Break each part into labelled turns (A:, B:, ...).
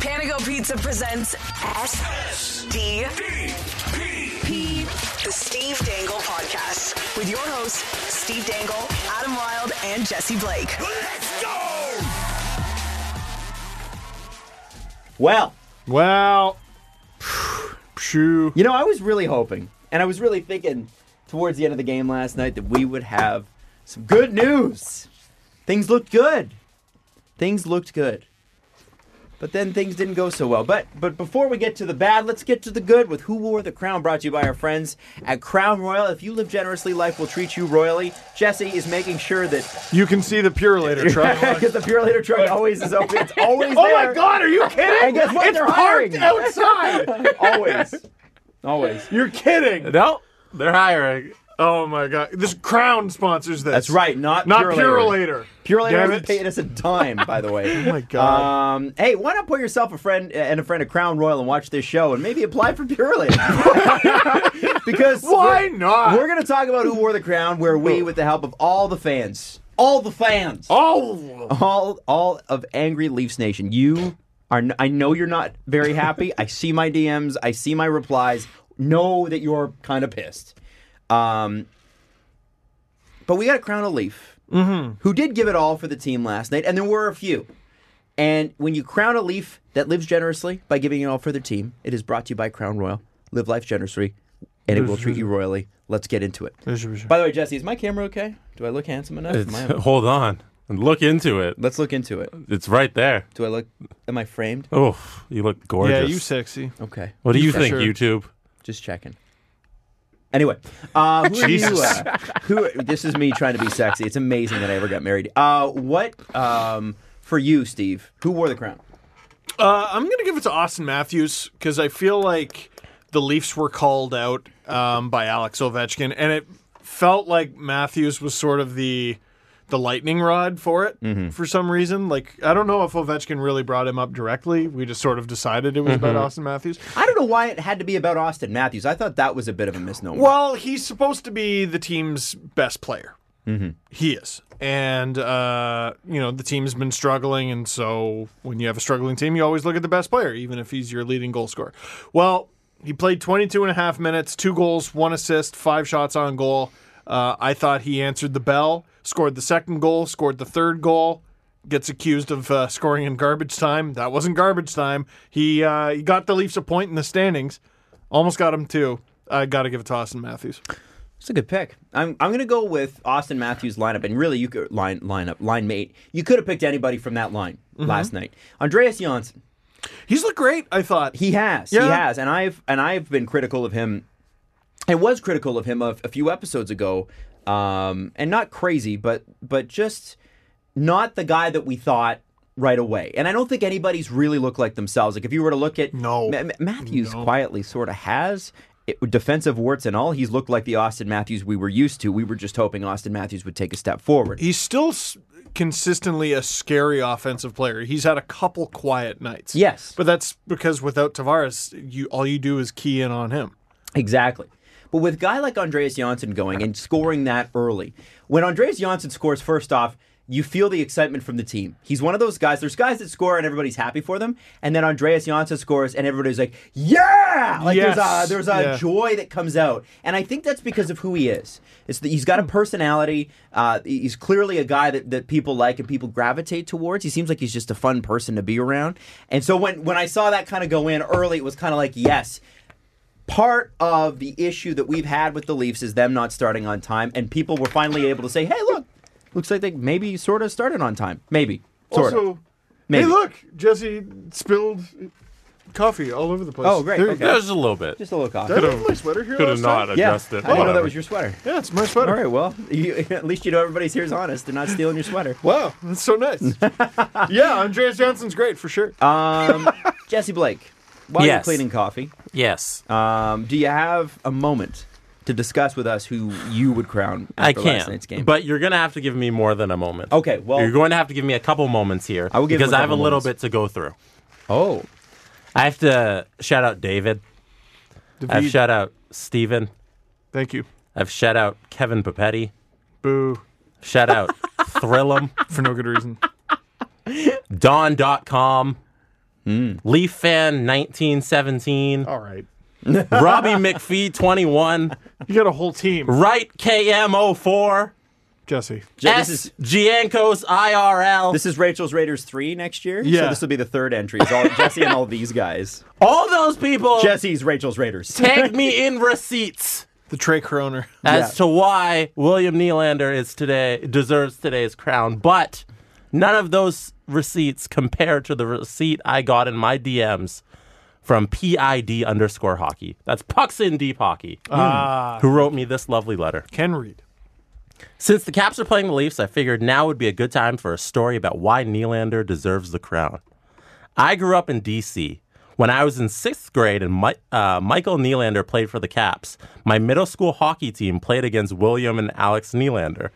A: Panago Pizza presents SDP. The Steve Dangle Podcast with your hosts, Steve Dangle, Adam Wilde, and Jesse Blake.
B: Let's go!
C: Well,
D: Well, phew.
C: you know, I was really hoping, and I was really thinking towards the end of the game last night that we would have some good news. Things looked good. Things looked good. But then things didn't go so well. But but before we get to the bad, let's get to the good with Who Wore the Crown, brought to you by our friends at Crown Royal. If you live generously, life will treat you royally. Jesse is making sure that
D: You can see the Pure Later truck.
C: because the Pure Later truck always is open. It's always
D: oh
C: there.
D: my God, are you kidding?
C: And guess what?
D: It's
C: They're hiring.
D: parked outside.
C: Always. Always.
D: You're kidding.
E: No, they're hiring.
D: Oh my God. This Crown sponsors this.
C: That's right, not
D: Not
C: Pure
D: Pure,
C: Later.
D: Later.
C: Pure Later
D: Damn
C: hasn't
D: it.
C: paid us a dime, by the way.
D: Oh my God.
C: Um, hey, why not put yourself a friend and a friend of Crown Royal and watch this show and maybe apply for Pure Later? because
D: Why
C: we're,
D: not?
C: We're going to talk about who wore the crown. Where we, with the help of all the fans, all the fans,
D: oh.
C: all all of angry Leafs Nation, you are. n- I know you're not very happy. I see my DMs. I see my replies. Know that you're kind of pissed. Um, but we got to crown a Leaf who did give it all for the team last night, and there were a few. And when you crown a Leaf that lives generously by giving it all for their team, it is brought to you by Crown Royal. Live life generously, and it will treat you royally. Let's get into it. By the way, Jesse, is my camera okay? Do I look handsome enough? Am I-
E: Hold on and look into it.
C: Let's look into it.
E: It's right there.
C: Do I look? Am I framed?
E: Oh, you look gorgeous.
D: Yeah, you sexy.
C: Okay,
E: What do you think,
D: sure.
E: YouTube?
C: just checking. Anyway, uh, who are you? Uh, who? Are, this is me trying to be sexy. It's amazing that I ever got married. Uh, what um, for you, Steve? Who wore the crown?
D: Uh, I'm going to give it to Austin Matthews because I feel like the Leafs were called out um, by Alex Ovechkin, and it felt like Matthews was sort of the the lightning rod for it for some reason. Like I don't know if Ovechkin really brought him up directly. We just sort of decided it was about Austin Matthews.
C: I don't know why it had to be about Austin Matthews. I thought that was a bit of a misnomer.
D: Well, he's supposed to be the team's best player. Mm-hmm. He is. And, uh, you know, the team's been struggling. And so when you have a struggling team, you always look at the best player, even if he's your leading goal scorer. Well, he played 22 and a half minutes, two goals, one assist, five shots on goal. Uh, I thought he answered the bell, scored the second goal, scored the third goal. Gets accused of uh, scoring in garbage time. That wasn't garbage time. He uh, he got the Leafs a point in the standings. Almost got him too. I got to give it to Austin Matthews.
C: It's a good pick. I'm I'm gonna go with Austin Matthews lineup, and really you could line lineup line mate. You could have picked anybody from that line last night. Andreas Janssen,
D: He's looked great. I thought
C: he has, he
D: Yeah.
C: has, and I've and I've been critical of him. I was critical of him a, a few episodes ago, um, and not crazy, but but just not the guy that we thought right away. And I don't think anybody's really looked like themselves. Like if you were to look at
D: No.
C: Ma- Ma- Matthews quietly sort of has it, defensive warts and all. He's looked like the Austin Matthews we were used to. We were just hoping Austin Matthews would take a step forward.
D: he's still s- consistently a scary offensive player. He's had a couple quiet nights.
C: Yes.
D: but that's because without Tavares, you all you do is key in on him.
C: Exactly. But with a guy like Andreas Janssen going and scoring that early, when Andreas Janssen scores first off, you feel the excitement from the team. He's one of those guys. There's guys that score and everybody's happy for them, and then Andreas Janssen scores and everybody's like, "Yeah!" Like
D: Yes.
C: there's a there's a
D: Yeah.
C: joy that comes out, and I think that's because of who he is. It's that he's got a personality. Uh, he's clearly a guy that, that people like and people gravitate towards. He seems like he's just a fun person to be around. And so when when I saw that kind of go in early, it was kind of like, yes, part of the issue that we've had with the Leafs is them not starting on time, and people were finally able to say, "Hey, look, looks like they maybe sort of started on time, maybe." Sort of. Maybe.
D: Jesse spilled coffee all over the place.
C: Oh, great.
D: There you
C: Okay.
D: go.
E: Yeah, just a little bit.
C: Just a little coffee.
D: Did I leave my sweater here
E: Could have
D: last
E: not
D: night?
C: Yeah,
E: adjusted.
C: I didn't know that
E: Whatever.
C: was your sweater.
D: Yeah, it's my sweater.
C: All right, well, you, at least you know everybody's here is honest. They're not stealing your sweater.
D: Wow, that's so nice. yeah, Andreas Johnson's great for sure.
C: Um, Jesse Blake, while you're
E: Yes.
C: cleaning coffee,
E: Yes.
C: um, do you have a moment to discuss with us who you would crown
E: I
C: after last night's game?
E: can't. But you're going to have to give me more than a moment.
C: Okay, well-
E: You're going to have to give me a couple moments here
C: I will give him
E: because
C: a
E: I have a
C: couple
E: little
C: moments.
E: bit to go through.
C: oh,
E: I have to shout out David. I've
D: David.
E: shout out Steven.
D: Thank you.
E: I've shout out Kevin Papetti.
D: Boo.
E: Shout out Thrillum,
D: For no good reason.
E: Dawn.com,
C: Hmm.
E: Leaf fan 1917.
D: All right.
E: Robbie McPhee 21.
D: You got a whole team,
E: Right KM 04.
D: Jesse.
C: Yeah,
E: S
C: this is
E: Gianco's IRL.
C: this is Rachel's Raiders three next year. so
D: Yeah.
C: this will be the third entry. It's all Jesse and all these guys.
E: all those people
C: Jesse's Rachel's Raiders.
E: tag me in receipts
D: The Trey Croner.
E: as
C: Yeah.
E: to why William Nylander is today deserves today's crown, but none of those receipts compare to the receipt I got in my DMs from PID underscore hockey. That's Pucks in Deep Hockey, who wrote me this lovely letter.
D: Ken Reed.
E: Since the Caps are playing the Leafs, I figured now would be a good time for a story about why Nylander deserves the crown. I grew up in D.C. When I was in sixth grade and Mi- uh, Michael Nylander played for the Caps, my middle school hockey team played against William and Alex Nylander.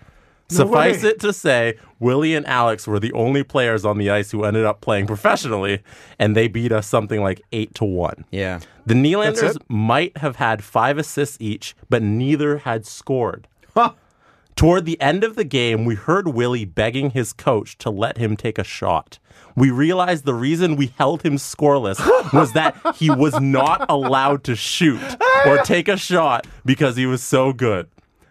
E: Suffice
D: way.
E: it to say, Willie and Alex were the only players on the ice who ended up playing professionally, and they beat us something like eight to one.
C: Yeah.
E: The Nylanders
D: it?
E: might have had five assists each, but neither had scored. Toward the end of the game, we heard Willie begging his coach to let him take a shot. We realized the reason we held him scoreless was that he was not allowed to shoot or take a shot because he was so good.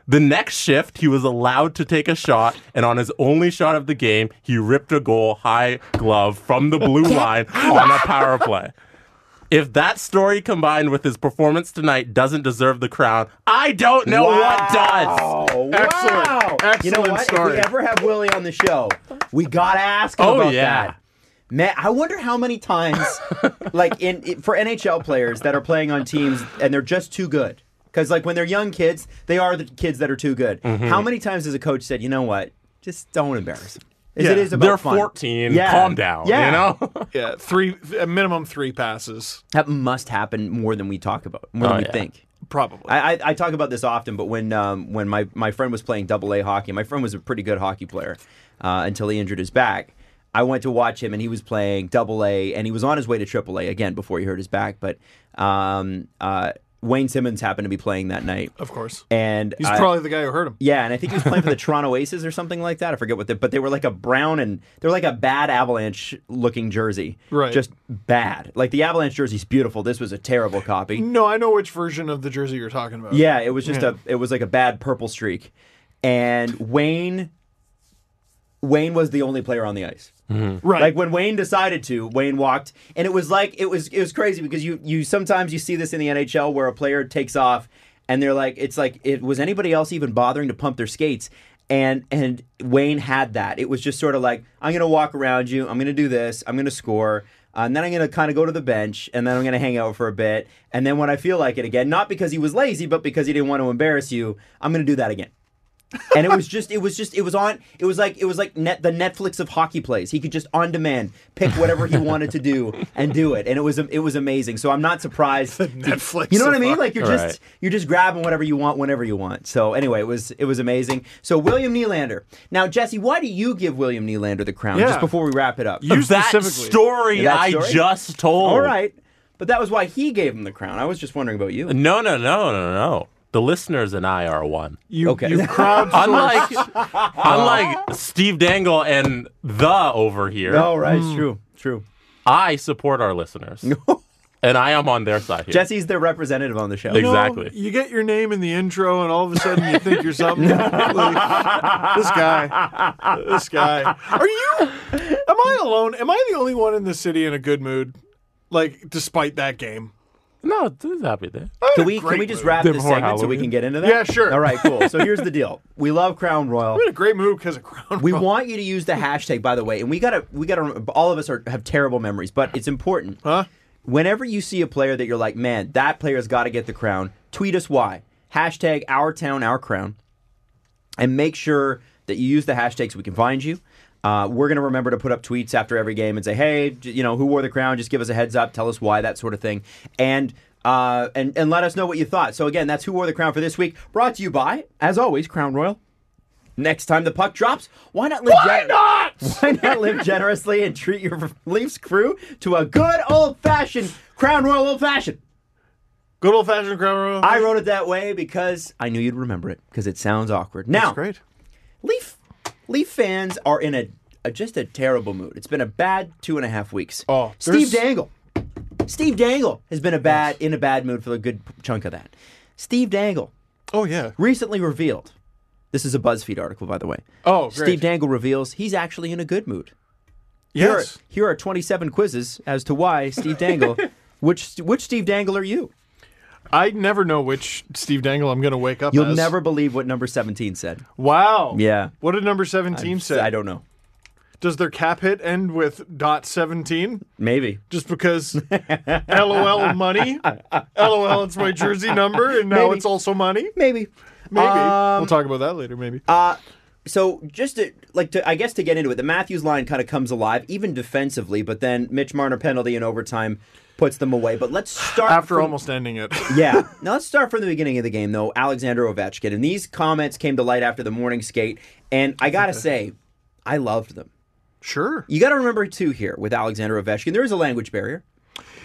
E: The next shift, he was allowed to take a shot, and on his only shot of the game, he ripped a goal high glove from the blue line on a power play. If that story combined with his performance tonight doesn't deserve the crown, I don't know Oh, what does.
C: Oh,
D: Excellent.
C: wow. you know
D: Excellent
C: what?
D: story.
C: If we ever have Willie on the show, we gotta ask him
E: Oh,
C: about
E: yeah.
C: that. Man, I wonder how many times, like in, in- for NHL players that are playing on teams and they're just too good. Because like when they're young kids, they are the kids that are too good.
E: Mm-hmm.
C: How many times has a coach said, "You know what? Just don't embarrass him." 'Cause It
D: Yeah.
C: is about
E: They're
C: fun.
E: 14.
C: Yeah.
E: Calm down.
C: Yeah.
E: You know?
D: Yeah, three a minimum three passes
C: That must happen more than we talk about, more than
E: Oh,
C: we
E: yeah.
C: think.
D: probably.
C: I, I, I talk about this often, but when um, when my, my friend was playing double A hockey, my friend was a pretty good hockey player uh, until he injured his back. I went to watch him, and he was playing double A, and he was on his way to triple A again before he hurt his back. But um, uh, Wayne Simmons happened to be playing that night,
D: of course.
C: and
D: He's
C: I-
D: probably the guy who hurt him.
C: yeah, and I think he was playing for the Toronto Aces or something like that. I forget what they, but they were like a brown and they're like a bad Avalanche looking jersey,
D: Right.
C: Just bad. Like the Avalanche jersey's beautiful. This was a terrible copy.
D: No, I know which version of the jersey you're talking about.
C: Yeah, it was just a it was like a bad purple streak. And Wayne Wayne was the only player on the ice.
D: right.
C: Like when Wayne decided to, Wayne walked and it was like it was it was crazy because you you sometimes you see this in the NHL where a player takes off and they're like it's like it was anybody else even bothering to pump their skates and and Wayne had that. It was just sort of like I'm going to walk around you, I'm going to do this, I'm going to score. uh, and then I'm going to kind of go to the bench, and then I'm going to hang out for a bit. And then when I feel like it again, not because he was lazy, but because he didn't want to embarrass you, I'm going to do that again and it was just it was just it was on it was like it was like net the netflix of hockey plays he could just on demand pick whatever he wanted to do and do it and it was it was amazing so i'm not surprised
D: Netflix
C: you know what i
D: of
C: mean
D: hockey.
C: like you're just
E: Right.
C: you're just grabbing whatever you want whenever you want so anyway it was it was amazing so william Nylander. now jesse why do you give william Nylander the crown
D: Yeah.
C: just before we wrap it up
D: You
E: that
D: specifically.
E: story
C: That
E: I
C: story?
E: just told.
C: all right but that was why he gave him the crown i was just wondering about you
E: No, no, no, no, no. The listeners and I are one.
D: You,
C: Okay.
D: you crowd
E: Unlike, unlike Steve Dangle and the over here,
C: all right
D: Mm.
C: it's true true
E: I support our listeners, and I am on their side here.
C: jesse's their representative on the show
E: Ex-
D: No,
E: Exactly.
D: you get your name in the intro, and all of a sudden you think you're something. Like, this guy, this guy. Are you? Am I alone? Am I the only one in the city in a good mood? Like, despite that game.
E: no, this happy there.
C: Can we can
D: great
C: we just
D: move.
C: wrap
E: Then
C: this
E: before
C: segment so we
E: Halloween.
C: can get into that?
D: Yeah, sure.
C: All right, cool. So here's the deal. We love Crown Royal.
D: I'm in a great mood because of Crown.
C: We want you to use the hashtag, by the way, and we gotta we gotta remember- all of us are, have terrible memories, but it's important.
D: Huh?
C: Whenever you see a player that you're like, man, that player's got to get the crown. Tweet us why. Hashtag our town, our crown, and make sure that you use the hashtags. we can find you. Uh, we're gonna remember to put up tweets after every game and say, hey, j- you know, who wore the crown? Just give us a heads up, tell us why, that sort of thing, and. Uh, and, and let us know what you thought. So again, that's who wore the crown for this week. Brought to you by, as always, Crown Royal. Next time the puck drops, why not live? Why not? Why not live generously and treat your Leafs crew to a good old fashioned Crown Royal old fashioned?
D: Good old fashioned Crown Royal.
C: I wrote it that way because I knew you'd remember it because it sounds awkward. Now,
D: That's great.
C: Leaf Leaf fans are in a a, just a terrible mood. It's been a bad two and a half weeks.
D: Oh,
C: Steve
D: there's-
C: Dangle. Steve Dangle has been a bad in a bad mood for a good chunk of that. Steve Dangle
D: Oh yeah.
C: recently revealed. This is a BuzzFeed article, by the way.
D: Oh, great.
C: Steve Dangle reveals he's actually in a good mood. Here are,
D: Yes.
C: here are 27 quizzes as to why Steve Dangle. which which Steve Dangle are you?
D: I never know which Steve Dangle I'm going to wake up
C: You'll
D: as.
C: never believe what number 17 said.
D: Wow.
C: Yeah.
D: What did number 17 say?
C: I don't know.
D: Does their cap hit end with dot 17?
C: Maybe.
D: Just because LOL money? LOL, it's my jersey number, and now
C: Maybe.
D: it's also money?
C: Maybe.
D: Maybe.
C: Um, uh,
D: we'll talk about that later, maybe.
C: so just to like to I guess to get into it, the Matthews line kind of comes alive even defensively, but then Mitch Marner penalty in overtime puts them away. But let's start
D: After
C: from-
D: almost ending it.
C: yeah. Now let's start from the beginning of the game, though. Alexander Ovechkin, and these comments came to light after the morning skate, and I gotta say, I loved them.
D: sure.
C: You gotta remember too here with Alexander Ovechkin, there is a language barrier.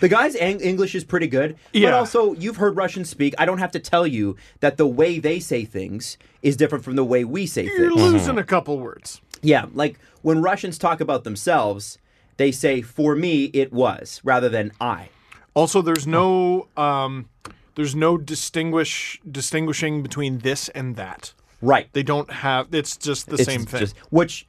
C: The guy's ang- English is pretty good, but
D: Yeah.
C: also you've heard Russians speak. I don't have to tell you that the way they say things is different from the way we say
D: You're
C: things.
D: losing a
C: Mm-hmm.
D: couple words.
C: Yeah, like when Russians talk about themselves, they say "for me it was" rather than "I."
D: Also, there's no. Um, there's no distinguish distinguishing between this and that.
C: Right.
D: They don't have. It's just the same thing.
C: which,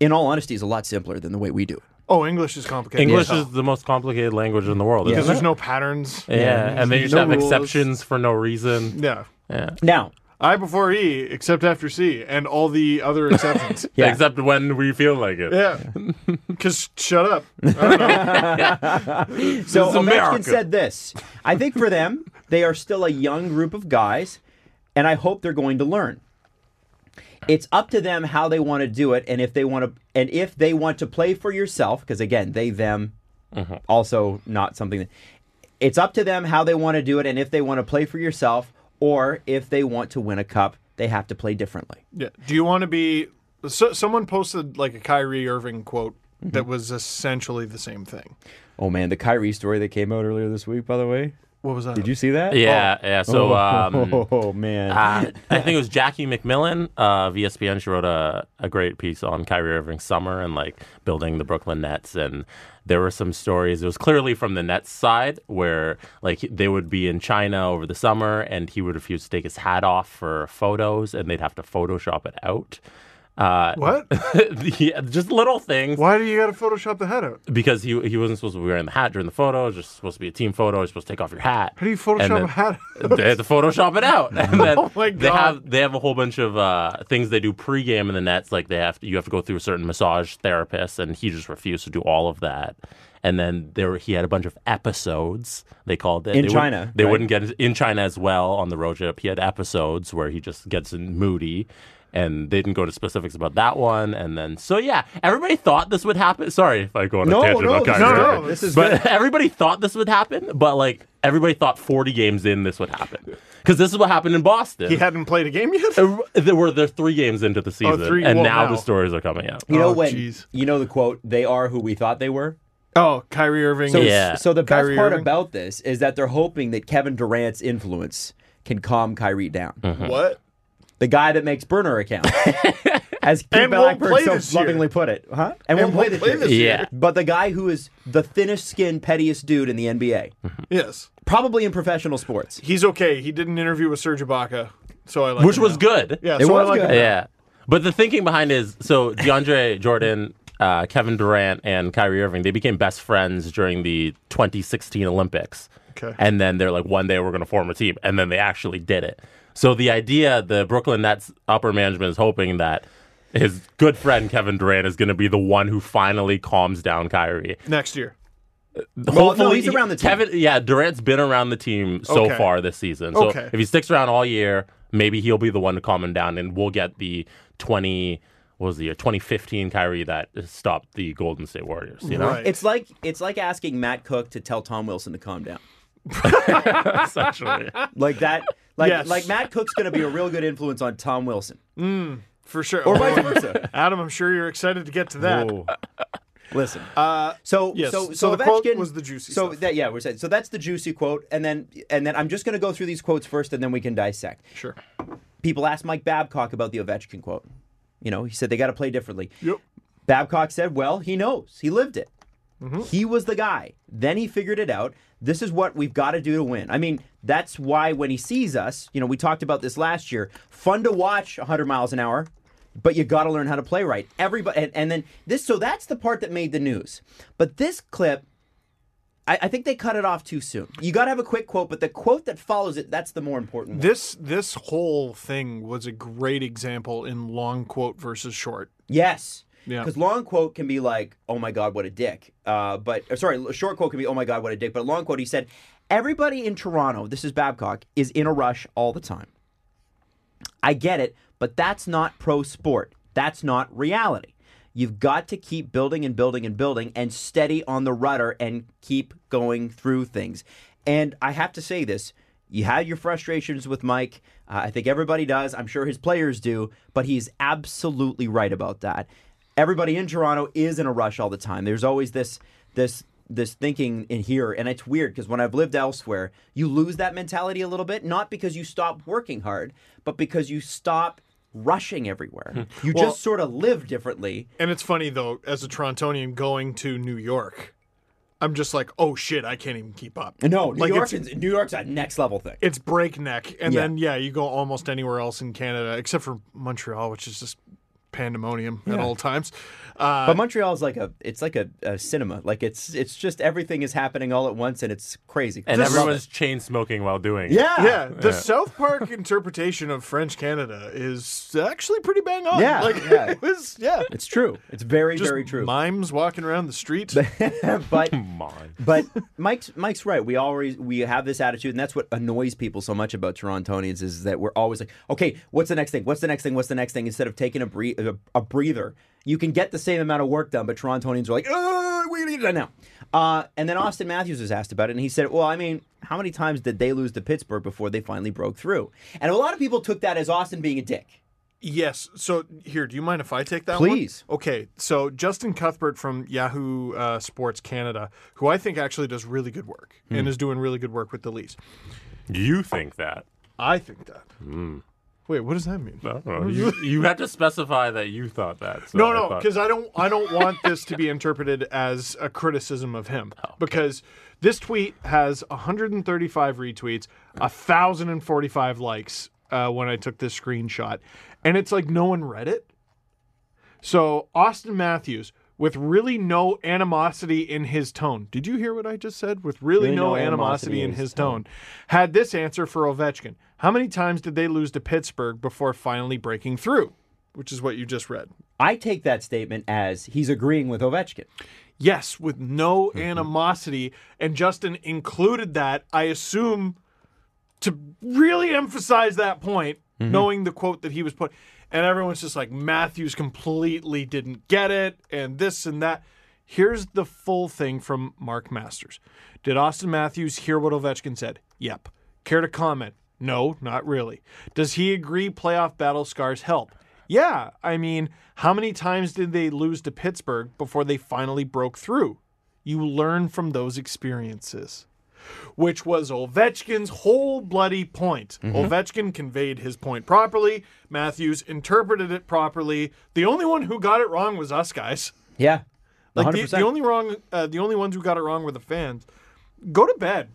C: in all honesty, is a lot simpler than the way we do. it.
D: oh, English is complicated.
E: English
D: Yeah.
E: is the most complicated language in the world.
D: because
E: isn't
D: there's
E: it?
D: no patterns.
E: yeah, and they just
C: no
E: have
C: rules.
E: exceptions for no reason.
D: Yeah.
C: Now,
D: I before E, except after C, and all the other exceptions.
C: Yeah.
E: Except when we feel like it.
D: yeah. Because shut up.
C: so
E: is
C: Ovechkin
E: America.
C: said this. I think for them, they are still a young group of guys, and I hope they're going to learn. It's up to them how they want to do it, and if they want to, and if they want to play for yourself, because again, they them,
E: Mm-hmm.
C: also not something that. It's up to them how they want to do it, and if they want to play for yourself, or if they want to win a cup, they have to play differently.
D: Yeah. Do you want to be. So, someone posted like a Kyrie Irving quote that was essentially the same thing.
C: Oh man, the Kyrie story that came out earlier this week, by the way.
D: What was that?
C: Did you see that?
E: Yeah, yeah. So um,
C: Oh man.
E: uh, I think it was Jackie McMillan uh, of ESPN. She wrote a, a great piece on Kyrie Irving's summer and like building the Brooklyn Nets. And there were some stories. It was clearly from the Nets side where like they would be in China over the summer and he would refuse to take his hat off for photos and they'd have to Photoshop it out. Uh,
D: What?
E: yeah, just little things
D: Why do you got to Photoshop the head out?
E: because he he wasn't supposed to be wearing the hat during the photo. It was just supposed to be a team photo. You're supposed to take off your hat.
D: How do you Photoshop
E: And then-
D: a hat?
E: They had to Photoshop it out, and then
D: my
E: they
D: God.
E: have they have a whole bunch of uh, things they do pregame in the Nets. Like they have to, you have to go through a certain massage therapist, and he just refused to do all of that. And then there he had a bunch of episodes. They called it
C: In
E: They wouldn't-
C: China,
E: They
C: right?
E: wouldn't get in China as well on the road trip. He had episodes where he just gets moody. And they didn't go to specifics about that one, and then so yeah, everybody thought this would happen. Sorry if I go on a
C: No,
E: tangent
C: no,
E: about Kyrie.
D: no,
E: Irving.
D: no,
C: this is
E: But everybody thought this would happen, but like everybody thought 40 games in this would happen. Because this is what happened in Boston.
D: He hadn't played a game yet?
E: Uh, There were there three games into the season,
D: Oh, three-
E: and
D: well,
E: now,
D: now.
E: the stories are coming out.
C: You know
D: Oh,
C: when
D: jeez.
C: you know the quote, "They are who we thought they were."
D: Oh, Kyrie Irving.
C: So,
D: is-
E: Yeah.
C: so the best
D: Kyrie
C: part
D: Irving.
C: about this is that they're hoping that Kevin Durant's influence can calm Kyrie down.
E: Hmm.
D: What?
C: The guy that makes burner accounts, as Kim
D: And won't
C: Blackburn
D: play
C: so
D: this year.
C: lovingly put it, huh? And, won't play,
D: won't
C: this,
D: play
C: year.
D: this
E: year. Yeah.
C: But the guy who is the thinnest skinned, pettiest dude in the NBA,
E: Hmm.
D: Yes.
C: probably in professional sports.
D: He's okay. He did an interview with Serge Ibaka, so I like
E: Which
D: him
E: was
D: now.
E: good.
D: Yeah,
C: It
D: so I
C: was
D: like
C: good.
D: him now.
E: Yeah. But the thinking behind is so DeAndre Jordan, uh, Kevin Durant, and Kyrie Irving, they became best friends during the 2016 Olympics.
D: Okay.
E: And then they're like, one day we're going to form a team. And then they actually did it. So the idea, the Brooklyn Nets upper management is hoping that his good friend Kevin Durant is going to be the one who finally calms down Kyrie.
D: Next year.
C: Well, no,
E: Hopefully-
C: he's around the team.
E: Kevin, yeah, Durant's been around the team so
D: Okay.
E: far this season. So
D: Okay.
E: if he sticks around all year, maybe he'll be the one to calm him down, and we'll get the twenty. What was the year? 2015 Kyrie that stopped the Golden State Warriors. You know,
D: Right.
C: It's like it's like asking Matt Cook to tell Tom Wilson to calm down.
E: essentially.
C: Like that. Like,
D: Yes.
C: like Matt Cook's going to be a real good influence on Tom Wilson,
D: For sure.
C: or vice versa.
D: Adam, I'm sure you're excited to get to that.
C: Listen. Uh, so
D: yes.
C: so so,
D: So the
C: Ovechkin
D: quote was the juicy
C: So
D: stuff.
C: that yeah, we're saying so that's the juicy quote, and then and then I'm just going to go through these quotes first, and then we can dissect.
D: Sure.
C: People asked Mike Babcock about the Ovechkin quote. You know, he said they got to play differently.
D: Yep.
C: Babcock said, well, he knows. He lived it. He was the guy. Then he figured it out. This is what we've got to do to win. I mean, that's why when he sees us, you know, we talked about this last year. Fun to watch 100 miles an hour, but you got to learn how to play right. Everybody, and, and then this. So that's the part that made the news. But this clip, I, I think they cut it off too soon. You got to have a quick quote, but the quote that follows it, that's the more important one.
D: This this whole thing was a great example in long quote versus short.
C: Yes.
D: Yeah.
C: Because long quote can be like, "Oh my God, what a dick," uh, but or sorry, a short quote can be, "Oh my God, what a dick." But a long quote, he said, "Everybody in Toronto, this is Babcock, is in a rush all the time." I get it, but that's not pro sport. That's not reality. You've got to keep building and building and building and steady on the rudder and keep going through things. And I have to say this you had your frustrations with Mike. Uh, I think everybody does. I'm sure his players do, but he's absolutely right about that. Everybody in Toronto is in a rush all the time. There's always this this this thinking in here and it's weird because when i've lived elsewhere you lose that mentality a little bit not because you stop working hard but because you stop rushing everywhere you
D: Well-
C: just sort of live differently
D: And it's funny though, as a Torontonian going to New York, I'm just like, oh shit, I can't even keep up.
C: no new
D: like
C: york's
D: it's,
C: new york's a next level thing
D: it's breakneck, and
C: Yeah.
D: then yeah, you go almost anywhere else in Canada except for Montreal, which is just pandemonium at all times. Uh,
C: but montreal's like a it's like a, a cinema like it's it's just everything is happening all at once and it's crazy
E: And
C: Just love
E: everyone's chain smoking while doing
C: it.
E: it.
C: yeah
D: yeah, the South Park interpretation of French Canada is actually pretty bang on.
C: Yeah,
D: like
C: yeah.
D: it was. Yeah,
C: it's true it's very
D: just
C: very true
D: Mimes walking around the street.
C: but
E: Come on.
C: But Mike's Mike's right. We always we have this attitude, and that's what annoys people so much about Torontonians is that we're always like, okay, what's the next thing? What's the next thing? What's the next thing? Instead of taking a breathe a, a breather, you can get the same amount of work done. But Torontonians are like, "Uh, we need it now. Uh, and then Austin Matthews was asked about it, and he said, well, I mean, how many times did they lose to Pittsburgh before they finally broke through? And a lot of people took that as Austin being a dick.
D: Yes. So here, do you mind if I take that one?
C: Please.
D: Okay. So Justin Cuthbert from Yahoo uh, Sports Canada, who I think actually does really good work
C: Hmm.
D: and is doing really good work with the Leafs.
E: You think that.
D: I think that.
C: Hmm.
D: Wait, what does that mean?
E: I don't know. You, you have to specify that you thought that. so
D: No,
E: I
D: no,
E: thought-
D: because I don't, I don't want this to be interpreted as a criticism of him. Because this tweet has 135 retweets, 1,045 likes uh, when I took this screenshot, and it's like no one read it. So Austin Matthews, with really no animosity in his tone. Did you hear what I just said? With really,
C: Really
D: no,
C: no animosity
D: animosity, in
C: in
D: his
C: his tone.
D: tone, had this answer for Ovechkin. How many times did they lose to Pittsburgh before finally breaking through? Which is what you just read.
C: I take that statement as he's agreeing with Ovechkin.
D: Yes, with no animosity. And Justin included that, I assume, to really emphasize that point, knowing the quote that he was putting. And everyone's just like, Matthews completely didn't get it, and this and that. Here's the full thing from Mark Masters Did Austin Matthews hear what Ovechkin said? Yep. Care to comment? No, not really. Does he agree playoff battle scars help? Yeah, I mean, how many times did they lose to Pittsburgh before they finally broke through? You learn from those experiences, which was Ovechkin's whole bloody point.
E: Mm-hmm.
D: Ovechkin conveyed his point properly. Matthews interpreted it properly. The only one who got it wrong was us guys.
C: Yeah,
D: Like the,
C: 100%.
D: the only wrong, uh, the only ones who got it wrong were the fans. Go to bed.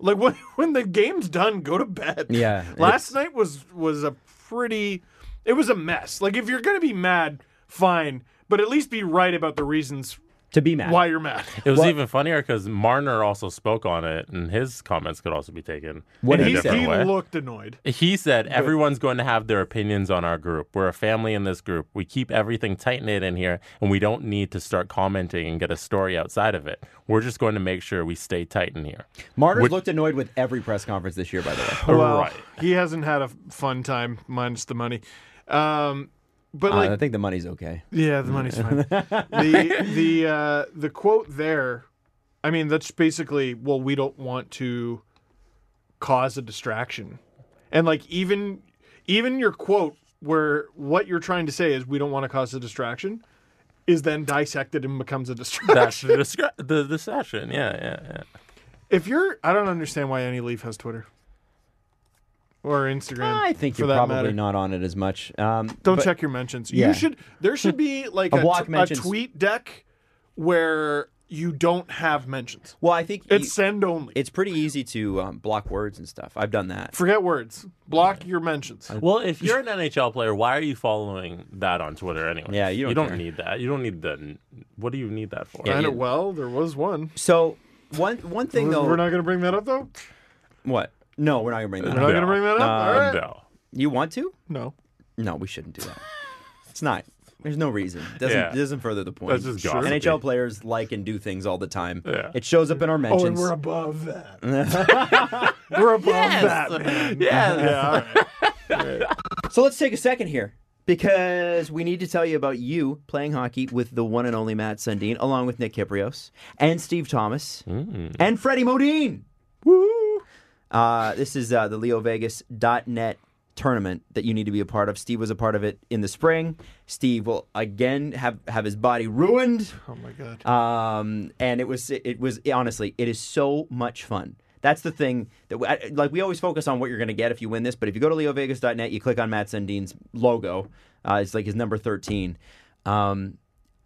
D: Like when when the game's done, go to bed.
C: Yeah,
D: Last night was was a pretty, it was a mess. Like if you're gonna be mad, fine, but at least be right about the reasons
C: to be mad.
D: why you're mad.
E: It was
C: What-
E: even funnier because Marner also spoke on it, and his comments could also be taken.
C: What
E: in
C: did
E: a
D: he,
C: say?
E: different
D: he
E: way.
D: looked annoyed.
E: He said, Everyone's going to have their opinions on our group. We're a family in this group. We keep everything tight knit in here, and we don't need to start commenting and get a story outside of it. We're just going to make sure we stay tight in here.
C: Martyrs
E: Would-
C: looked annoyed with every press conference this year, by the way.
D: Well,
E: right.
D: he hasn't had a fun time minus the money. Um, but like
C: I think the money's okay.
D: Yeah, the money's fine. the the uh, the quote there, I mean, that's basically well, we don't want to cause a distraction, and like even even your quote where what you're trying to say is we don't want to cause a distraction, is then dissected and becomes a distraction.
E: That's the, discre- the, the session. Yeah, yeah, yeah.
D: if you're, I don't understand why any leaf has Twitter. or Instagram.
C: I think
D: for
C: you're
D: that
C: probably
D: matter.
C: not on it as much. Um,
D: Don't
C: but-
D: check your mentions.
C: Yeah.
D: You should. There should be like
C: A
D: a,
C: block
D: t- a
C: mentions.
D: tweet deck where you don't have mentions.
C: Well, I think
D: It's
C: you-
D: send only.
C: it's pretty easy to um, block words and stuff. I've done that.
D: Forget words. Block your mentions.
E: Well, if you're an NHL player, why are you following that on Twitter anyway?
C: Yeah, you don't
E: you don't
C: care.
E: need that. You don't need the. What do you need that for?
D: Kind
C: you-
D: of well, there was one.
C: So one one thing though,
D: We're not going to bring that up though.
C: what? No, we're not gonna bring that.
D: We're not
C: up.
D: going to bring that up. All right.
E: No.
C: You want to?
D: No.
C: No, we shouldn't do that. it's not. There's no reason. Doesn't
E: Yeah.
C: doesn't further the point.
E: That's just Sure. gossipy.
C: NHL players like and do things all the time.
E: Yeah.
C: It shows up in our mentions.
D: Oh, and we're above that. we're above that, man.
E: Yeah.
D: Yeah, all right.
C: So let's take a second here because we need to tell you about you playing hockey with the one and only Matt Sundin, along with Nick Kiprios and Steve Thomas and Freddie Modine. Woo! Uh, this is uh, the LeoVegas.net tournament that you need to be a part of. Steve was a part of it in the spring. Steve will again have, have his body ruined.
D: Oh my god.
C: Um, and it was it was honestly it is so much fun. That's the thing that we, I- like we always focus on what you're going to get if you win this, but if you go to leovegas.net, you click on Matt Sundin's logo. Uh, it's like his number 13. Um,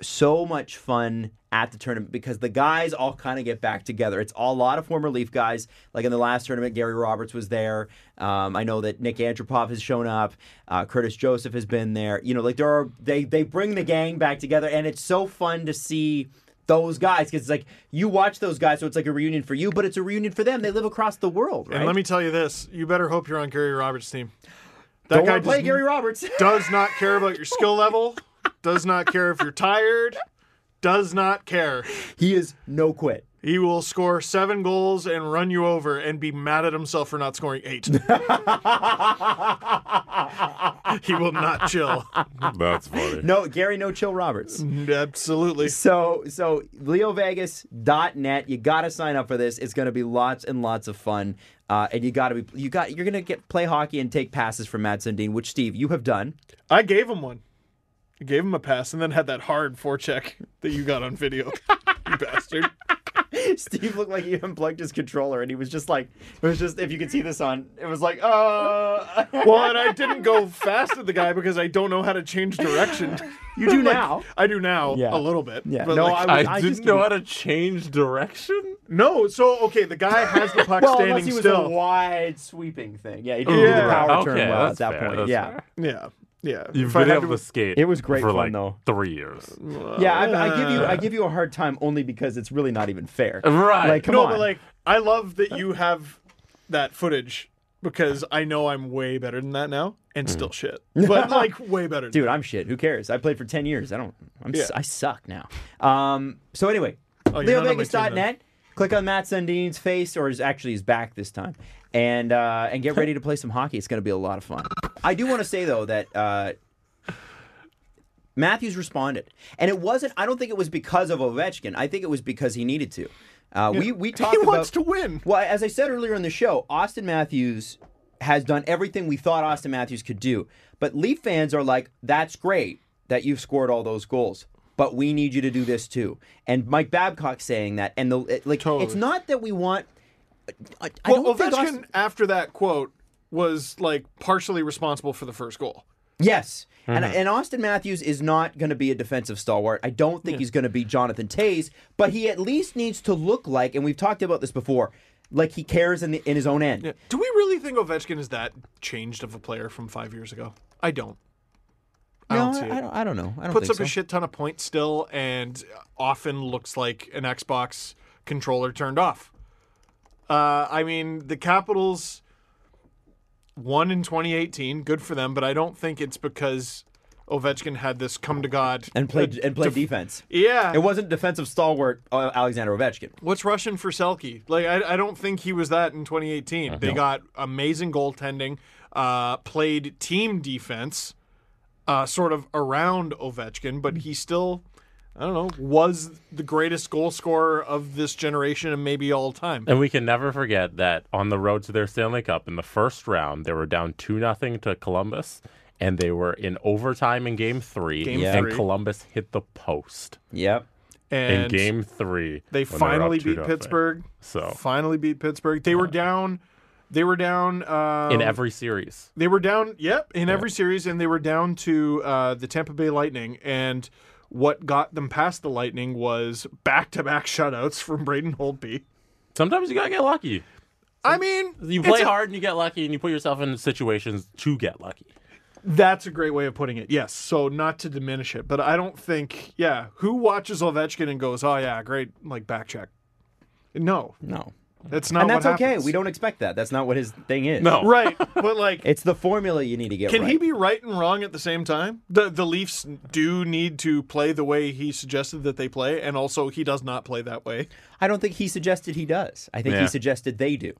C: so much fun at the tournament because the guys all kind of get back together. It's all, a lot of former Leaf guys. Like in the last tournament, Gary Roberts was there. Um, I know that Nick Andropov has shown up. Uh, Curtis Joseph has been there. You know, like there are they they bring the gang back together, and it's so fun to see those guys because it's like you watch those guys, so it's like a reunion for you, but it's a reunion for them. They live across the world, right?
D: And let me tell you this: you better hope you're on Gary Roberts' team. That
C: Don't
D: guy
C: want to play
D: does
C: Gary Roberts.
D: does not care about your skill level, does not care if you're tired, does not care.
C: he is no quit.
D: He will score seven goals and run you over and be mad at himself for not scoring eight. he will not chill.
E: That's funny.
C: No, Gary, no chill Roberts.
D: Absolutely.
C: So so leovegas.net you got to sign up for this. It's going to be lots and lots of fun. Uh, and you got to be you got you're going to get play hockey and take passes from Matt Sundin, which Steve, you have done.
D: I gave him one. I gave him a pass and then had that hard forecheck that you got on video. you bastard.
C: Steve looked like he unplugged his controller and he was just like it was just if you could see this on, it was like uh
D: Well, and I didn't go fast at the guy because I don't know how to change direction.
C: you do now.
D: I do now
C: Yeah.
D: a little bit.
C: Yeah.
D: But
C: No,
D: like,
C: I
E: I,
C: was- I just
E: didn't know how to change direction.
D: No, so okay, the guy has the puck
C: Well, unless
D: standing
C: he was a
D: still.
C: wide sweeping thing. Yeah, he didn't do the
D: Yeah.
C: power turn
E: Okay,
C: well at
E: that's
C: that
E: fair,
C: point.
E: that's
C: Yeah.
E: fair.
D: yeah, yeah.
E: You've
D: If I
E: been
D: had
E: able to skate.
C: It was great
E: for
C: fun,
E: like
C: though.
E: three years.
C: Yeah, I, I give you I give you a hard time only because it's really not even fair.
E: Right.
C: Like come
D: no,
C: on.
D: but like I love that you have that footage because I know I'm way better than that now and still shit, but like way better.
C: Hmm. dude, I'm shit. Who cares? I played for 10 years. I don't, I'm,
D: Yeah. Oh,
C: I suck now. Um, so anyway,
D: you're not on my team then.
C: LeoVegas.net. Click on Matt Sundin's face, or his, actually his back this time, and uh, and get ready to play some hockey. It's going to be a lot of fun. I do want to say though that uh, Matthews responded, and it wasn't. I don't think it was because of Ovechkin. I think it was because he needed to. Uh, We we talked
D: He
C: about
D: wants to win.
C: well, as I said earlier in the show, Austin Matthews has done everything we thought Austin Matthews could do. But Leaf fans are like, that's great that you've scored all those goals, but we need you to do this too. And Mike Babcock saying that, and the it- like,
D: Totally.
C: it's not that we want. I, I
D: Well,
C: don't
D: Ovechkin
C: think Austin,
D: after that quote was like partially responsible for the first goal.
C: yes. And, and Austin Matthews is not going to be a defensive stalwart. I don't think he's going to be Jonathan Tays, but he at least needs to look like, and we've talked about this before, like he cares in, the, in his own end.
D: Do we really think Ovechkin is that changed of a player from five years ago? I don't. I
C: no,
D: don't see it.
C: I, I don't. I don't know. I don't
D: puts
C: think
D: up a
C: so.
D: shit ton of points still and often looks like an Xbox controller turned off. Uh, I mean, the Capitals won in 2018. Good for them, but I don't think it's because Ovechkin had this come to God.
C: and played and played defense.
D: Uh, Yeah.
C: It wasn't defensive stalwart uh, Alexander Ovechkin.
D: What's Russian for Selkie? Like, I, I don't think he was that in
E: Uh,
D: 2018. They got amazing goaltending, uh, played team defense, uh, sort of around Ovechkin, but he still, I don't know, was the greatest goal scorer of this generation and maybe all time.
E: And we can never forget that on the road to their Stanley Cup in the first round, they were down 2 nothing to Columbus, and they were in overtime in game three,
D: Game
E: and
D: three.
E: Columbus hit the post
C: Yep.
D: And
E: in game three.
D: they
E: when were up
D: finally beat
E: 2-0.
D: Pittsburgh.
E: So-
D: finally beat Pittsburgh. They were down. They were down um,
E: in every series.
D: They were down, yep, in every series, and they were down to uh, the Tampa Bay Lightning. And what got them past the Lightning was back to back shutouts from Braden Holtby.
E: Sometimes you gotta get lucky.
D: I mean,
E: You
D: it's
E: play
D: a-
E: hard and you get lucky, and you put yourself in situations to get lucky.
D: That's a great way of putting it. Yes. So, not to diminish it, but I don't think, yeah, who watches Ovechkin and goes, oh, yeah, great, like back check? No,
C: No.
D: that's not
C: And that's
D: what
C: okay.
D: happens.
C: We don't expect that. That's not what his thing is.
E: No.
D: Right. But, like,
C: It's the formula you need to get
D: Can
C: right.
D: he be right and wrong at the same time? The the Leafs do need to play the way he suggested that they play, and also he does not play that way.
C: I don't think he suggested he does. I think
E: Yeah.
C: he suggested they do.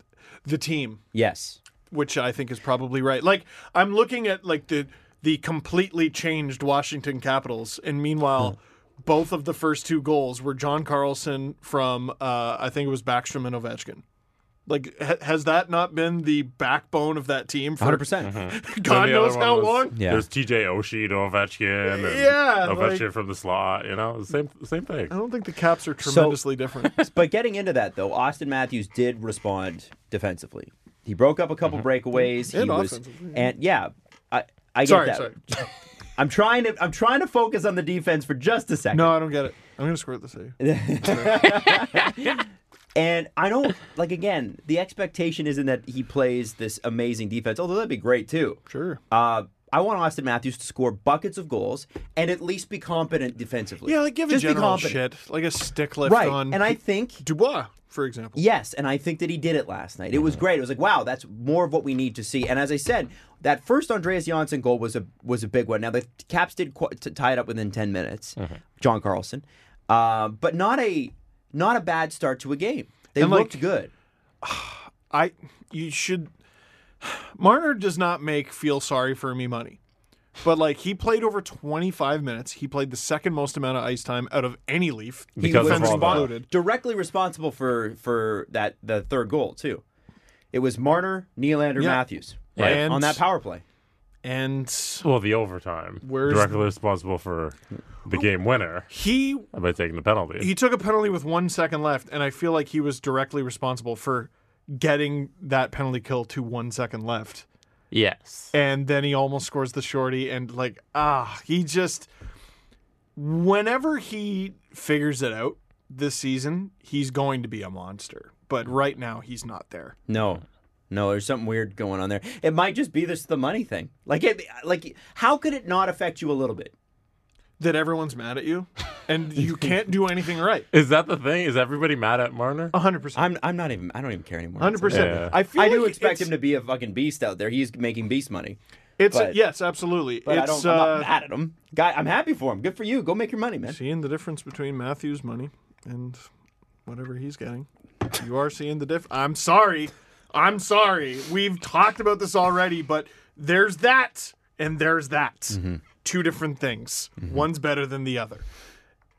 D: The team,
C: Yes.
D: which I think is probably right. Like I'm looking at like the the completely changed Washington Capitals, and meanwhile,
C: Hmm.
D: both of the first two goals were John Carlson from uh, I think it was Backstrom and Ovechkin. Like ha- has that not been the backbone of that team for
C: 100%. percent
D: God
E: Then the other
D: knows
E: one
D: how
E: was-
D: long?
C: Yeah.
E: There's TJ Oshie to Ovechkin. And
D: Yeah,
E: Ovechkin
D: like-
E: from the slot. You know, same same thing.
D: I don't think the Caps are tremendously different.
C: But getting into that though, Austin Matthews did respond defensively. He broke up a couple breakaways.
D: Uh-huh. And
C: he was
D: offensively.
C: and yeah, I I get
D: Sorry,
C: that.
D: sorry.
C: I'm trying to I'm trying to focus on the defense for just a second.
D: No, I don't get it. I'm gonna squirt this at you.
C: And I don't like again, the expectation isn't that he plays this amazing defense, although that'd be great too.
D: Sure.
C: Uh, I want Austin Matthews to score buckets of goals and at least be competent defensively.
D: Yeah, like give
C: Just
D: a
C: be
D: general
C: competent.
D: shit, like a stick lift
C: Right.
D: on.
C: And I think
D: Dubois, for example.
C: Yes, and I think that he did it last night. It was great. It was like, wow, that's more of what we need to see. And as I said, that first Andreas Janssen goal was a was a big one. Now the Caps did qu- t- tie it up within ten minutes.
D: Mm-hmm.
C: John Carlson, uh, but not a not a bad start to a game. They
D: And,
C: looked
D: like-
C: good.
D: I you should. Marner does not make feel sorry for me money, but like he played over 25 minutes. He played the second most amount of ice time out of any Leaf
E: Because of
D: defense
E: all that.
D: included.
C: Directly responsible for for that the third goal too. It was Marner, Nylander,
D: Yeah.
C: Matthews right,
D: And-
C: on that power play.
D: And
E: Well, the overtime.
D: Where's-
E: directly responsible for the game winner
D: he
E: by taking the penalty.
D: he took a penalty with one second left, and I feel like he was directly responsible for getting that penalty kill to one second left.
E: yes.
D: and then he almost scores the shorty and like ah he just whenever he figures it out this season he's going to be a monster but right now he's not there
C: No. No, there's something weird going on there. It might just be this the money thing. Like it like how could it not affect you a little bit?
D: that everyone's mad at you and you can't do anything right
E: Is that the thing? Is everybody mad at Marner?
D: 100%
C: I'm I'm not even I don't even care anymore.
D: 100%
E: Yeah.
D: i feel
C: I do
D: like
C: expect
D: it's,
C: him to be a fucking beast out there. He's making beast money.
D: it's
C: but-
D: yes absolutely
C: But I
D: it's
C: don't
D: uh
C: I'm not mad at him. Guy, I'm happy for him. Good for you. Go make your money, man.
D: seeing the difference between matthew's money and whatever he's getting you are seeing the diff i'm sorry i'm sorry we've talked about this already but there's that and there's that
C: Mm-hmm.
D: two different things one's better than the other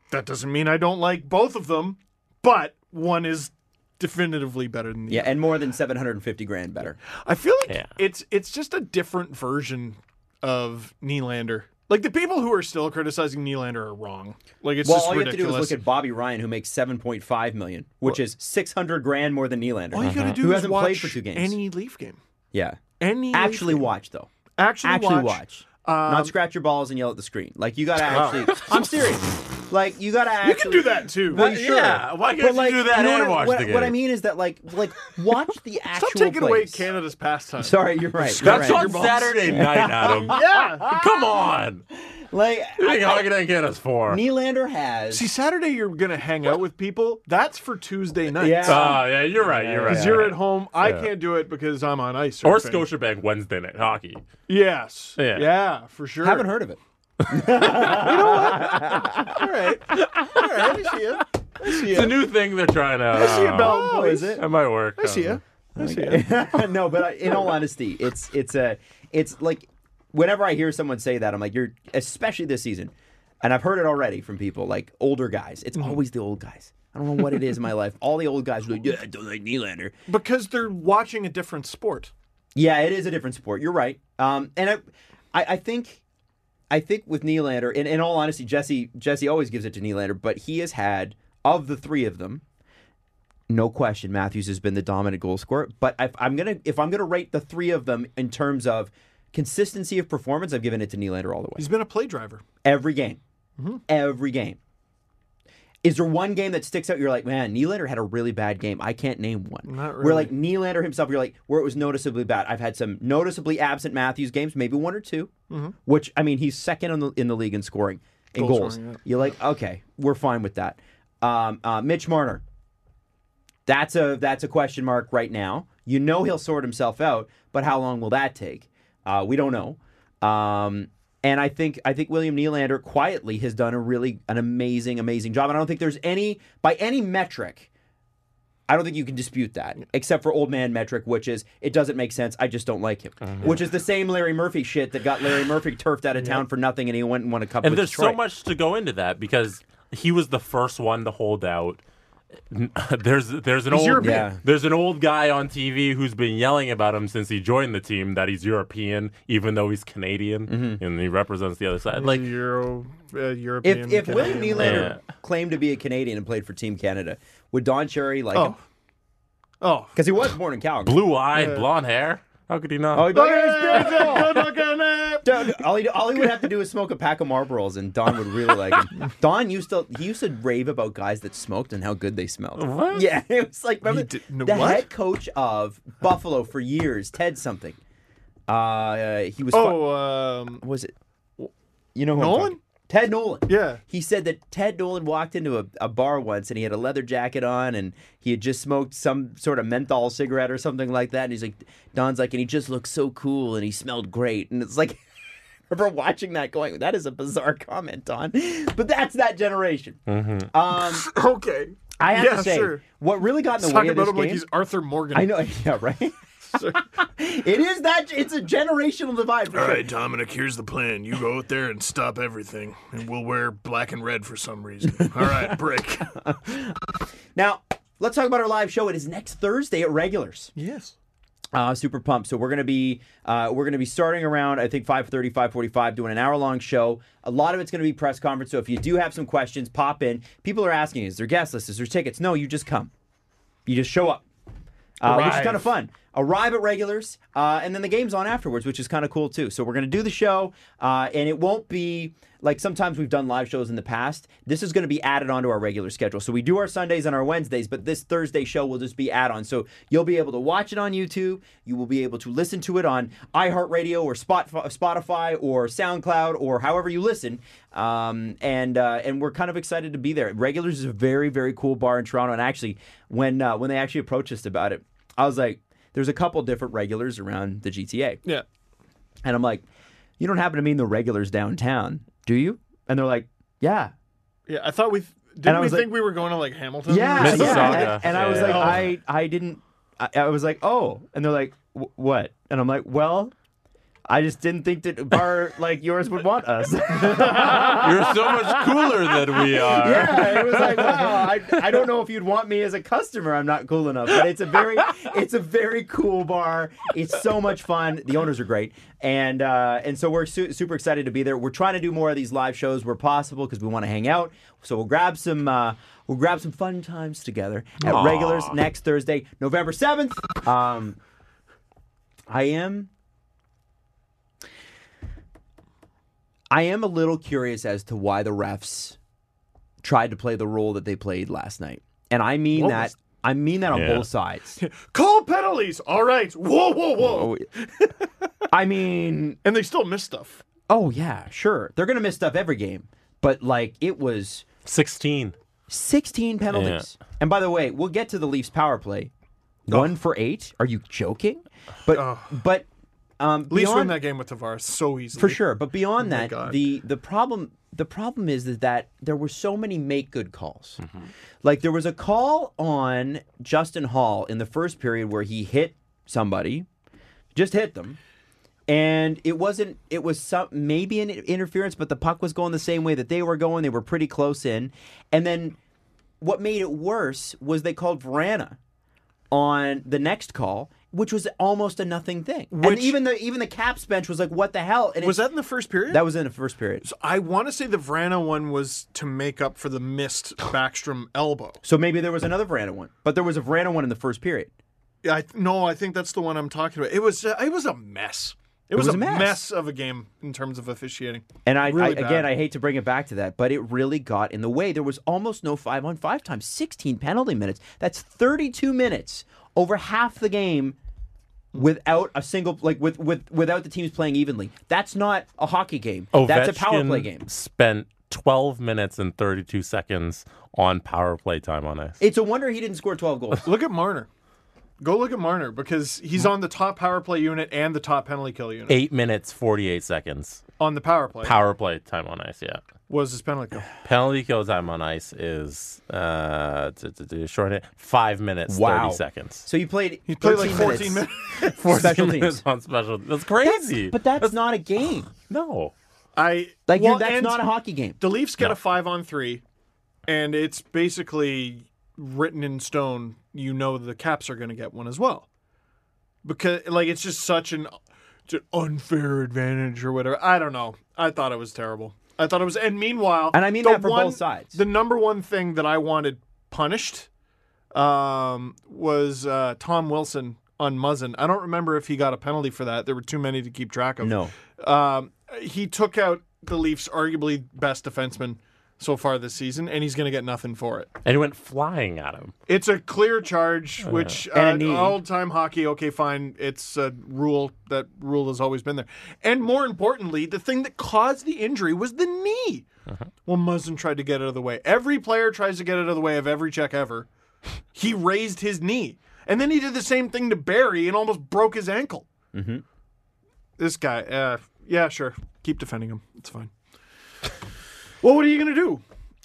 D: that doesn't mean i don't like both of them but one is definitively better than the
C: Yeah,
D: other
C: and more than 750 grand better.
D: i feel like
E: Yeah.
D: it's it's just a different version of Nylander. like the people who are still criticizing Nylander are wrong like it's
C: Well,
D: just
C: all you have
D: ridiculous
C: to do is look at Bobby Ryan who makes 7.5 million, which is 600 grand more than Nylander. Uh-huh.
D: All you gotta
E: Uh-huh.
D: do
C: who
D: is
C: hasn't
D: watch
C: played for two games.
D: any Leaf game.
C: yeah.
D: Any Leaf
C: Actually
D: game.
C: watch though.
D: actually,
C: actually
D: watch. um,
C: watch. Not scratch your balls and yell at the screen. Like you gotta actually. I'm serious. Like you gotta actually.
D: You can do that too. Uh,
C: Well,
E: But
C: sure.
E: yeah, why can't
C: But,
E: you
C: like,
E: do that
C: know
E: and
C: what,
E: watch
C: what,
E: the
C: What I
E: game?
C: mean is that like like watch the actual.
D: Stop taking away
C: plays.
D: Canada's pastime.
C: Sorry, you're right. you're
E: That's
C: right.
E: on Saturday night, Adam.
D: Yeah.
E: Come on.
C: Like
E: You
C: I,
E: think hockey didn't get us for?
C: Nylander has.
D: See, Saturday you're gonna hang out with people. That's for Tuesday night.
C: Yeah.
E: Ah, yeah, you're right. You're right.
D: Because you're at home. I can't do it because I'm on ice.
E: or
D: surfing.
E: Scotiabank Wednesday night hockey.
D: Yes.
E: Yeah.
D: Yeah, for sure.
C: haven't heard of it.
D: All right. All right. I see you. I see
E: It's a
D: you.
E: new thing they're trying out. I
D: I see you,
E: don't know.
D: Bell.
C: Oh,
D: boys.
C: is it?
E: It might work.
D: I see you. I see you.
C: no, but I, in all honesty, it's it's a it's like whenever I hear someone say that, I'm like, you're especially this season, and I've heard it already from people like older guys. It's always the old guys. I don't know what it is in my life. All the old guys are like, yeah, I don't like Nylander.
D: Because they're watching a different sport.
C: Yeah, it is a different sport. You're right. Um, and I, I, I think, I think with Nylander, in, in all honesty, Jesse Jesse always gives it to Nylander, but he has had of the three of them, no question, Matthews has been the dominant goal scorer. But if I'm gonna if I'm gonna rate the three of them in terms of consistency of performance, I've given it to Nylander all the way.
D: He's been a play driver.
C: Every game,
D: Mm-hmm.
C: every game. Is there one game that sticks out? You're like, man, Nylander had a really bad game. I can't name one.
D: Not
C: Where
D: really.
C: like Nylander himself, you're like, where it was noticeably bad. I've had some noticeably absent Matthews games, maybe one or 2 Which I mean, he's second in the in the league in scoring in
D: Mm-hmm. Goal
C: goals.
D: scoring, yeah.
C: You're like, okay, we're fine with that. Um, uh, Mitch Marner, that's a that's a question mark right now. You know he'll sort himself out, but how long will that take? Uh, we don't know. Um, and I think I think William Nylander quietly has done a really an amazing amazing job. And I don't think there's any by any metric. I don't think you can dispute that, except for old man metric, which is it doesn't make sense. I just don't like him,
E: Uh-huh.
C: which is the same Larry Murphy shit that got Larry Murphy turfed out of town for nothing, and he went and won a cup.
E: And
C: with
E: there's so
C: Detroit.
E: much to go into that because he was the first one to hold out. there's there's an old
D: European.
C: Yeah.
E: there's an old guy on TV who's been yelling about him since he joined the team that he's European even though he's Canadian
C: Mm-hmm.
E: and he represents the other side. Like
D: Euro, uh, European.
C: If if William
D: Canadian.
C: Nylander claimed to be a Canadian and played for Team Canada, would Don Cherry like him?
D: Oh. Oh.
C: Because he was born in Calgary.
E: blue-eyed, blonde hair. How could he not?
C: Oh, he'd be like, "Yeah, it's
D: Good looking at-
C: Don- all, he, all he would have to do is smoke a pack of Marlboros, and Don would really like him. Don used to he used to rave about guys that smoked and how good they smelled.
E: What?
C: Yeah, it was like remember
D: He did- no,
C: the
D: what?
C: head coach of Buffalo for years, Ted something. Uh, he was.
D: Oh, um,
C: fu- was it? You know who I'm
D: Nolan?
C: talking- Ted Nolan.
D: Yeah.
C: He said that Ted Nolan walked into a, a bar once and he had a leather jacket on and he had just smoked some sort of menthol cigarette or something like that. And he's like, Don's like, and he just looked so cool and he smelled great. And it's like, I remember watching that going, that is a bizarre comment, Don. But that's that generation. Um,
D: okay.
C: I have
D: Mm-hmm. yeah,
C: to say,
D: sure.
C: what really got in the
D: Talk
C: way of
D: about
C: this
D: him
C: game.
D: like he's Arthur Morgan.
C: I know, yeah, right? it is that, it's a generational divide. For
D: All
C: sure.
D: right, Dominic, here's the plan. You go out there and stop everything, and we'll wear black and red for some reason. All right, brick.
C: Now, let's talk about our live show. It is next Thursday at Regulars.
D: yes.
C: Uh, super pumped. So we're gonna be uh, we're gonna be starting around I think 5:30, 5:45, doing an hour long show. A lot of it's gonna be press conference. So if you do have some questions, pop in. People are asking, is there guest list? Is there tickets? No, you just come. You just show up. Uh, which is
D: Arrive.
C: kind of fun. Arrive at regulars, uh, and then the game's on afterwards, which is kind of cool too. So we're gonna do the show, uh, and it won't be like sometimes we've done live shows in the past. This is gonna be added onto our regular schedule. So we do our Sundays and our Wednesdays, but this Thursday show will just be add-on. So you'll be able to watch it on YouTube. You will be able to listen to it on iHeartRadio or Spot- Spotify or SoundCloud or however you listen. Um, and uh, and we're kind of excited to be there. Regulars is a very very cool bar in Toronto. And actually, when uh, when they actually approached us about it, I was like, "There's a couple different regulars around the GTA,"
D: Yeah.
C: and I'm like, "You don't happen to mean the regulars downtown, do you?" And they're like, "Yeah."
D: Yeah. I thought we th- didn't.
C: I
D: we
C: was like-
D: think we were going to like Hamilton.
C: Yeah,
D: or something?
C: yeah.
E: Mississauga.
C: And, and I was
E: Yeah. Oh.
C: like, I, I didn't. I, I was like, oh, and they're like, "Wh- what? And I'm like, well, I just didn't think that a bar like yours would want us.
E: You're so much cooler than we are.
C: yeah, it was like, wow, I, I don't know if you'd want me as a customer. I'm not cool enough. But it's a very, it's a very cool bar. It's so much fun. The owners are great, and uh, and so we're su- super excited to be there. We're trying to do more of these live shows where possible because we want to hang out. So we'll grab some. Uh, We'll grab some fun times together at regulars next Thursday, November seventh. Um, I am I am a little curious as to why the refs tried to play the role that they played last night. And I mean
D: What
C: that
D: was-
C: I mean that on
E: Yeah.
C: both sides.
D: Call penalties. All right. Whoa, whoa, whoa.
C: I mean,
D: And they still miss stuff.
C: oh yeah, sure. They're going to miss stuff every game, but like it was
E: 16.
C: 16 penalties. And by the way, we'll get to the Leafs power play.
D: Oh.
C: 1 for 8? Are you joking? But but um
D: At least win
C: beyond,
D: that game with Tavares so easily.
C: For sure, but beyond that,
D: Oh God.
C: the the problem the problem is that, that there were so many make good calls.
D: Mm-hmm.
C: Like there was a call on Justin Hall in the first period where he hit somebody, just hit them, and it wasn't. It was some maybe an interference, but the puck was going the same way that they were going. They were pretty close in, and then what made it worse was they called Verana on the next call which was almost a nothing thing. and
D: Which-
C: even the even the Caps bench was like, what the hell? And
D: Was
C: it-
D: that in the first period?
C: that was in the first period.
D: I want to say the Vrana one was to make up for the missed Backstrom elbow.
C: So maybe there was another Verana one, but there was a Verana one in the first period.
D: I no, I think that's the one I'm talking about. It was uh, it was a mess. It, was, a mess. of a game in terms of officiating.
C: And I,
D: Really
C: I
D: bad.
C: again, I hate to bring it back to that, but it really got in the way. There was almost no five on five time, 16 penalty minutes. That's 32 minutes over half the game without a single like with with without the teams playing evenly. That's not a hockey game.
D: Oh,
C: That's a power play
E: Ovechkin
C: game.
E: Spent 12 minutes and 32 seconds on power play time on ice.
C: It's a wonder he didn't score 12 goals.
D: Look at Marner. Go look at Marner because he's on the top power play unit and the top penalty kill unit
E: Eight minutes 48 seconds
D: on the power play.
E: power play time on ice. Yeah,
D: was his penalty kill?
E: penalty kill time on ice is uh, to, to, to shorten it five minutes
C: Wow.
E: thirty seconds.
C: So you played he
D: Played like 14 minutes.
C: special
E: 14
C: teams.
E: minutes on special. That's crazy.
C: But that's not a game.
E: no.
D: I
C: Like
D: well,
C: you, that's
D: and
C: not a hockey game.
D: The Leafs get a five on three, and it's basically written in stone. You know the Caps are going to get one as well, because like it's just such an, it's an unfair advantage or whatever. I don't know. I thought it was terrible. I thought it was, and meanwhile,
C: And I mean
D: the
C: that for both
D: one-
C: sides.
D: The number one thing that I wanted punished um, was uh, Tom Wilson on Muzzin. I don't remember if he got a penalty for that. There were too many to keep track of.
C: No.
D: Um, he took out the Leafs' arguably best defenseman so far this season, and he's going to get nothing for it.
E: And he went flying at him.
D: It's a clear charge, which
C: And
D: uh,
C: a knee.
D: all-time hockey. Okay, fine. It's a rule. That rule has always been there. And more importantly, the thing that caused the injury was the knee.
C: Uh-huh.
D: Well, Muzzin tried to get out of the way. Every player tries to get out of the way of every check ever. He raised his knee, and then he did the same thing to Barry and almost broke his ankle. This guy. Uh, yeah, sure. Keep defending him. It's fine. well, what are you gonna do?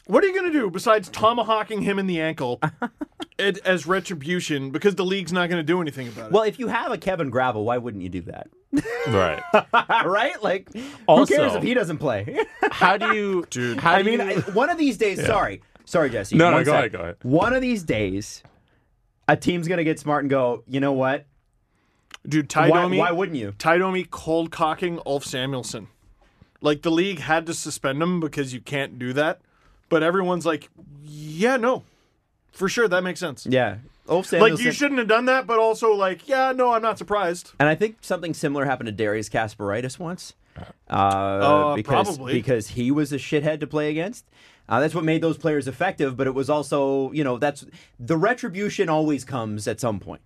D: What are you gonna do besides tomahawking him in the ankle? it as retribution because the league's not going to do anything about it.
C: Well, if you have a Kevin Gravel, why wouldn't you do that?
E: Right.
D: Ah.
C: right? Like,
E: Also-
C: who cares if he doesn't play?
E: How do you, dude? How
C: I
E: do
C: mean,
E: you,
C: I, one of these days. Sorry, sorry, Jesse.
E: No, no,
C: one
E: go
C: sec.
E: ahead, go ahead.
C: One of these days, a team's gonna get smart and go. You know what?
D: Dude, Ty
C: why,
D: Domi,
C: why wouldn't you?
D: Ty Domi cold cocking Ulf Samuelson. Like the league had to suspend him because you can't do that. But everyone's like, yeah, no, for sure that makes sense.
C: Yeah. Ulf
D: Like
C: Samuelson-
D: you shouldn't have done that, but also like, yeah, no, I'm not surprised.
C: And I think something similar happened to Darius Kasparaitis once. Uh, because,
D: probably.
C: Because he was a shithead to play against. Uh, that's what made those players effective, but it was also, you know, that's the retribution always comes at some point.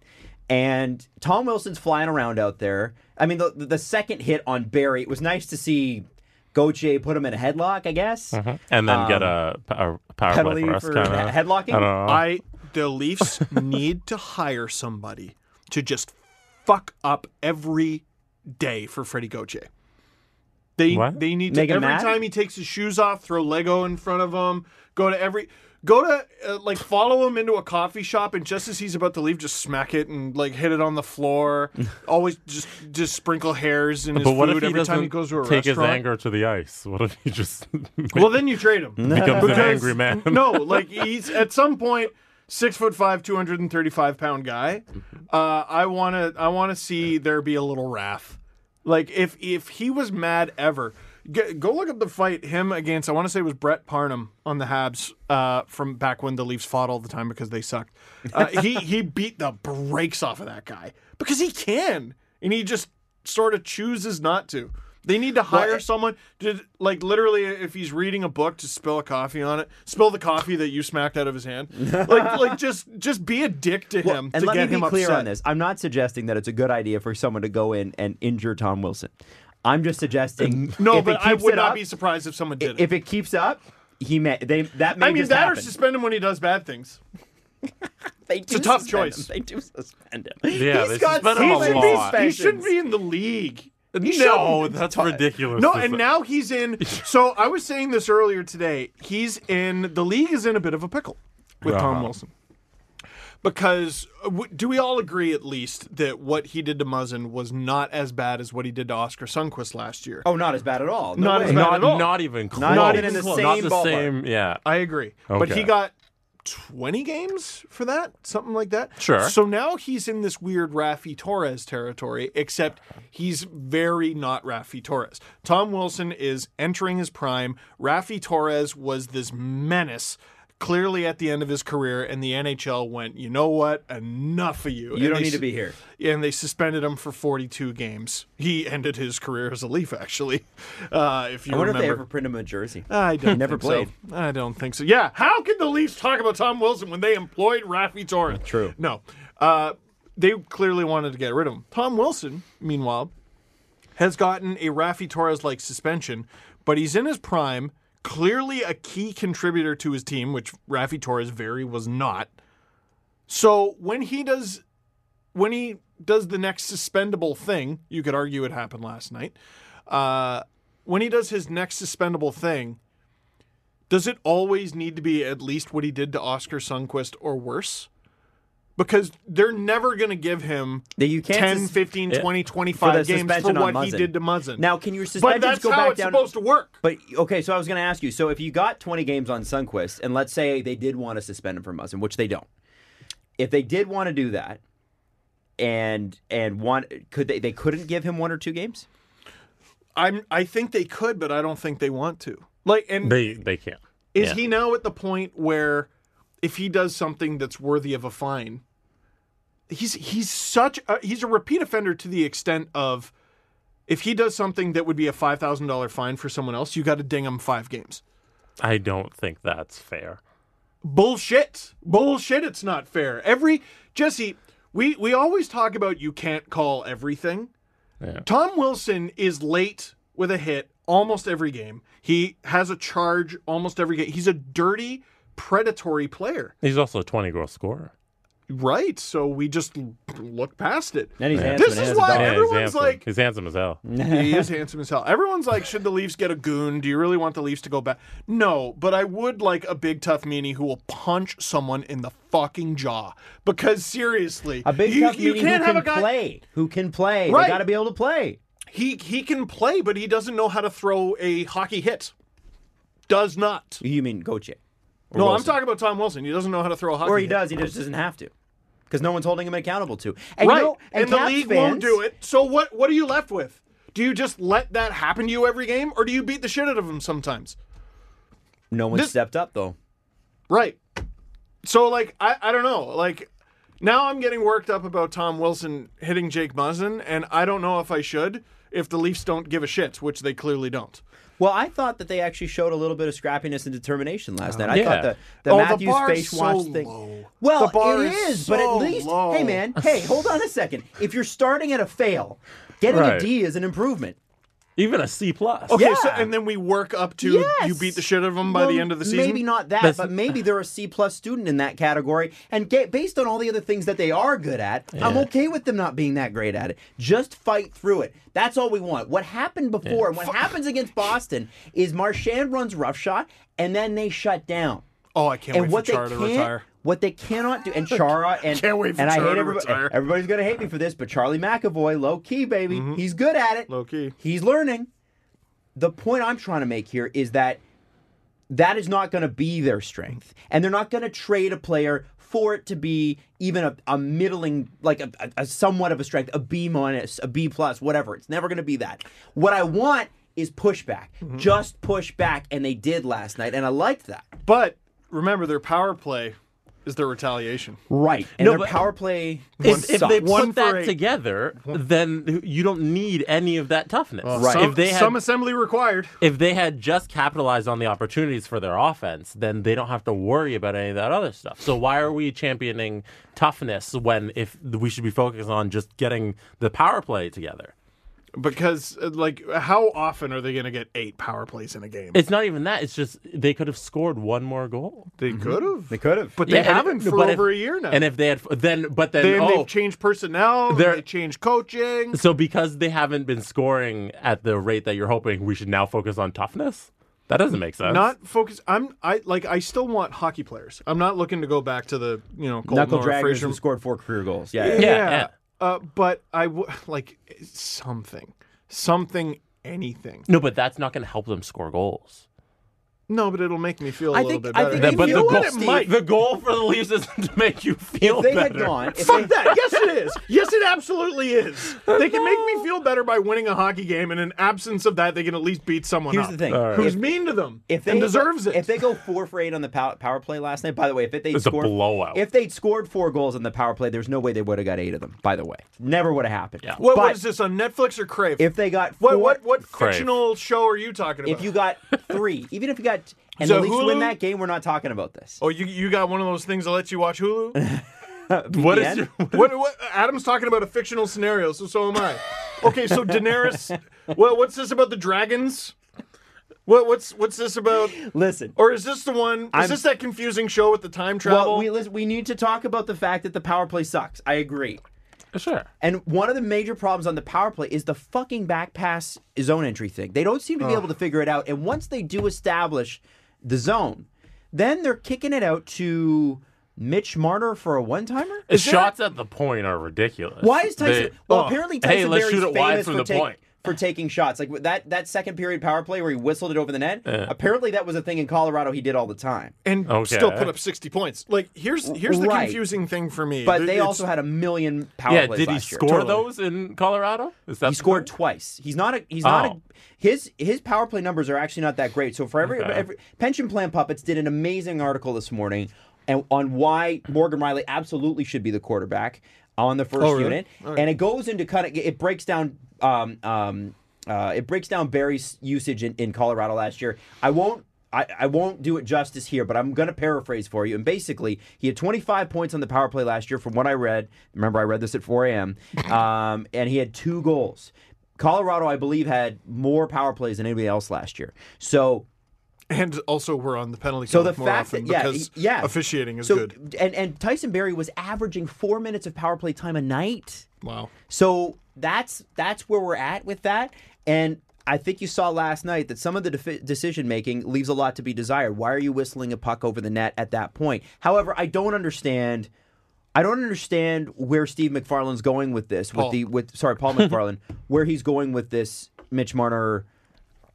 C: And Tom Wilson's flying around out there. I mean, the, the second hit on Barry, it was nice to see Gauthier put him in a headlock, I guess.
E: and then get a, a power play
C: Penalty
E: for us,
C: for
E: kind
C: he-
E: of
C: headlocking?
E: I don't know.
D: I the Leafs need to hire somebody to just fuck up every day for Freddie Gauthier. They
E: What?
D: they need to
C: Make him
D: every
C: mad?
D: time he takes his shoes off, throw Lego in front of him. Go to every go to uh, like follow him into a coffee shop, and just as he's about to leave, just smack it and like hit it on the floor. Always just just sprinkle hairs in his
E: But what
D: food
E: if he
D: every
E: doesn't
D: time he goes to a
E: take his
D: restaurant.
E: anger to the ice? What if he just
D: Well, then you trade him.
E: becomes an
D: Because-
E: angry man?
D: no, like he's at some point six foot five, two hundred and thirty five pound guy. Uh, I wanna I wanna see there be a little wrath. Like if if he was mad ever, g- go look up the fight him against. I want to say it was Brett Parnum on the Habs uh, from back when the Leafs fought all the time because they sucked. Uh, he he beat the brakes off of that guy because he can, and he just sort of chooses not to. They need to hire someone to like literally if he's reading a book to spill a coffee on it, spill the coffee that you smacked out of his hand. Like like just just be a dick to
C: Well,
D: him
C: and
D: to
C: let
D: get
C: me
D: him
C: be clear
D: upset.
C: on this. I'm not suggesting that it's a good idea for someone to go in and injure Tom Wilson. I'm just suggesting.
D: No,
C: if it
D: but I
C: keeps
D: would
C: it
D: not
C: up-
D: be surprised if someone did it.
C: if it keeps up, he may they that may
D: I mean
C: just
D: that
C: happen.
D: or suspend him when he does bad things.
C: they do
D: a tough
C: suspend
D: choice.
C: Him. They do suspend him.
E: Yeah,
C: He's
E: they
C: got
E: suspend him
C: he
E: a
C: should be
E: lot.
C: suspended.
D: He shouldn't be in the league.
E: no, that's ridiculous.
D: No,
E: to
D: and
E: say.
D: now he's in. So I was saying this earlier today. He's in. The league is in a bit of a pickle with Tom
E: Uh-huh.
D: Wilson because uh, w- do we all agree at least that what he did to Muzzin was not as bad as what he did to Oscar Sundquist last year?
C: Oh, not as bad at all. No
D: Not
C: way.
D: as bad.
E: not
D: at all.
E: not even close.
C: Not even in the
E: Not
C: same
E: the
C: ballpark.
E: same. Yeah,
D: I agree, but
E: Okay.
D: he got 20 games for that, something like that.
E: Sure.
D: So now he's in this weird Rafi Torres territory, except he's very not Rafi Torres. Tom Wilson is entering his prime. Rafi Torres was this menace. Clearly at the end of his career, and the NHL went, you know what? Enough of you.
C: You don't need to be here.
D: And they suspended him for 42 games. He ended his career as a Leaf, actually. Uh, if you
C: I wonder
D: remember.
C: if they ever print him a jersey.
D: I don't
C: Never
D: think
C: played.
D: So. I don't think so. Yeah, how can the Leafs talk about Tom Wilson when they employed Rafi Torres?
C: True.
D: No, uh, they clearly wanted to get rid of him. Tom Wilson, meanwhile, has gotten a Rafi Torres-like suspension, but he's in his prime, clearly a key contributor to his team, which Rafi Torres very was not. So when he does when he does the next suspendable thing, you could argue it happened last night. Uh, when he does his next suspendable thing, does it always need to be at least what he did to Oscar Sundquist or worse? Because they're never going to give him
C: That you can't
D: 10,
C: sus-
D: 15,
C: Yeah.
D: 20, 25 games for
C: suspension on
D: what he
C: Muzzin.
D: did to Muzzin.
C: Now, can your
D: but
C: suspensions
D: that's
C: go
D: how
C: back
D: it's
C: down?
D: supposed to work.
C: But okay, so I was going to ask you. So if you got 20 games on Sunquist, and let's say they did want to suspend him for Muzzin, which they don't, if they did want to do that, and and want could they they couldn't give him one or two games?
D: I'm, I think they could, but I don't think they want to. Like, and
E: They they can't.
D: Is
E: Yeah.
D: he now at the point where if he does something that's worthy of a fine, he's he's such a, he's a repeat offender to the extent of if he does something that would be a five thousand dollar fine for someone else, you got to ding him five games.
E: I don't think that's fair.
D: Bullshit, bullshit. It's not fair. Every Jesse, we we always talk about you can't call everything. Tom Wilson is late with a hit almost every game. He has a charge almost every game. He's a dirty, predatory player.
E: He's also a 20 goal scorer.
D: Right. So we just l- look past it.
C: And he's handsome
D: this
C: and
D: is
C: has a
D: why
C: dog.
E: Yeah, he's
D: Oh, everyone's
E: handsome.
D: like,
E: he's handsome as hell.
D: he is handsome as hell. Everyone's like, should the Leafs get a goon? Do you really want the Leafs to go back? No, but I would like a big tough meanie who will punch someone in the fucking jaw. Because seriously,
C: A big
D: you,
C: tough
D: you
C: meaning
D: can't
C: who
D: have
C: can
D: a guy.
C: play, who can play.
D: Right.
C: They got to be able to play.
D: He he can play, but he doesn't know how to throw a hockey hit. Does not.
C: You mean Goche? Or
D: No, I'm
C: Wilson?
D: talking about Tom Wilson. He doesn't know how to throw a hockey.
C: Or he
D: hit.
C: does. He just doesn't have to, because no one's holding him accountable to. And
D: right.
C: you know,
D: and the
C: Caps
D: league
C: fans,
D: won't do it. So what what are you left with? Do you just let that happen to you every game or do you beat the shit out of them sometimes?
C: No one
D: This-
C: stepped up though.
D: Right. So like I, I don't know. Like now I'm getting worked up about Tom Wilson hitting Jake Muzzin and I don't know if I should if the Leafs don't give a shit, which they clearly don't.
C: Well, I thought that they actually showed a little bit of scrappiness and determination last night. I
E: Yeah.
C: thought the, the
D: Oh, the
C: Matthews
D: bar is
C: face watch
D: so
C: thing.
D: low.
C: Well,
D: The bar
C: it
D: is
C: is, but at
D: so
C: least,
D: low.
C: hey man, hey, hold on a second. If you're starting at a fail, getting
E: Right.
C: a D is an improvement.
E: Even a C plus.
D: Okay,
C: Yeah.
D: so and then we work up to
C: Yes.
D: you beat the shit out of them by
C: Well,
D: the end of the season.
C: Maybe not that, but maybe they're a C plus student in that category. And ga- based on all the other things that they are good at, I'm okay with them not being that great at it. Just fight through it. That's all we want. What happened before and what happens against Boston is Marchand runs roughshot and then they shut down.
D: Oh, I can't
C: and
D: wait
C: what
D: for Chara
C: they
D: to
C: can't,
D: retire.
C: what they cannot do, and Chara and
D: Can't wait for
C: and I
D: Chara
C: hate
D: to
C: everybody.
D: retire.
C: Everybody's gonna hate me for this, but Charlie McAvoy, low key baby,
D: Mm-hmm.
C: he's good at it.
D: Low key.
C: he's learning. The point I'm trying to make here is that that is not going to be their strength, and they're not going to trade a player for it to be even a, a middling, like a, a, a somewhat of a strength, a B minus, a B plus, whatever. It's never going to be that. What I want is pushback,
D: Mm-hmm.
C: just push back, and they did last night, and I liked that.
D: But remember their power play is their retaliation.
C: Right. And
E: No,
C: their
E: but-
C: power play
E: If, if they put
D: One for
E: that
D: eight.
E: together, then you don't need any of that toughness.
D: Right. Some,
E: If they had
D: some assembly required.
E: if they had just capitalized on the opportunities for their offense, then they don't have to worry about any of that other stuff. So why are we championing toughness when if we should be focused on just getting the power play together?
D: Because, uh, like, how often are they going to get eight power plays in a game?
E: It's not even that. It's just they could have scored one more goal.
D: they could have. They
C: could have.
D: But they
E: Mm-hmm. Yeah, and-
D: haven't for
E: but if-
D: over a year now.
E: And if they had then, but then,
D: Then
E: oh,
D: they've changed personnel, and
E: They're-
D: they changed coaching.
E: so because they haven't been scoring at the rate that you're hoping, we should now focus on toughness. That doesn't make sense.
D: Not focus. I'm I like I still want hockey players. I'm not looking to go back to the you know Colton
C: Knuckle
D: or
C: draggers
D: Fraser-
C: who scored four career goals. Yeah. yeah.
E: Yeah, yeah.
D: Uh, but I w- like something, something, anything.
E: Mm. no, but that's not going to help them score goals.
D: No, but it'll make me feel a
C: I
D: little
C: think-
D: bit
C: I
D: better.
C: think
E: That-
C: if
E: but
C: you
E: the
C: know
E: goal,
C: what it might-
E: the goal for the Leafs isn't to make you feel
C: If they
E: better.
C: had gone, if
D: Fuck
C: they,
D: that. Yes, it is. Yes, it absolutely is. They can make me feel better by winning a hockey game, and in absence of that, they can at least beat someone
C: here's
D: up
C: the thing.
E: Alright.
D: who's
C: If-
D: mean to them
C: if they
D: and deserves it.
C: If they go four for eight on the pow- power play last night, by the way, if they
E: was a
C: scored
E: blowout.
C: if they'd scored four goals on the power play, there's no way they would have got eight of them. By the way, never would have happened.
E: Yeah.
D: what, what
C: But
D: is this on Netflix or Crave?
C: if they got four,
D: what what what
E: Crave.
D: fictional show are you talking about?
C: if you got three, even if you got and
D: So
C: the Leafs win
D: Hulu?
C: that game, we're not talking about this.
D: oh you you got one of those things that lets you watch Hulu.
E: What is
C: BBN?
E: your-
D: what, what Adam's talking about a fictional scenario, so so am I. Okay, so Daenerys. well, what's this about the dragons? What what's what's this about?
C: Listen,
D: Or is this the one? Is
C: I'm-
D: this that confusing show with the time travel?
C: well, we listen, we need to talk about the fact that the power play sucks. I agree.
E: Sure.
C: And one of the major problems on the power play is the fucking back pass zone entry thing. They don't seem to be able to figure it out. And once they do establish the zone, then they're kicking it out to Mitch Marner for a one timer.
E: His shots at the point are ridiculous.
C: Why is Tyson?
E: They-
C: well,
D: oh,
C: apparently
E: hey,
C: Tyson
E: let's
C: Berry's
E: shoot it wide
C: famous
E: from
C: for,
E: the
C: take-
E: point.
C: for taking shots. Like that that second period power play where he whistled it over the net. Apparently, that was a thing in Colorado he did all the time.
D: and
E: Okay.
D: still put up 60 points. Like here's here's the
C: Right.
D: confusing thing for me.
C: But
D: Th-
C: they
D: it's-
C: also had a million power
E: yeah,
C: plays
E: did he
C: last year.
E: score
D: Totally.
E: those in Colorado? Is that
C: He scored twice. He's not a. He's not
E: Oh.
C: a. His his power play numbers are actually not that great. So for every, every pension plan puppets did an amazing article this morning, and on why Morgan Riley absolutely should be the quarterback on the first
D: Oh, really?
C: unit, and it goes into kind of it breaks down. Um, um, uh, it breaks down Barry's usage in, in Colorado last year. I won't. I, I won't do it justice here, but I'm going to paraphrase for you. And basically, he had 25 points on the power play last year, from what I read. Remember, I read this at 4 a.m. Um, and he had two goals. Colorado, I believe, had more power plays than anybody else last year. So,
D: and also we're on the penalty
C: so
D: kill
C: the
D: more
C: fact
D: often
C: that yeah,
D: because
C: he- yeah,
D: officiating is
C: So-
D: good.
C: And and Tyson Berry was averaging four minutes of power play time a night.
D: Wow.
C: So that's that's where we're at with that. And I think you saw last night that some of the defi- decision making leaves a lot to be desired. Why are you whistling a puck over the net at that point? However, I don't understand. I don't understand where Steve McFarland's going with this. With
D: Paul.
C: the with sorry Paul McFarland, where he's going with this Mitch Marner.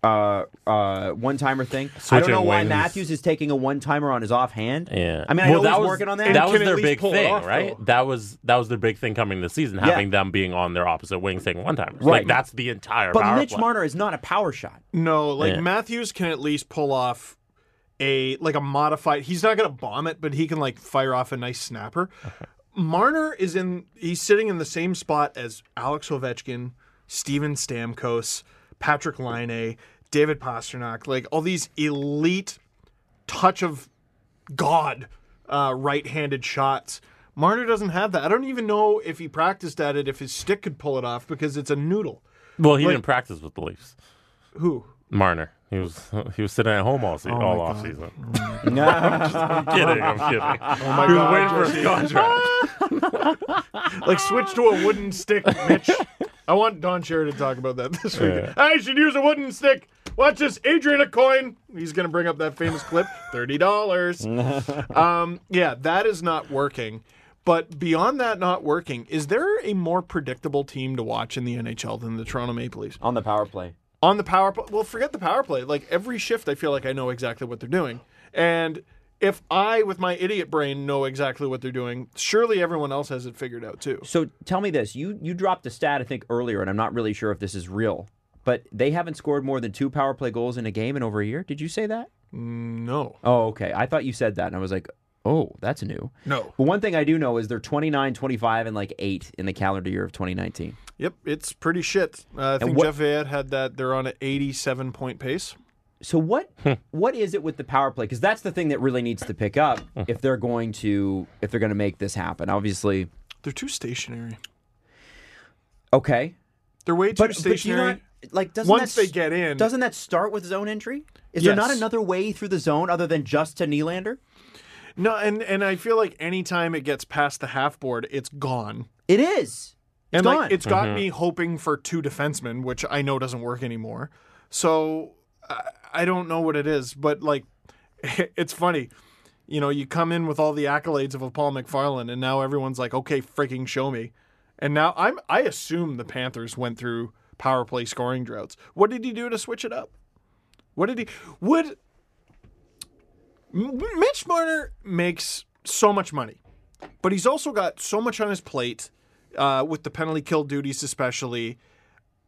C: Uh, uh, one timer thing. I don't
E: Switching
C: know why
E: wings.
C: Matthews is taking a one timer on his offhand.
E: Yeah.
C: I mean, I
E: Well,
C: know he's
E: was,
C: working on that.
E: That
D: And
E: was
D: can at
E: their
D: least
E: big
D: pull it
E: thing,
D: off,
E: right?
D: though.
E: That was that was their big thing coming this season, having them being on their opposite wing saying one timers.
C: Right.
E: Like that's the entire
C: but
E: power
C: Mitch
E: play.
C: Marner is not a power shot.
D: No, like
E: Yeah.
D: Matthews can at least pull off a like a modified. He's not going to bomb it, but he can like fire off a nice snapper. Marner is in. He's sitting in the same spot as Alex Ovechkin, Steven Stamkos, Patrick Line, David Pasternak, like all these elite touch of god uh, right-handed shots. Marner doesn't have that. I don't even know if he practiced at it, if his stick could pull it off because it's a noodle.
E: Well, he didn't practice with the Leafs.
D: Who?
E: Marner. He was he was sitting at home all
C: Oh
E: se- all off season. I'm kidding. I'm kidding.
C: Oh
E: he was waiting for his contract.
D: Like switch to a wooden stick, Mitch. I want Don Cherry to talk about that this week.
E: Yeah.
D: I should use a wooden stick. Watch this, Adrian a coin. He's gonna bring up that famous clip. Thirty dollars. um, yeah, that is not working. But beyond that not working, is there a more predictable team to watch in the NHL than the Toronto Maple Leafs?
C: on the power play.
D: on the power play. Well, forget the power play. Like every shift, I feel like I know exactly what they're doing. And if I, with my idiot brain, know exactly what they're doing, surely everyone else has it figured out too.
C: So tell me this: you you dropped a stat I think earlier, and I'm not really sure if this is real, but they haven't scored more than two power play goals in a game in over a year. Did you say that?
D: No,
C: Oh, okay. I thought you said that, and I was like, oh, that's new.
D: no.
C: But one thing I do know is they're 29, 25, and like eight in the calendar year of 2019.
D: Yep, it's pretty shit. Uh, I think
C: what-
D: Jeff Vayette had that. They're on an 87 point pace.
C: So what what is it with the power play? Because that's the thing that really needs to pick up if they're going to if they're going to make this happen. Obviously,
D: They're too stationary.
C: okay.
D: They're way too
C: But, but do you
D: stationary.
C: not like doesn't
D: Once
C: that
D: they get in-
C: doesn't that start with zone entry? Is there not
D: Yes.
C: another way through the zone other than just to Nylander?
D: No, and and I feel like anytime it gets past the half board, it's gone.
C: It is. It's
D: and
C: gone.
D: like it's got me hoping for two defensemen, which I know doesn't work anymore. So I, I don't know what it is, but like it's funny. You know, you come in with all the accolades of a Paul McFarland, and now everyone's like, "Okay, freaking show me." And now I'm I assume the Panthers went through power play scoring droughts. What did he do to switch it up? What did he would M- Mitch Marner makes so much money, but he's also got so much on his plate uh, with the penalty kill duties, especially.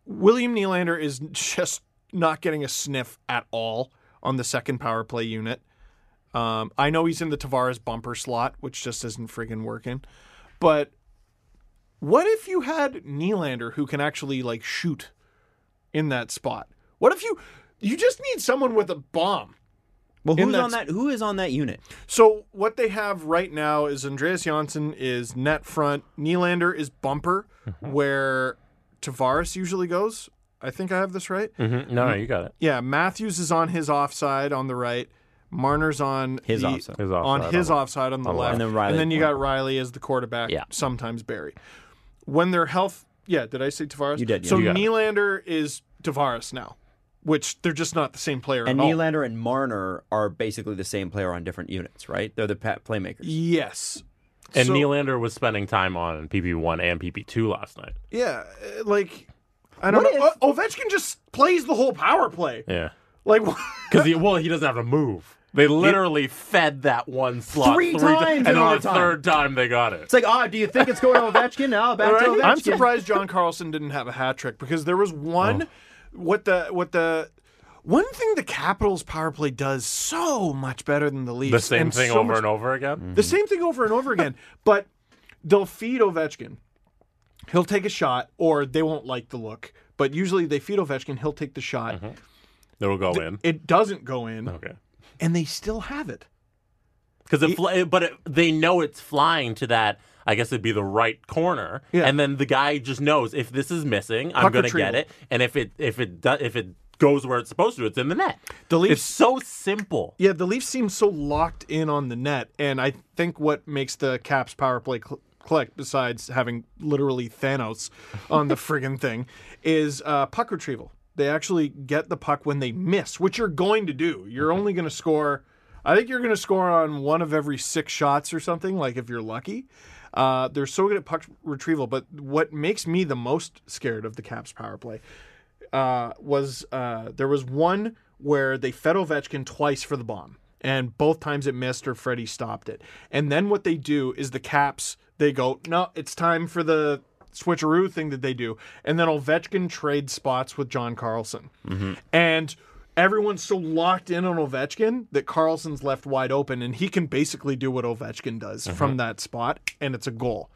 D: William Nylander is just not getting a sniff at all on the second power play unit. Um, I know he's in the Tavares bumper slot, which just isn't friggin' working. But what if you had Nylander who can actually like shoot in that spot? What if you you just need someone with a bomb?
C: Well,
D: In
C: who's
D: that
C: on that? Who is on that unit?
D: So what they have right now is Andreas Janssen is net front, Nylander is bumper,
C: Mm-hmm.
D: where Tavares usually goes. I think I have this right.
C: Mm-hmm.
E: Mhm. No, no, you got it.
D: Yeah, Matthews is on his offside on the right. Marner's on
C: His
D: the-
C: offside.
E: His
D: on
E: offside
D: his
E: on the-
D: offside on the
E: on the
D: left,
E: left.
C: And then Riley
D: you
C: at
D: got Riley as the quarterback.
E: Yeah.
D: sometimes Barry. When their health, yeah, did I say Tavares?
C: You did, yeah.
D: So
C: You
E: got it.
D: Nylander is Tavares now, which they're just not the same player
C: And
D: at all.
C: Nylander and Marner are basically the same player on different units, right? They're the pat playmakers.
D: Yes,
E: And
D: So-
E: Nylander was spending time on PP1 and PP2 last night.
D: Yeah, uh, like I don't
C: What
D: know. O- Ovechkin just plays the whole power play.
E: Yeah.
D: Like
E: Because he, well, he doesn't have to move. They literally fed that one slot
C: Three times
E: ti-
C: in
E: and then on the
C: overtime.
E: third time they got it.
C: It's like, ah, do you think it's going to Ovechkin? No, back to Ovechkin.
D: I'm surprised John Carlson didn't have a hat trick because there was one what the what the one thing the Capitals power play does so much better than the Leafs.
E: The same
D: and
E: thing
D: so
E: over
D: much-
E: and over again.
D: The same thing over and over again. But they'll feed Ovechkin. He'll take a shot, or they won't like the look. But usually they feed Ovechkin. He'll take the shot.
E: It'll go in.
D: It doesn't go in,
E: Okay.
D: and they still have it.
E: Because it, fl- but it, they know it's flying to that. I guess it'd be the right corner,
D: Yeah.
E: and then the guy just knows if this is missing, I'm
D: Puck
E: gonna
D: retrieval.
E: get it, and if it if it do- if it goes where it's supposed to, it's in the net.
D: The Leafs-
E: It's so simple.
D: Yeah, the Leafs seem so locked in on the net, and I think what makes the Caps power play cl- click, besides having literally Thanos on the friggin' thing, is uh, puck retrieval. They actually get the puck when they miss, which you're going to do. You're only going to score. I think you're going to score on one of every six shots or something, like if you're lucky. Uh, they're so good at puck retrieval, but what makes me the most scared of the Caps power play uh, was uh, there was one where they fed Ovechkin twice for the bomb, and both times it missed or Freddie stopped it. And then what they do is the Caps they go, no, it's time for the switcheroo thing that they do, and then Ovechkin trades spots with John Carlson, and. Everyone's so locked in on Ovechkin that Carlson's left wide open, and he can basically do what Ovechkin does from that spot, and it's a goal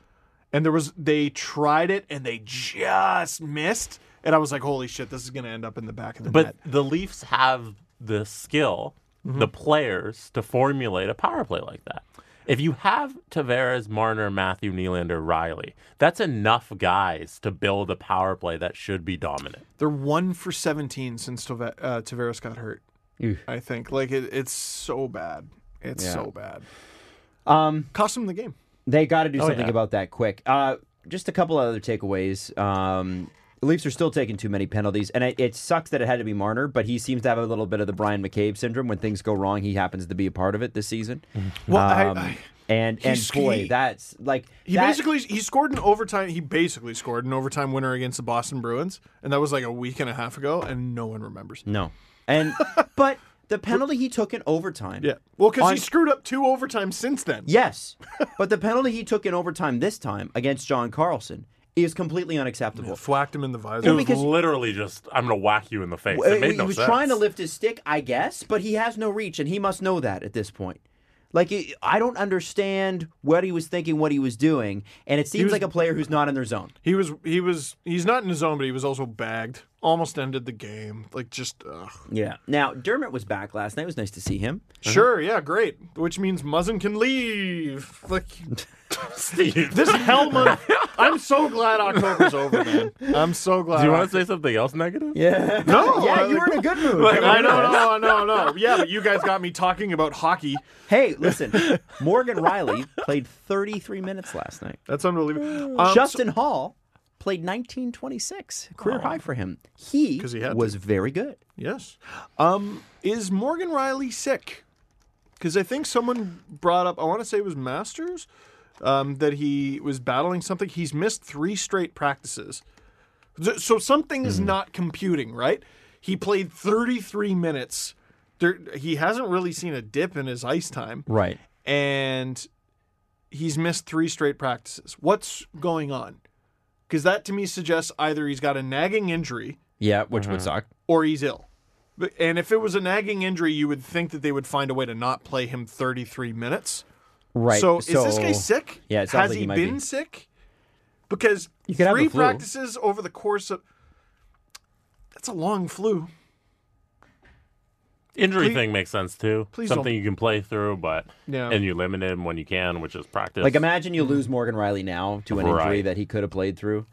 D: and there was they tried it and they just missed and i was like holy shit this is going to end up in the back of the
E: But
D: net
E: the Leafs have the skill,
D: Mm-hmm.
E: the players to formulate a power play like that. If you have Tavares, Marner, Matthew, Nylander, Riley, that's enough guys to build a power play that should be dominant.
D: they're 1 for 17 since Tava- uh, tavares got hurt
C: Oof.
D: i think like it, it's so bad it's
C: Yeah.
D: so bad
C: Um,
D: cost them the game
C: they got to
D: Oh,
C: do something
E: yeah.
C: about that quick. Uh, just a couple other takeaways. Um, the Leafs are still taking too many penalties, and it, it sucks that it had to be Marner, but he seems to have a little bit of the Brian McCabe syndrome. When things go wrong, he happens to be a part of it this season.
D: Mm-hmm. well
C: Um,
D: I, I,
C: and and
D: he's-
C: boy,
D: he-
C: that's like
D: he
C: that-
D: basically he scored an overtime he basically scored an overtime winner against the boston bruins and that was like a week and a half ago and no one remembers
C: no, and but the penalty he took in overtime,
D: yeah well because
C: On-
D: he screwed up two overtimes since then
C: Yes, but the penalty he took in overtime this time against John Carlson is completely unacceptable.
D: whacked him in the visor
E: It was
C: because-
E: literally just, I'm going to whack you in the face.
C: Uh,
E: It made
C: he
E: no
C: was
E: sense.
C: trying to lift his stick, I guess, but he has no reach, and he must know that at this point. Like it- I don't understand what he was thinking, what he was doing, and it seems
D: was-
C: like a player who's not in their zone.
D: He was he was he's not in his zone, but he was also bagged. Almost ended the game. Like just
E: Uh-huh.
D: ugh.
C: Yeah. Now Dermot was back last night. It was nice to see him.
D: sure, yeah, great. Which means Muzzin can leave. Like
E: Steve,
D: this hell month. I'm so glad October's over, man. I'm so glad.
E: do you want to say something else negative?
C: Yeah.
D: No,
C: yeah,
D: I-
C: you were in a good mood.
D: I know, no, no, no. Yeah, but you guys got me talking about hockey.
C: Hey, listen, Morgan Riley played 33 minutes last night.
D: That's unbelievable. Um,
C: Justin Hall played 1926, career high for him. He,
D: 'Cause he had
C: was very good.
D: Yes. Um, is Morgan Riley sick? Because I think someone brought up, I want to say it was Masters, um, that he was battling something. He's missed three straight practices. So so something is not computing, right? He played 33 minutes there, he hasn't really seen a dip in his ice time,
C: Right.
D: and he's missed three straight practices. What's going on? Because that to me suggests either he's got a nagging injury
C: Yeah, which would suck.
D: or he's ill. But- And if it was a nagging injury, you would think that they would find a way to not play him 33 minutes.
C: Right.
D: So, is this guy sick?
C: Yeah, it sounds
D: has
C: like he
D: he
C: might
D: been
C: be.
D: sick? Because
C: You could have
D: three
C: the flu.
D: practices over the course of that's a long flu.
E: Injury
D: Please-
E: thing makes sense too.
D: Please
E: Something
D: don't-
E: you can play through, but
D: Yeah.
E: and you limit him when you can, which is practice.
C: Like, imagine you lose Morgan Riley now to an injury
E: Right.
C: that he could have played through.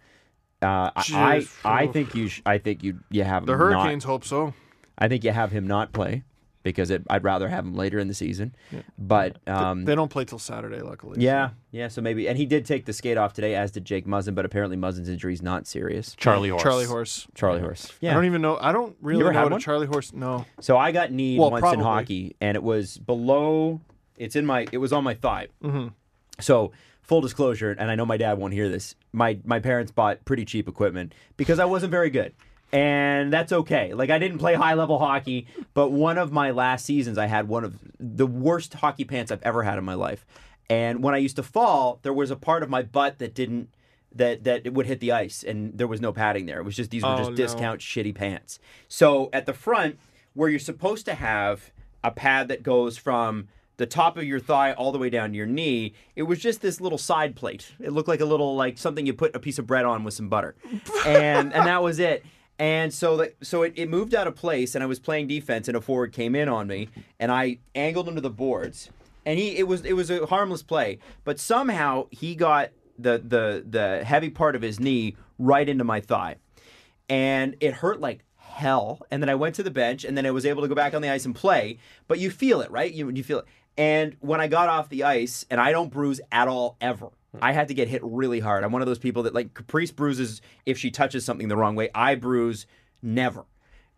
C: Uh, I,
D: Jeez.
C: I I think you sh- I think you you have
D: The
C: him
D: Hurricanes
C: Not,
D: hope so.
C: I think you have him not play because it, I'd rather have him later in the season. But um,
D: They don't play till Saturday, luckily.
C: yeah, yeah. So maybe and he did take the skate off today, as did Jake Muzzin. But apparently Muzzin's injury is not serious.
E: Charlie Horse.
D: Charlie Horse.
C: Charlie Horse. Yeah.
D: I don't even know. I don't really
C: ever
D: know
C: had
D: what a
C: one?
D: Charlie Horse. No.
C: So I got knee
D: Well,
C: once
D: probably.
C: in hockey, and it was below. It's in my. It was on my thigh.
D: Mm-hmm.
C: So full disclosure, and I know my dad won't hear this. My my parents bought pretty cheap equipment because I wasn't very good, and that's okay. Like I didn't play high level hockey, but one of my last seasons, I had one of the worst hockey pants I've ever had in my life. And when I used to fall, there was a part of my butt that didn't that that it would hit the ice, and there was no padding there. It was just these were
D: Oh,
C: just
D: no.
C: discount shitty pants. So at the front, where you're supposed to have a pad that goes from the top of your thigh all the way down to your knee, it was just this little side plate. It looked like a little like something you put a piece of bread on with some butter, and and that was it. And so that so it, it moved out of place, and I was playing defense, and a forward came in on me, and I angled him to the boards, and he it was it was a harmless play, but somehow he got the the the heavy part of his knee right into my thigh and it hurt like hell. And then I went to the bench, and then I was able to go back on the ice and play. But you feel it, right? You you feel it. And when I got off the ice, and I don't bruise at all ever.
E: Hmm.
C: I had to get hit really hard. I'm one of those people that like Caprice bruises if she touches something the wrong way. I bruise never.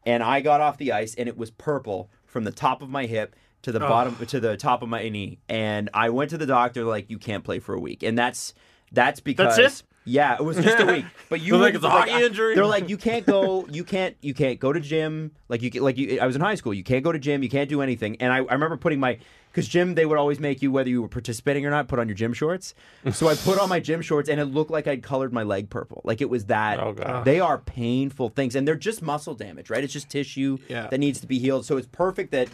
C: And I got off the ice, and it was purple from the top of my hip to the bottom to the top of my knee. And I went to the doctor like, you can't play for a week. And that's that's because
E: it?
C: yeah, it was just a week. But you
E: They're like, "It's
C: wouldn't-
E: a hockey
C: I-
E: injury."
C: They're like, you can't go, you can't, you can't go to gym. Like you, can- like you, I was in high school. You can't go to gym. You can't do anything. And I, I remember putting my, because gym they would always make you whether you were participating or not put on your gym shorts. So I put on my gym shorts, and it looked like I'd colored my leg purple. Like it was that.
E: Oh, God.
C: They are painful things, and they're just muscle damage, right? It's just tissue
D: Yeah.
C: that needs to be healed. So it's perfect that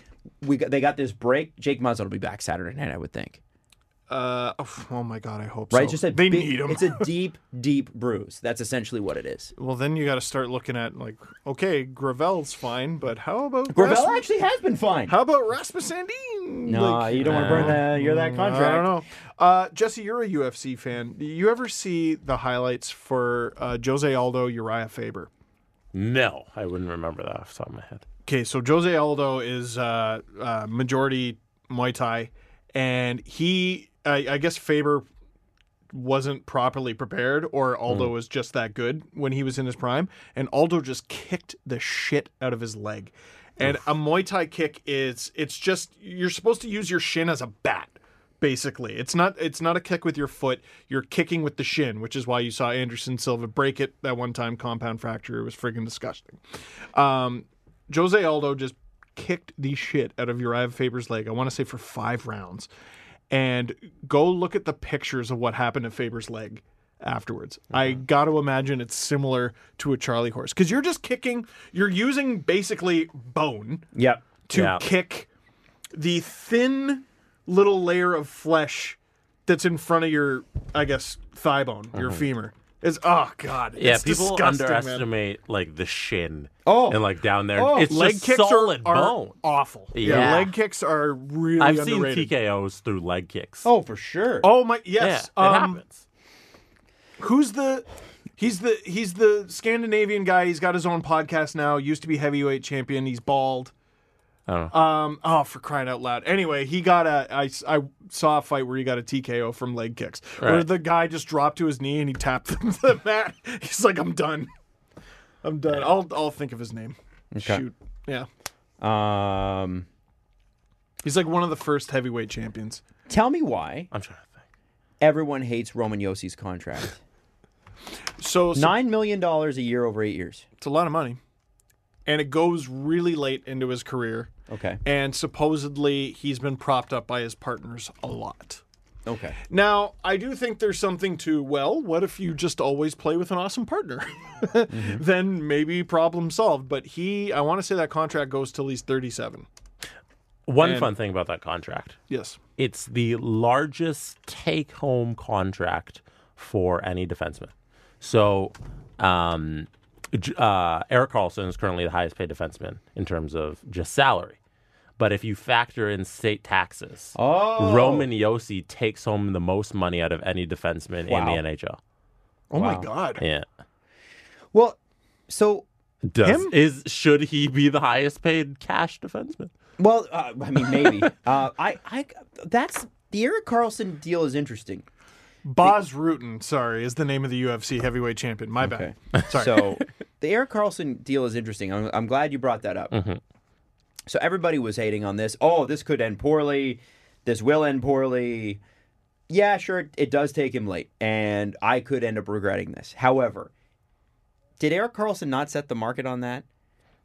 C: we got, they got this break. Jake Muzzin will be back Saturday night, I would think.
D: Uh, oh, oh my God, I hope
C: Right?
D: so.
C: just a
D: they
C: big-
D: need him.
C: It's a deep, deep bruise. That's essentially what it is.
D: Well, then you got to start looking at like, okay, Gravel's fine, but how about
C: Gravel
D: Rasmus-
C: actually has been fine.
D: How about Rasmus Sandin?
C: No,
D: Like,
C: you don't want to burn that. You're that contract.
D: I don't know. Uh, Jesse, you're a UFC fan. Do you ever see the highlights for uh, Jose Aldo, Uriah Faber?
E: No, I wouldn't remember that off the top of my head.
D: Okay, so Jose Aldo is uh, uh, majority Muay Thai, and he, I, I guess Faber wasn't properly prepared, or Aldo was just that good when he was in his prime, and Aldo just kicked the shit out of his leg. And a Muay Thai kick is, it's just you're supposed to use your shin as a bat. Basically, it's not it's not a kick with your foot. You're kicking with the shin, which is why you saw Anderson Silva break it that one time compound fracture. It was friggin' disgusting. Um, Jose Aldo just kicked the shit out of Uriah Faber's leg. I want to say for five rounds. And go look at the pictures of what happened to Faber's leg afterwards. I got to imagine it's similar to a Charlie horse because you're just kicking. You're using basically bone
C: Yep.
D: to
E: Yeah.
D: kick the thin little layer of flesh that's in front of your, I guess, thigh bone, your femur. Is oh god,
E: Mm-hmm. Yeah,
D: it's
E: people
D: disgusting, man.
E: underestimate like the shin.
C: Oh.
E: and like down there,
D: Oh,
E: it's
D: leg
E: just
D: kicks
E: solid
D: are, are
E: bone.
D: awful.
E: Yeah.
D: leg kicks are really
E: I've
D: underrated.
E: seen TKOs through leg kicks.
C: Oh, for sure.
D: Oh my
E: yeah,
D: yes.
E: it
D: um,
E: happens.
D: who's the he's the he's the Scandinavian guy. He's got his own podcast now. Used to be heavyweight champion. He's bald.
E: Oh.
D: Um, oh, for crying out loud. Anyway, he got a. I, I saw a fight where he got a TKO from leg kicks, where
E: Right.
D: the guy just dropped to his knee and he tapped him to the mat. He's like, I'm done. I'm done. I'll, I'll think of his name. Shoot. Yeah.
C: Um,
D: He's like one of the first heavyweight champions.
C: tell me why
E: I'm trying to think.
C: everyone hates Roman Yossi's contract.
D: So, so
C: Nine million dollars a year over eight years.
D: it's a lot of money and it goes really late into his career
C: Okay.
D: And supposedly he's been propped up by his partners a lot.
C: Okay.
D: Now, I do think there's something to, well, what if you just always play with an awesome partner? Then maybe problem solved. But he, I want to say that contract goes till he's 37.
E: One fun thing about that contract
D: Yes.
E: it's the largest take home contract for any defenseman. So, um, J- uh, Eric Carlson is currently the highest paid defenseman in terms of just salary. But if you factor in state taxes,
C: Oh.
E: Roman Yossi takes home the most money out of any defenseman
C: Wow.
E: in the NHL.
D: Oh my God.
E: Yeah.
C: Well, so
E: Does,
D: Him?
E: Is should he be the highest paid cash defenseman?
C: well, uh, I mean maybe. uh, I I that's the Eric Carlson deal is interesting.
D: Boz Rutan, sorry, is the name of the UFC heavyweight champion. My bad. Sorry.
C: So the Eric Carlson deal is interesting. I'm, I'm glad you brought that up. So everybody was hating on this. Oh, this could end poorly. This will end poorly. Yeah, sure, it, it does take him late, and I could end up regretting this. However, did Eric Carlson not set the market on that?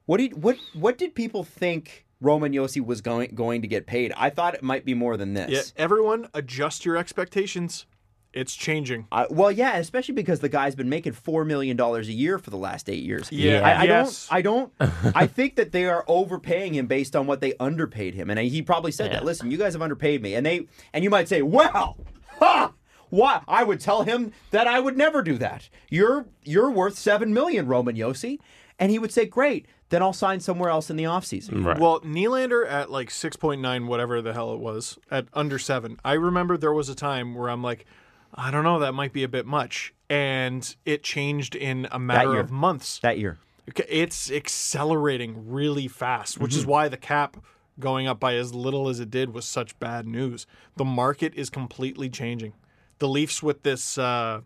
C: What did what what did people think Roman Yossi was going going to get paid? I thought it might be more than this.
D: yeah, everyone, adjust your expectations. It's changing.
C: I, well, yeah, especially because the guy's been making four million dollars a year for the last eight years.
D: Yeah.
C: I, I
D: Yes.
C: don't. I don't. I think that they are overpaying him based on what they underpaid him, and he probably said that. Listen, you guys have underpaid me, and they and you might say, well, ha, why? I would tell him that I would never do that. You're you're worth seven million, Roman Yossi, and he would say, great, then I'll sign somewhere else in the offseason.
E: Right.
D: Well, Nylander at like 6.9, whatever the hell it was, at under seven. I remember there was a time where I'm like, I don't know, that might be a bit much. And it changed in a matter
C: year.
D: of months.
C: That year.
D: Okay, It's accelerating really fast, which
C: Mm-hmm.
D: is why the cap going up by as little as it did was such bad news. The market is completely changing. The Leafs with this, uh,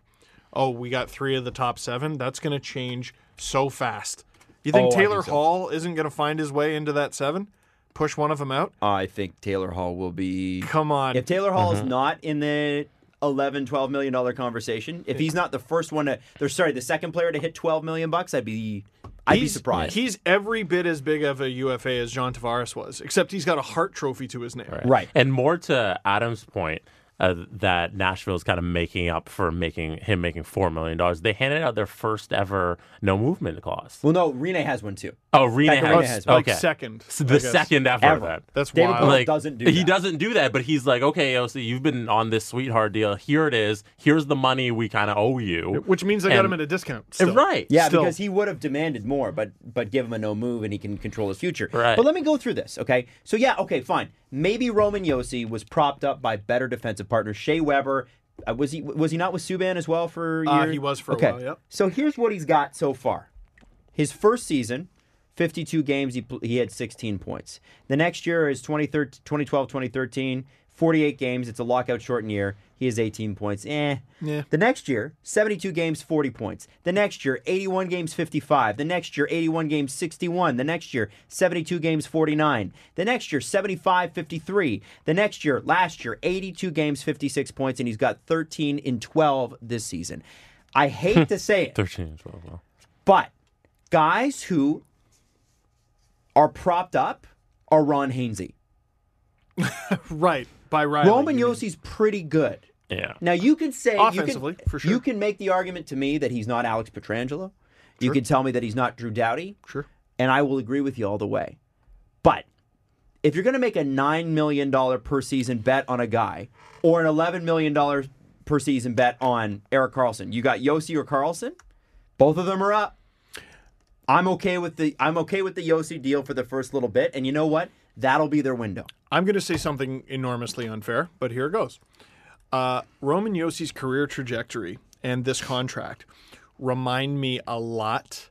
D: oh, we got three of the top seven, that's going to change so fast. You
C: Oh, I
D: think
C: think
D: Taylor
C: so.
D: Hall isn't going to find his way into that seven? Push one of them out?
C: I think Taylor Hall will be
D: Come on.
C: If Taylor Hall
D: Uh-huh.
C: is not in the 11 12 million dollar conversation, if he's not the first one to they're sorry, the second player to hit 12 million bucks, I'd be I'd be
D: He's-
C: surprised.
D: He's every bit as big of a UFA as John Tavares was, except he's got a heart trophy to his name.
C: Right.
E: And more to Adam's point, uh, that Nashville's kind of making up for making him making four million dollars. They handed out their first ever no movement clause.
C: well, no, Rene has one too.
E: Oh, Rena
C: Pecorino
E: has,
C: has one.
E: okay.
D: Like second,
E: So
D: I
E: the
D: guess.
E: second ever.
C: Ever.
E: Then.
D: That's
C: David
D: wild.
C: Perron doesn't do
E: he
C: that.
E: doesn't do that, but he's like, okay, OC, you've been on this sweetheart deal. Here it is. Here's the money we kind of owe you.
D: Which means I got
E: And- eh,
D: him at a discount. still.
E: Right.
C: Yeah,
D: Still.
C: because he would have demanded more, but but give him a no move and he can control his future.
E: Right.
C: But let me go through this, okay? So yeah, okay, fine. Maybe Roman Yossi was propped up by better defensive partners. Shea Weber uh, was he was he not with Subban as well for a
D: Uh,
C: year?
D: he was for a while, yep.
C: So here's what he's got so far. His first season, 52 games, he, pl- he had 16 points. The next year is 2013 2012 2013, 48 games. It's a lockout shortened year. He has 18 points. Eh.
D: Yeah.
C: The next year, 72 games, 40 points. The next year, 81 games, 55. The next year, 81 games, 61. The next year, 72 games, 49. The next year, 75, 53. The next year, last year, 82 games, 56 points, and he's got 13 in 12 this season. I hate to say it.
E: 13 and 12. Well.
C: But guys who are propped up are Ron Hainsey.
D: Right. By Riley.
C: Roman
D: you mean.
C: Yossi's pretty good.
E: Yeah.
C: Now you can say
D: Offensively,
C: you can,
D: for sure.
C: You can make the argument to me that he's not Alex Petrangelo. You can tell me that he's not Drew Doughty.
D: Sure.
C: And I will agree with you all the way. But if you're going to make a $9 million per season bet on a guy or an $11 million per season bet on Eric Carlson, you got Yossi or Carlson? Both of them are up. I'm okay with the I'm okay with the Yossi deal for the first little bit, and you know what? That'll be their window.
D: I'm going to say something enormously unfair, but here it goes. Uh, Roman Yossi's career trajectory and this contract remind me a lot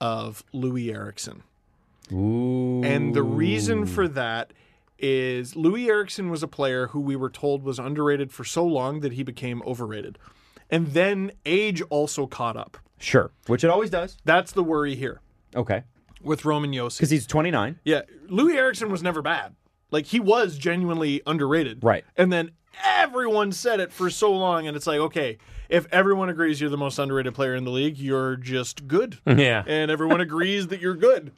D: of Louis Erickson. And the reason for that is Louis Erickson was a player who we were told was underrated for so long that he became overrated. And then age also caught up.
C: Sure, which it always does.
D: That's the worry here
C: Okay,
D: with Roman Yossi.
C: because he's 29.
D: Yeah, Louis Erickson was never bad. Like he was genuinely underrated.
C: Right.
D: And then everyone said it for so long, and it's like, okay, if everyone agrees you're the most underrated player in the league, you're just good.
E: Yeah.
D: And everyone agrees that you're good.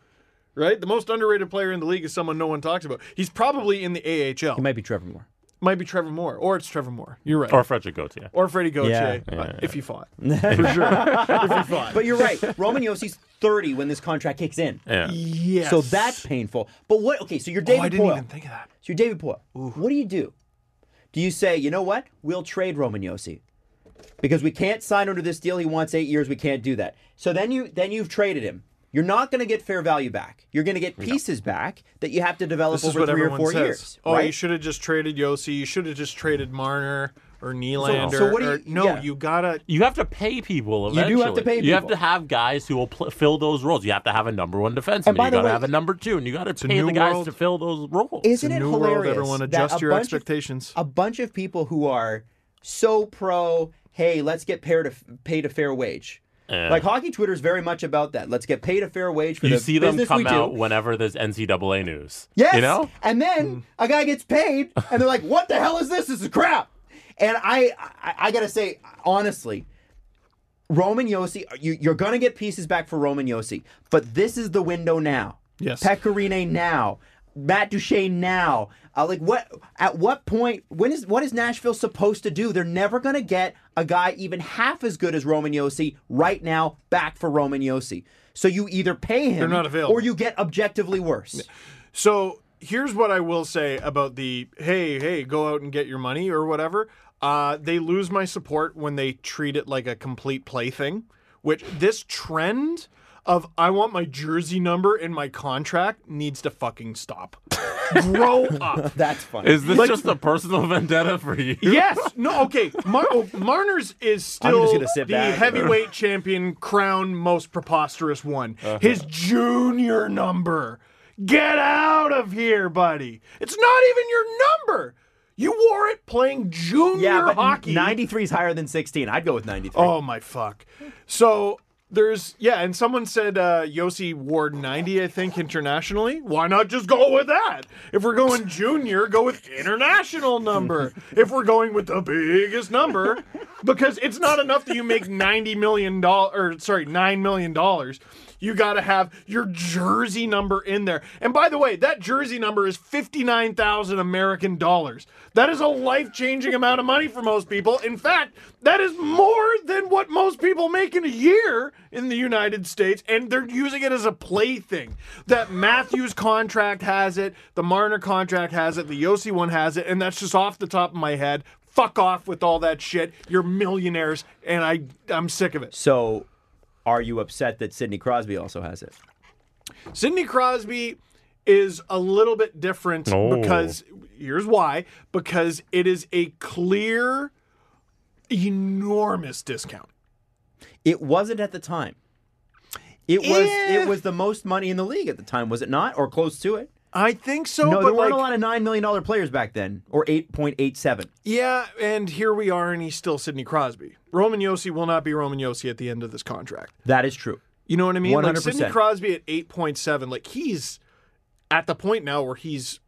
D: right? The most underrated player in the league is someone no one talks about. He's probably in the AHL.
C: It
D: might,
C: might be Trevor Moore.
D: be Trevor Moore, or it's Trevor Moore. You're right.
E: Or
D: Or,
E: Frederick Gauthier.
D: Freddie Gauthier,
C: Yeah.
D: uh, if you fought. For sure. if you fought.
C: But you're right. Roman Yossi's 30 when this contract kicks in.
E: Yeah.
D: yes.
C: So that's painful. But what? Okay, so you're
D: Oh,
C: David
D: I didn't
C: Poyle.
D: even think of that.
C: So you're David Poyle. What do you do? Do you say, you know what? We'll trade Roman Yossi because we can't sign under this deal. He wants eight years. We can't do that. So then you then you've traded him. You're not going to get fair value back. You're going to get pieces back that you have to develop
D: This is
C: over
D: what
C: three or
D: everyone
C: four
D: says.
C: years.
D: Oh,
C: right?
D: you should have just traded Yossi. You should have just traded Marner or Nylander.
C: so what do
D: or-
C: you-
D: no,
C: yeah.
D: you gotta.
E: You have to pay people
C: do have
E: eventually.
C: to pay
E: You have
C: people.
E: to have guys who will pl- fill those roles. You have to have a number one defenseman.
C: And by
E: You
C: the
E: got to
C: way-
E: have a number two, and you got to
D: a
E: pay the
D: new
E: guys
D: world.
E: to fill those roles.
C: Isn't
D: It's a
C: it
D: new world,
C: hilarious?
D: everyone,
C: that
D: adjust
C: a
D: your
C: bunch of-
D: expectations.
C: a bunch of people who are so pro, hey, let's get paid a, paid a fair wage. like hockey Twitter is very much about that. Let's get paid a fair wage for
E: you
C: the
E: see them
C: business we
E: come
C: do.
E: out whenever there's NCAA news.
C: Yes.
E: You know?
C: And then
D: Hmm.
C: a guy gets paid, and they're like, "What the hell is this? This is crap." And I, I, I gotta say honestly, Roman Yossi, you, you're gonna get pieces back for Roman Yossi, but this is the window now.
D: Yes.
C: Pecorine now. Matt Duchene now. Uh, like what? At what point? When is what is Nashville supposed to do? They're never gonna get a guy even half as good as Roman Yossi right now back for Roman Yossi. So you either pay him,
D: not available.
C: or you get objectively worse.
D: So here's what I will say about the hey, hey, go out and get your money or whatever. Uh, they lose my support when they treat it like a complete plaything, which this trend of I want my jersey number in my contract needs to fucking stop. Grow up.
C: That's funny.
E: Is this just a personal vendetta for you?
D: Yes. No. Okay. Mar- oh, Marner's
C: I'm
D: is
C: just
D: still
C: gonna sit
D: the
C: back.
D: heavyweight champion crown, most preposterous one.
C: Uh-huh.
D: His junior number. Get out of here, buddy. It's not even your number. You wore it playing junior
C: yeah, but
D: hockey.
C: 93 is higher than 16. I'd go with 93.
D: Oh my fuck. So there's yeah, and someone said uh Yossi Ward 90, I think, internationally. Why not just go with that? If we're going junior, go with international number. if we're going with the biggest number, because it's not enough that you make 90 million dollars or sorry, nine million dollars. You gotta have your jersey number in there. And by the way, that jersey number is 59,000 American dollars. That is a life changing amount of money for most people. In fact, that is more than what most people make in a year in the United States, and they're using it as a plaything. That Matthews contract has it, the Marner contract has it, the Yossi one has it, and that's just off the top of my head. Fuck off with all that shit. You're millionaires, and I, I'm sick of it.
C: So, are you upset that Sidney Crosby also has it?
D: Sidney Crosby is a little bit different
E: Oh.
D: because here's why because it is a clear enormous discount.
C: It wasn't at the time. It was
D: Eh.
C: it was the most money in the league at the time, was it not? Or close to it?
D: I think so,
C: No, there
D: but
C: weren't
D: like
C: a lot of nine million dollar players back then, or eight point eight seven.
D: yeah, and here we are and he's still Sidney Crosby. Roman Yossi will not be Roman Yossi at the end of this contract.
C: That is true.
D: You know what I mean? Like
C: 100%.
D: Sidney Crosby at 8.7, like he's at the point now where he's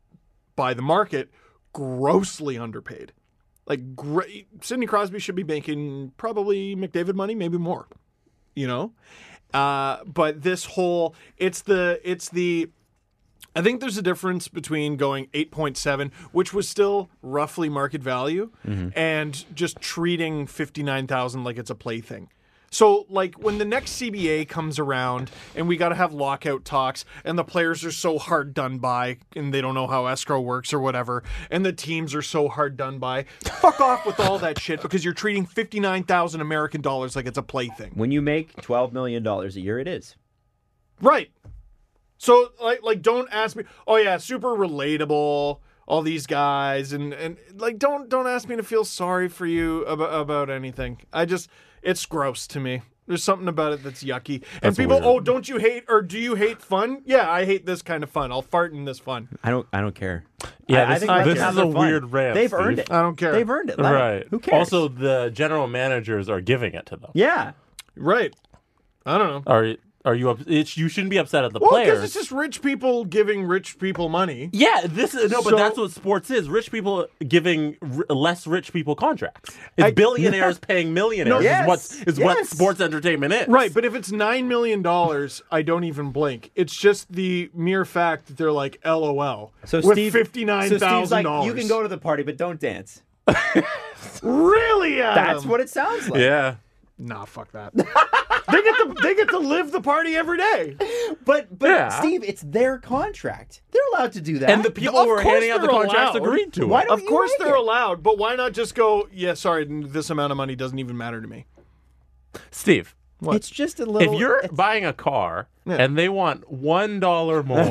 D: by the market grossly underpaid. Like great Sidney Crosby should be making probably McDavid money, maybe more. You know? Uh, but this whole it's the it's the I think there's a difference between going 8.7, which was still roughly market value, and just treating 59,000 like it's a plaything. So, like, when the next CBA comes around and we got to have lockout talks, and the players are so hard done by, and they don't know how escrow works or whatever, and the teams are so hard done by, fuck off with all that shit because you're treating 59,000 American dollars like it's a plaything.
C: When you make twelve million dollars a year, it is.
D: Right. So like like don't ask me oh yeah, super relatable, all these guys and and like don't don't ask me to feel sorry for you about about anything. I just it's gross to me. There's something about it that's yucky. and people,
E: weird.
D: oh, don't you hate or do you hate fun? Yeah, I hate this kind of fun. I'll fart in this fun.
C: I don't I don't care.
E: Yeah,
C: I, I
E: this-
C: think let
E: this
C: them have
E: is a
C: their fun.
E: weird rant,
C: They've
E: Steve.
C: earned it.
D: I don't care.
C: They've ewned it. Let 'em.
E: Right.
C: Who cares?
E: Also, the general managers are giving it to them.
C: Yeah.
D: Right. I don't know.
E: Are are you up? It's, you shouldn't be upset at the
D: Well, because
E: players.
D: it's just rich people giving rich people money.
E: yeah, this is no, but
D: So-
E: that's what sports is. Rich people giving r- less rich people contracts. It's billionaires paying millionaires. is
C: Yes,
E: what's- is what
C: yes.
E: sports entertainment is.
D: Right, but if it's nine million dollars, I don't even blink. It's just the mere fact that they're like, "LOL."
C: So
D: with
C: Steve,
D: fifty nine
C: so Steve's
D: thousand
C: like,
D: dollars,
C: you can go to the party, but don't dance.
D: really. Adam?
C: That's what it sounds like.
E: Yeah.
D: Nah, fuck that. they get to they get to live the party every day.
C: But but
E: Yeah.
C: Steve, it's their contract. They're allowed to do that.
E: And the people
D: Of
E: who are
D: course
E: handing out the
D: they're
E: contracts
D: allowed.
E: agreed to
C: Why
E: it.
C: don't
D: of
C: you
D: course
C: like
D: they're
C: it?
D: allowed, but why not just go? Yeah, sorry, this amount of money doesn't even matter to me.
E: Steve,
C: It's just a little.
E: if you're
C: it's-
E: buying a car and they want one dollar more,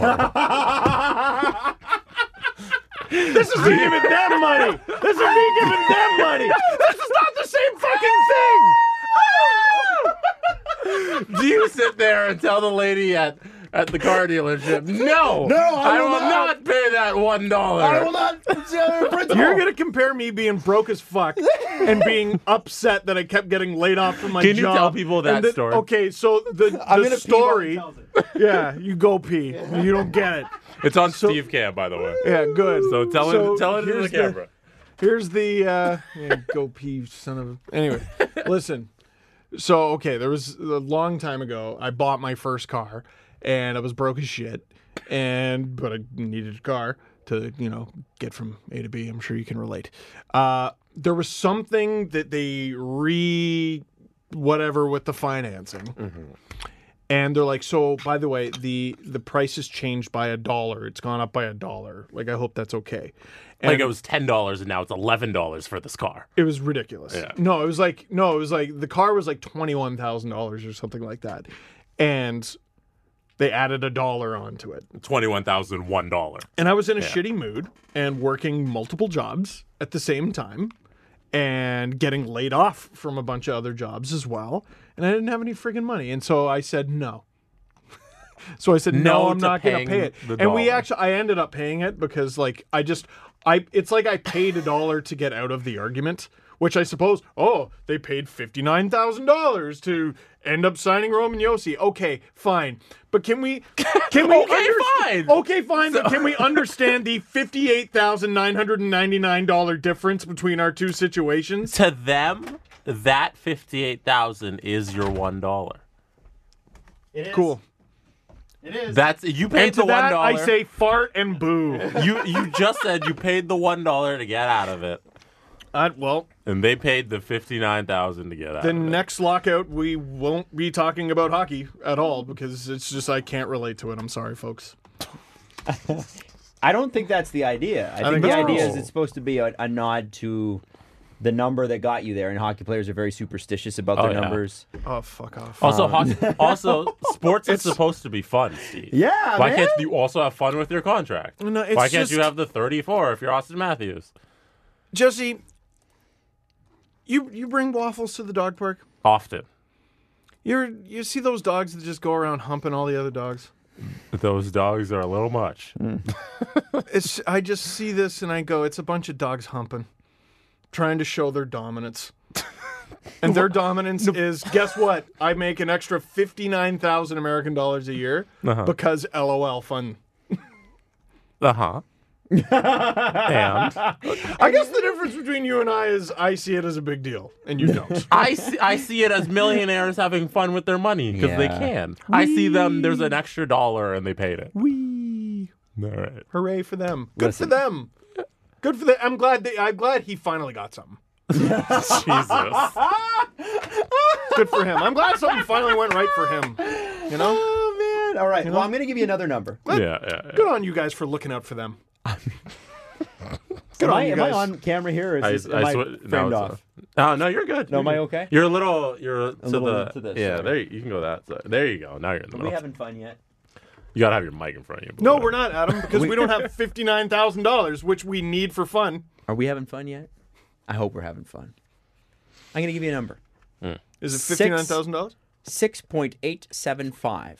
D: This is me giving them money. This is me giving them money. This is not the same fucking thing.
E: do you sit there and tell the lady at at the car dealership, no,
C: No, I will not."
E: pay that one
C: I
E: dollar.
C: will not. It's the other principle.
D: You're gonna compare me being broke as fuck and being upset that I kept getting laid off from my
E: Can you
D: job.
E: tell people that
D: and the-
E: story?
D: Okay, so the,
C: I'm gonna
D: the
C: pee while he
D: story.
C: tells it.
D: Yeah, you go pee. You don't get it.
E: It's on Steve Cam, by the way.
D: Yeah, good.
E: So tell
D: So
E: him, tell it to the
D: here's
E: camera.
D: Here's the uh, yeah, go pee, son of. a... Anyway, listen. So okay, there was a long time ago. I bought my first car, and I was broke as shit, and but I needed a car to you know get from A to B. I'm sure you can relate. Uh, there was something that they re whatever with the financing. And they're like, so by the way, the the price has changed by a dollar. It's gone up by a dollar. Like I hope that's okay. And
E: Like it was ten dollars and now it's eleven dollars for this car.
D: it was ridiculous. No, it was like no, it was like the car was like twenty one thousand dollars or something like that, and they added a dollar onto it.
E: Twenty one thousand one dollar.
D: And I was in a shitty mood and working multiple jobs at the same time, and getting laid off from a bunch of other jobs as well. And I didn't have any friggin' money, and so I said no. so I said no,
E: No
D: I'm
E: to
D: not gonna
E: paying
D: pay it.
E: the
D: And we
E: dollar.
D: actually, I ended up paying it because like I just I it's like I paid a dollar to get out of the argument. Which I suppose, oh, they paid fifty nine thousand dollars to end up signing Roman Yossi. Okay, fine, but can we, can we?
E: Okay, fine.
D: Okay, fine. but can we understand the fifty-eight thousand nine hundred and ninety-nine dollar difference between our two situations?
E: To them, that fifty eight thousand is your one dollar.
D: Cool.
E: That's you
D: And
E: paid
D: to
E: the one
D: that, I
E: dollar.
D: say fart and boo.
E: you you just said you paid the one dollar to get out of it.
D: Uh, well,
E: And they paid the fifty nine thousand to get out.
D: the
E: of it.
D: next lockout, we won't be talking about hockey at all because it's just I can't relate to it. I'm sorry, folks.
C: I don't think that's the idea. I, think,
D: think
C: the
D: that's
C: idea
D: wrong.
C: is it's supposed to be a, a nod to the number that got you there. And hockey players are very superstitious about
E: Oh,
C: their
E: yeah.
C: numbers.
D: Oh, fuck off.
E: Also, hockey, also sports is supposed to be fun, Steve.
C: Yeah,
E: Why
C: man.
E: can't you also have fun with your contract?
D: No, it's
E: Why can't you
D: just-
E: have the 34 if you're Austin Matthews?
D: Jesse, you you bring waffles to the dog park.
E: Often,
D: You're you see those dogs that just go around humping all the other dogs.
E: those dogs are a little much.
D: It's I just see this and I go, it's a bunch of dogs humping, trying to show their dominance. and their dominance is guess what? I make an extra fifty nine thousand American dollars a year because LOL fun.
E: Uh
C: Uh-huh.
E: huh. and
D: I guess the difference between you and I is I see it as a big deal and you don't.
E: I see, I see it as millionaires having fun with their money because they
C: Yeah.
E: can. I see them. There's an extra dollar and they paid it.
D: Wee.
E: All right.
D: Hooray for them. Good
C: Listen.
D: for them. Good for them. I'm glad they I'm glad he finally got something.
E: Jesus.
D: Good for him. I'm glad something finally went right for him. You know?
C: Oh, man. All right. Well, I'm going to give you another number.
E: yeah, yeah, yeah.
D: Good on you guys for looking out for them. Good
C: Am,
D: on
C: I,
D: you
C: am
D: guys.
C: I on camera here? Or
E: I,
C: is this,
E: I
C: am I
E: swear- no,
C: framed
E: it's
C: off?
E: not. Oh no, you're good.
C: No,
E: You're
C: am I
E: good.
C: okay?
E: You're a little. You're to
C: little
E: the.
C: to this,
E: yeah,
C: sorry.
E: there you, you can go that. Side. There you go. Now you're in the
C: We
E: middle.
C: haven't fun yet.
E: you gotta have your mic in front of you. but
D: No,
E: whatever.
D: we're not, Adam, because we don't have fifty-nine thousand dollars, which we need for fun.
C: Are we having fun yet? I hope we're having fun. I'm going to give you a number
D: Is it
C: Six.
D: fifty-nine thousand dollars?
C: 6.875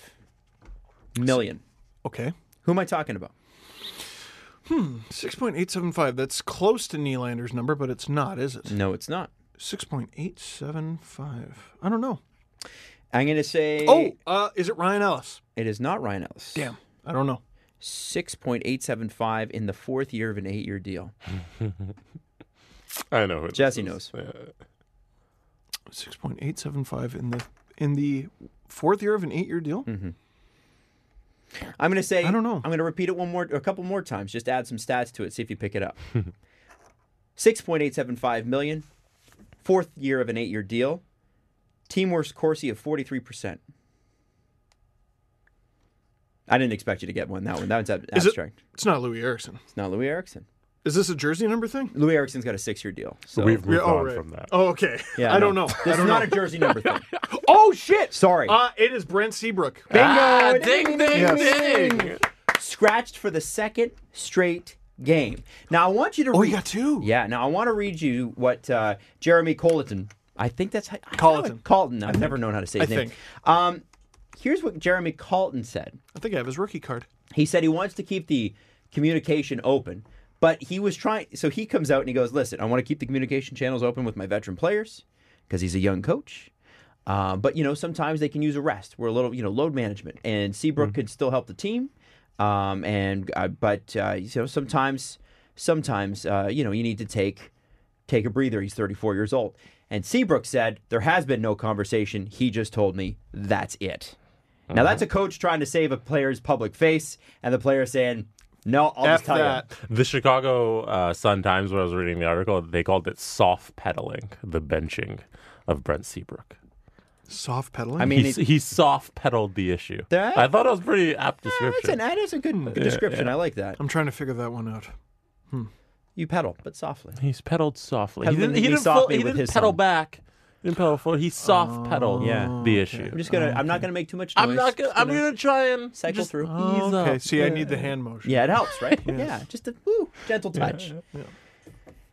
C: million.
D: Okay,
C: Who am I talking about?
D: six point eight seven five. That's close to Nylander's number, but it's not, is it?
C: No, it's not.
D: Six point eight seven five. I don't know.
C: I'm going to say
D: Oh, uh, is it Ryan Ellis?
C: it is not Ryan Ellis.
D: Damn, I don't know.
C: 6.875 in the fourth year of an eight year deal.
E: I know. Who this
C: Jesse
E: is.
C: knows.
E: Yeah.
D: Six point eight seven five in the in the fourth year of an eight year deal.
C: I'm going to say
D: I don't know.
C: I'm going to repeat it one more, a couple more times. Just add some stats to it. See if you pick it up. 6.875 million. Fourth year of an eight year deal. Team worst Corsi of 43%. I didn't expect you to get one. That one. That one's ab-
D: Is it-
C: abstract.
D: It's not Louis Erickson.
C: It's not Louis Erickson.
D: Is this a jersey number thing?
C: Louis Erickson's got a six year deal. So
E: We've moved
D: Yeah, oh,
E: on
D: right.
E: from that.
D: Oh, okay.
C: Yeah,
D: I
C: no.
D: don't know. I
C: This is
D: don't
C: not a
D: know.
C: jersey number thing.
D: oh shit!
C: Sorry.
D: Uh, it is Brent Seabrook.
C: Bingo!
E: Ah,
C: It is-
E: ding, ding,
D: Yes.
E: ding.
C: Scratched for the second straight game. Now I want you to.
D: Oh,
C: read,
D: you got two.
C: Yeah. Now I want to read you what uh, Jeremy Colleton. I think that's how, I
D: Colleton.
C: don't know- Colleton. I've never known how to say his
D: I
C: name.
D: think.
C: Um, here's what Jeremy Colleton said.
D: I think I have his rookie card.
C: He said he wants to keep the communication open, but he was trying. So he comes out and he goes, "Listen, I want to keep the communication channels open with my veteran players because he's a young coach. Uh, but you know, sometimes they can use a rest. We're a little, you know, load management, and
D: Mm-hmm.
C: Seabrook could still help the team. Um, and uh, but uh, you know, sometimes, sometimes uh, you know, you need to take take a breather. He's 34 years old. And Seabrook said there has been no conversation. He just told me that's it.
D: Uh-huh.
C: Now that's a coach trying to save a player's public face, and the player saying, "No, I'll just
D: F
C: tell
D: that.
E: The Chicago uh, Sun Times, when I was reading the article, they called it soft pedaling the benching of Brent Seabrook.
D: Soft pedaling.
C: you." I mean,
E: He,
C: it's
E: he soft pedaled the issue.
C: That-
E: I thought it was pretty apt
C: that's Ah, an,
E: description.
C: that is a good description. I like that.
D: I'm trying to figure that one out.
C: You pedal, but softly.
E: He's pedaled softly. He
C: Pedaling
E: didn't, he
C: me
E: didn't,
C: softly
E: full- he
C: with
E: didn't
C: his
E: pedal
C: son.
E: back. He didn't pedal forward. He soft pedaled
C: Yeah.
E: the issue.
C: I'm just
D: Oh,
C: gonna. I'm not gonna make too much noise.
E: I'm not gonna.
C: Just
E: I'm gonna try and
C: cycle
E: just
C: through.
E: ease
D: Oh, okay.
E: up.
D: See, I need the hand motion.
C: Yeah, it helps, right? Yeah, just a woo, gentle touch.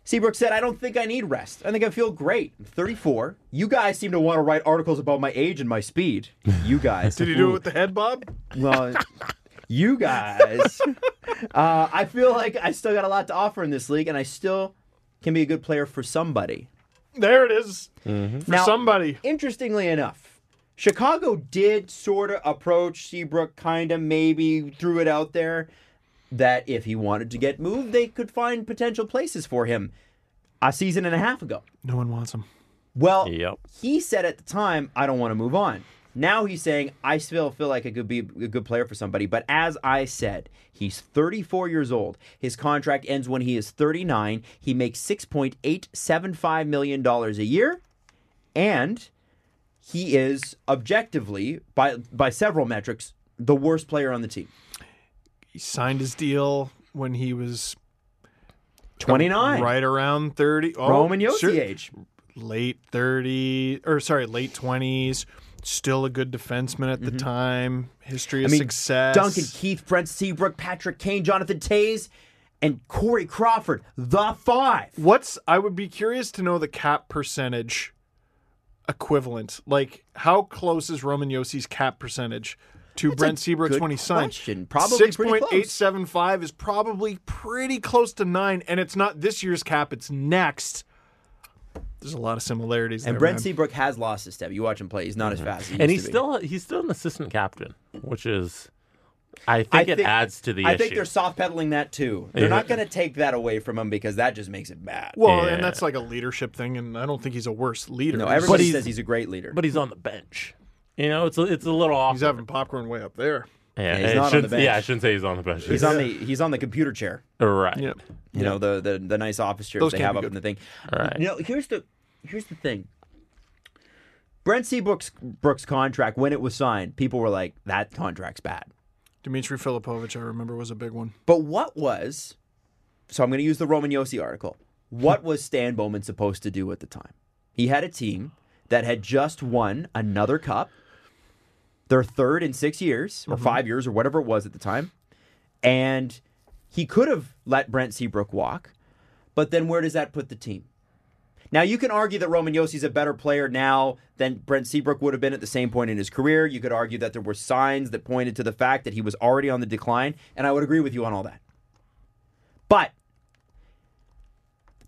C: Seabrook said, I don't think I need rest. I think I feel great. I'm 34. You guys seem to want to write articles about my age and my speed. You guys.
D: Did he do it with the head bob?
C: Well, you guys. Uh, I feel like I still got a lot to offer in this league, and I still can be a good player for somebody.
D: There it is. For
C: Now-
D: somebody.
C: Interestingly enough, Chicago did sort of approach Seabrook, kind of maybe threw it out there that if he wanted to get moved, they could find potential places for him a season and a half ago.
D: No one wants him.
C: Well,
E: Yep.
C: he said at the time, I don't want to move on. Now he's saying, I still feel like I could be a good player for somebody. But as I said, he's 34 years old. His contract ends when he is 39. He makes $6.875 million dollars a year. And he is objectively, by, by several metrics, the worst player on the team.
D: He signed his deal when he was
C: 29.
D: right around 30. Oh,
C: Roman Yossi
D: sure.
C: age.
D: Late 30, or sorry, late 20s. Still a good defenseman at the time. History
C: Mm-hmm.
D: of
C: I mean,
D: success.
C: Duncan Keith, Brent Seabrook, Patrick Kane, Jonathan Tays, and Corey Crawford, the five.
D: What's I would be curious to know the cap percentage equivalent. Like how close is Roman Yossi's cap percentage to Brent Seabrook's
C: good
D: when he signed?
C: question. Probably
D: six
C: pretty
D: point
C: close.
D: eight seven five is probably pretty close to nine, and it's not this year's cap; it's next. There's a lot of similarities.
C: And
D: there,
C: Brent
D: man.
C: Seabrook has lost his step. You watch him play; he's not as fast. As he
E: And
C: used
E: he's
C: to be.
E: still he's still an assistant captain, which is, I think
C: I
E: it
C: think-
E: adds to the
C: I
E: issue.
C: think they're soft pedaling that too. They're
E: Yeah.
C: not going to take that away from him because that just makes it bad.
D: Well,
E: Yeah.
D: and that's like a leadership thing, and I don't think he's a worse leader.
C: no,
D: He's
C: everybody
D: just-
C: says he's a great leader.
E: but he's on the bench. You know, it's a, it's a little off.
D: he's having popcorn way up there.
E: yeah,
C: he's
E: it
C: not on the
E: shouldn't-
C: bench.
E: yeah, I shouldn't say he's on the bench.
C: he's on the he's on the computer chair.
E: right.
D: Yep.
C: You know the, the the nice office chairs
D: Those
C: they
D: can't
C: have
D: be
C: up
D: good.
C: in the thing.
E: Right.
C: You know, here's the here's the thing. Brent Seabrook's Brooks contract when it was signed, people were like, "That contract's bad."
D: Dmitry Filipovich, I remember, was a big one.
C: But what was? So I'm going to use the Roman Yossi article. What was Stan Bowman supposed to do at the time? He had a team that had just won another cup, their third in six years or five years or whatever it was at the time, and he could have let Brent Seabrook walk. But then where does that put the team? Now you can argue that Roman Yossi's a better player now than Brent Seabrook would have been at the same point in his career. You could argue that there were signs that pointed to the fact that he was already on the decline, and I would agree with you on all that. But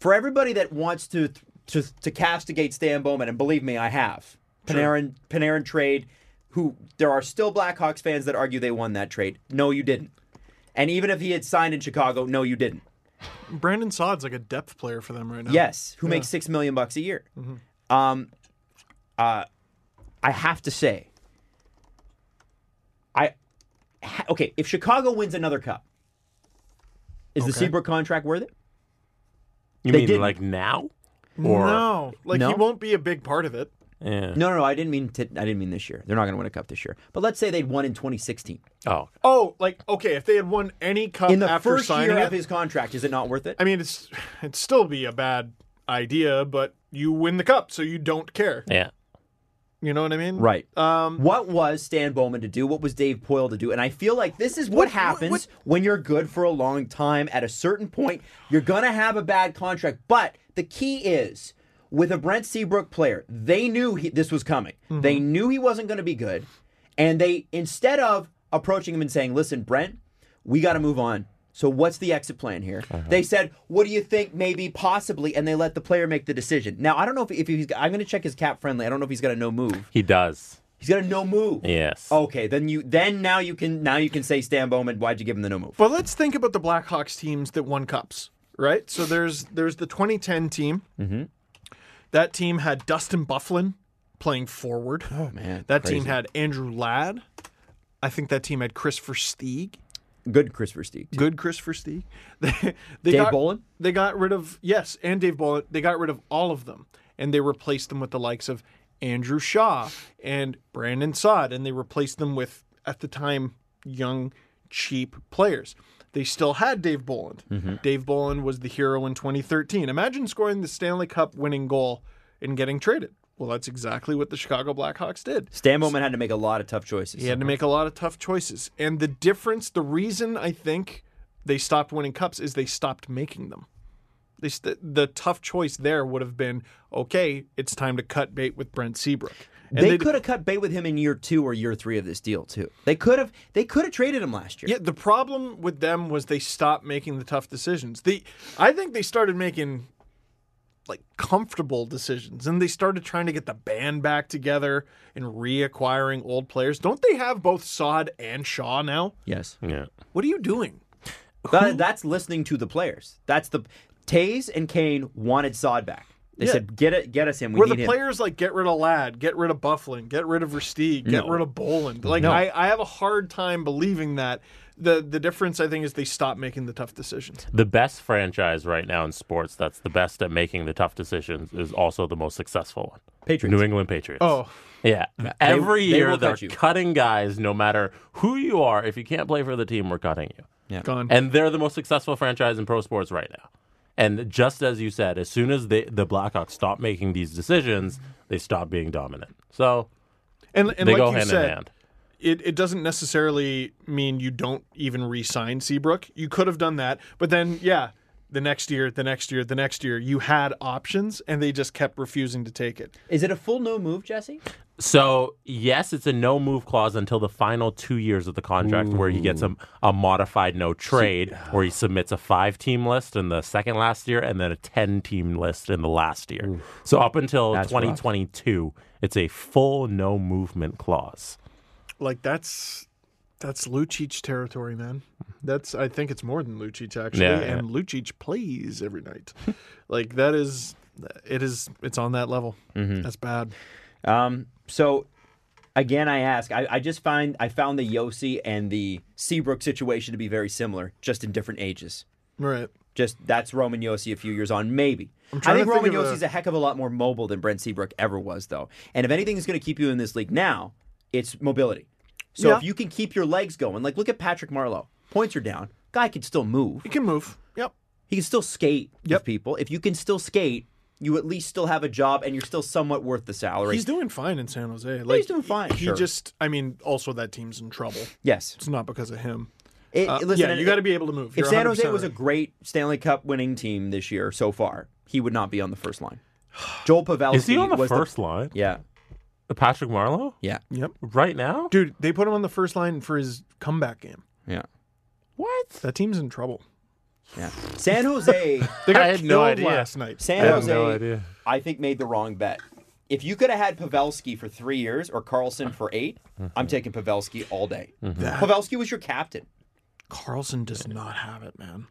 C: for everybody that wants to to, to castigate Stan Bowman, and believe me, I have Panarin Panarin trade. Who there are still Blackhawks fans that argue they won that trade. No, you didn't. And even if he had signed in Chicago, no, you didn't.
D: Brandon Sod's like a depth player for them right now.
C: Yes, who makes six million bucks a year. Um,
D: Mm-hmm.
C: uh, I have to say, I ha- okay. If Chicago wins another cup, is the
D: Okay.
C: Seabrook contract worth it?
E: You
C: They
E: mean
C: didn't.
E: like now? Or
D: no, like
C: No?
D: he won't be a big part of it.
E: Yeah.
C: No, no, no I didn't mean to, I didn't mean this year. They're not going to win a cup this year. But let's say they'd won in 2016.
E: Oh.
D: Oh, like okay, if they had won any cup
C: In the
D: after
C: first
D: signing
C: year
D: it,
C: of his contract, is it not worth it?
D: I mean, it's it'd still be a bad idea, but you win the cup, so you don't care.
E: Yeah.
D: You know what I mean?
C: Right.
D: Um,
C: what was Stan Bowman to do? What was Dave Poyle to do? And I feel like this is what, happens
D: what-
C: when you're good for a long time. At a certain point, you're going to have a bad contract. But the key is with a Brent Seabrook player, they knew he, this was coming. They knew he wasn't going to be good. And they, instead of approaching him and saying, listen, Brent, we got to move on. So what's the exit plan here? They said, "What do you think? Maybe, possibly," and they let the player make the decision. Now I don't know if, if he's. I'm going to check his cap friendly. I don't know if he's got a no move.
E: He does.
C: He's got a no move.
E: Yes.
C: Okay, then you then now you can now you can say Stan Bowman, why'd you give him the no move?
D: But let's think about the Blackhawks teams that won cups, right? So there's there's the 2010 team. Mm-hmm. That team had Dustin Bufflin playing forward. Oh
C: man,
D: that
C: crazy.
D: team had Andrew Ladd. I think that team had Christopher Stieg.
C: Good Christopher Steak.
D: Good Christopher Stieg. They, they
C: Dave
D: got,
C: Bolin?
D: They got rid of yes, and Dave Bolin. They got rid of all of them, and they replaced them with the likes of Andrew Shaw and Brandon Sod, and they replaced them with at the time young, cheap players. They still had Dave Boland. Dave Boland was the hero in 2013. Imagine scoring the Stanley Cup winning goal and getting traded. Well, that's exactly what the Chicago Blackhawks did.
C: Stan Bowman had to make a lot of tough choices.
D: He had to make a lot of tough choices. And the difference, the reason I think they stopped winning cups is they stopped making them. They st- the tough choice there would have been okay, it's time to cut bait with Brent Seabrook. And
C: they
D: they-
C: could have cut bait with him in year two or year three of this deal too. They could have they could have traded him last year.
D: Yeah, the problem with them was they stopped making the tough decisions. They, I think they started making like comfortable decisions, and they started trying to get the band back together and reacquiring old players. Don't they have both Sod and Shaw now?
C: Yes.
E: Yeah.
D: What are you doing?
C: That, that's listening to the players. That's the Tays and Kane wanted Sod back. They
D: Yeah.
C: said, "Get it, get us him. We
D: Where
C: need
D: the
C: him."
D: players like get rid of Ladd, get rid of Bufflin, get rid of Versteeg, get
C: No.
D: rid of Boland. Like I, I have a hard time believing that. The the difference I think is they stopped making the tough decisions.
E: The best franchise right now in sports that's the best at making the tough decisions is also the most successful one.
C: Patriots.
E: New England Patriots.
D: Oh.
E: Yeah. Every
C: they
E: year
C: will
E: they're
C: cut you.
E: cutting guys no matter who you are. If you can't play for the team, we're cutting you.
D: Gone.
E: And they're the most successful franchise in pro sports right now. And just as you said, as soon as they, the Blackhawks stop making these decisions, they stop being dominant. So
D: And, and
E: they
D: like
E: go
D: you
E: hand
D: said,
E: in hand.
D: it, it doesn't necessarily mean you don't even re-sign Seabrook. You could have done that, but then yeah, the next year, the next year, the next year, you had options and they just kept refusing to take it.
C: Is it a full no move, Jesse?
E: So yes, it's a no move clause until the final two years of the contract, where he gets a, a modified no trade, where he submits a five team list in the second last year, and then a ten team list in the last year. So up until
C: That's rough.
E: 2022, it's a full no movement clause.
D: Like that's that's Lucic territory, man. That's I think it's more than Lucic actually,
E: Yeah, yeah.
D: and Lucic plays every night. like that is it is it's on that level. That's bad.
C: Um, so again, I ask. I, I just find I found the Yossi and the Seabrook situation to be very similar, just in different ages.
D: Right.
C: Just that's Roman Yossi a few years on, maybe. I
D: trying
C: think
D: to
C: Roman
D: think of a-
C: Yossi's a heck of a lot more mobile than Brent Seabrook ever was, though. And if anything is going to keep you in this league now, it's mobility. So
D: Yeah.
C: if you can keep your legs going, like look at Patrick Marlowe, points are down. Guy can still move.
D: He can move. Yep.
C: He can still skate with
D: Yep.
C: people. If you can still skate, you at least still have a job and you're still somewhat worth the salary.
D: He's doing fine in San Jose. Like,
C: doing fine,
D: He
C: sure.
D: just, I mean, also that team's in trouble.
C: yes.
D: It's not because of him.
C: It-
D: Uh,
C: listen,
D: yeah,
C: and
D: you
C: it-
D: got to be able to move.
C: If
D: You're
C: San Jose
D: 100%
C: was a
D: right.
C: great Stanley Cup winning team this year so far, he would not be on the first line. Joel Pavelski
E: Is he on the
C: was
E: first line?
C: yeah,
E: Patrick Marlowe
C: yeah,
D: yep,
E: right now?
D: dude, they put him on the first line for his comeback game.
C: yeah,
E: What?
D: That team's in trouble.
C: yeah. San Jose,
D: They got
E: I had no
D: killed
E: idea.
D: last night.
C: San
E: I have
C: Jose,
E: no idea.
C: I think made the wrong bet. if you could have had Pavelski for three years or Carlson for 8 i I'm
E: Mm-hmm.
C: taking Pavelski all day. Pavelski was your captain.
D: Carlson does not have it, man.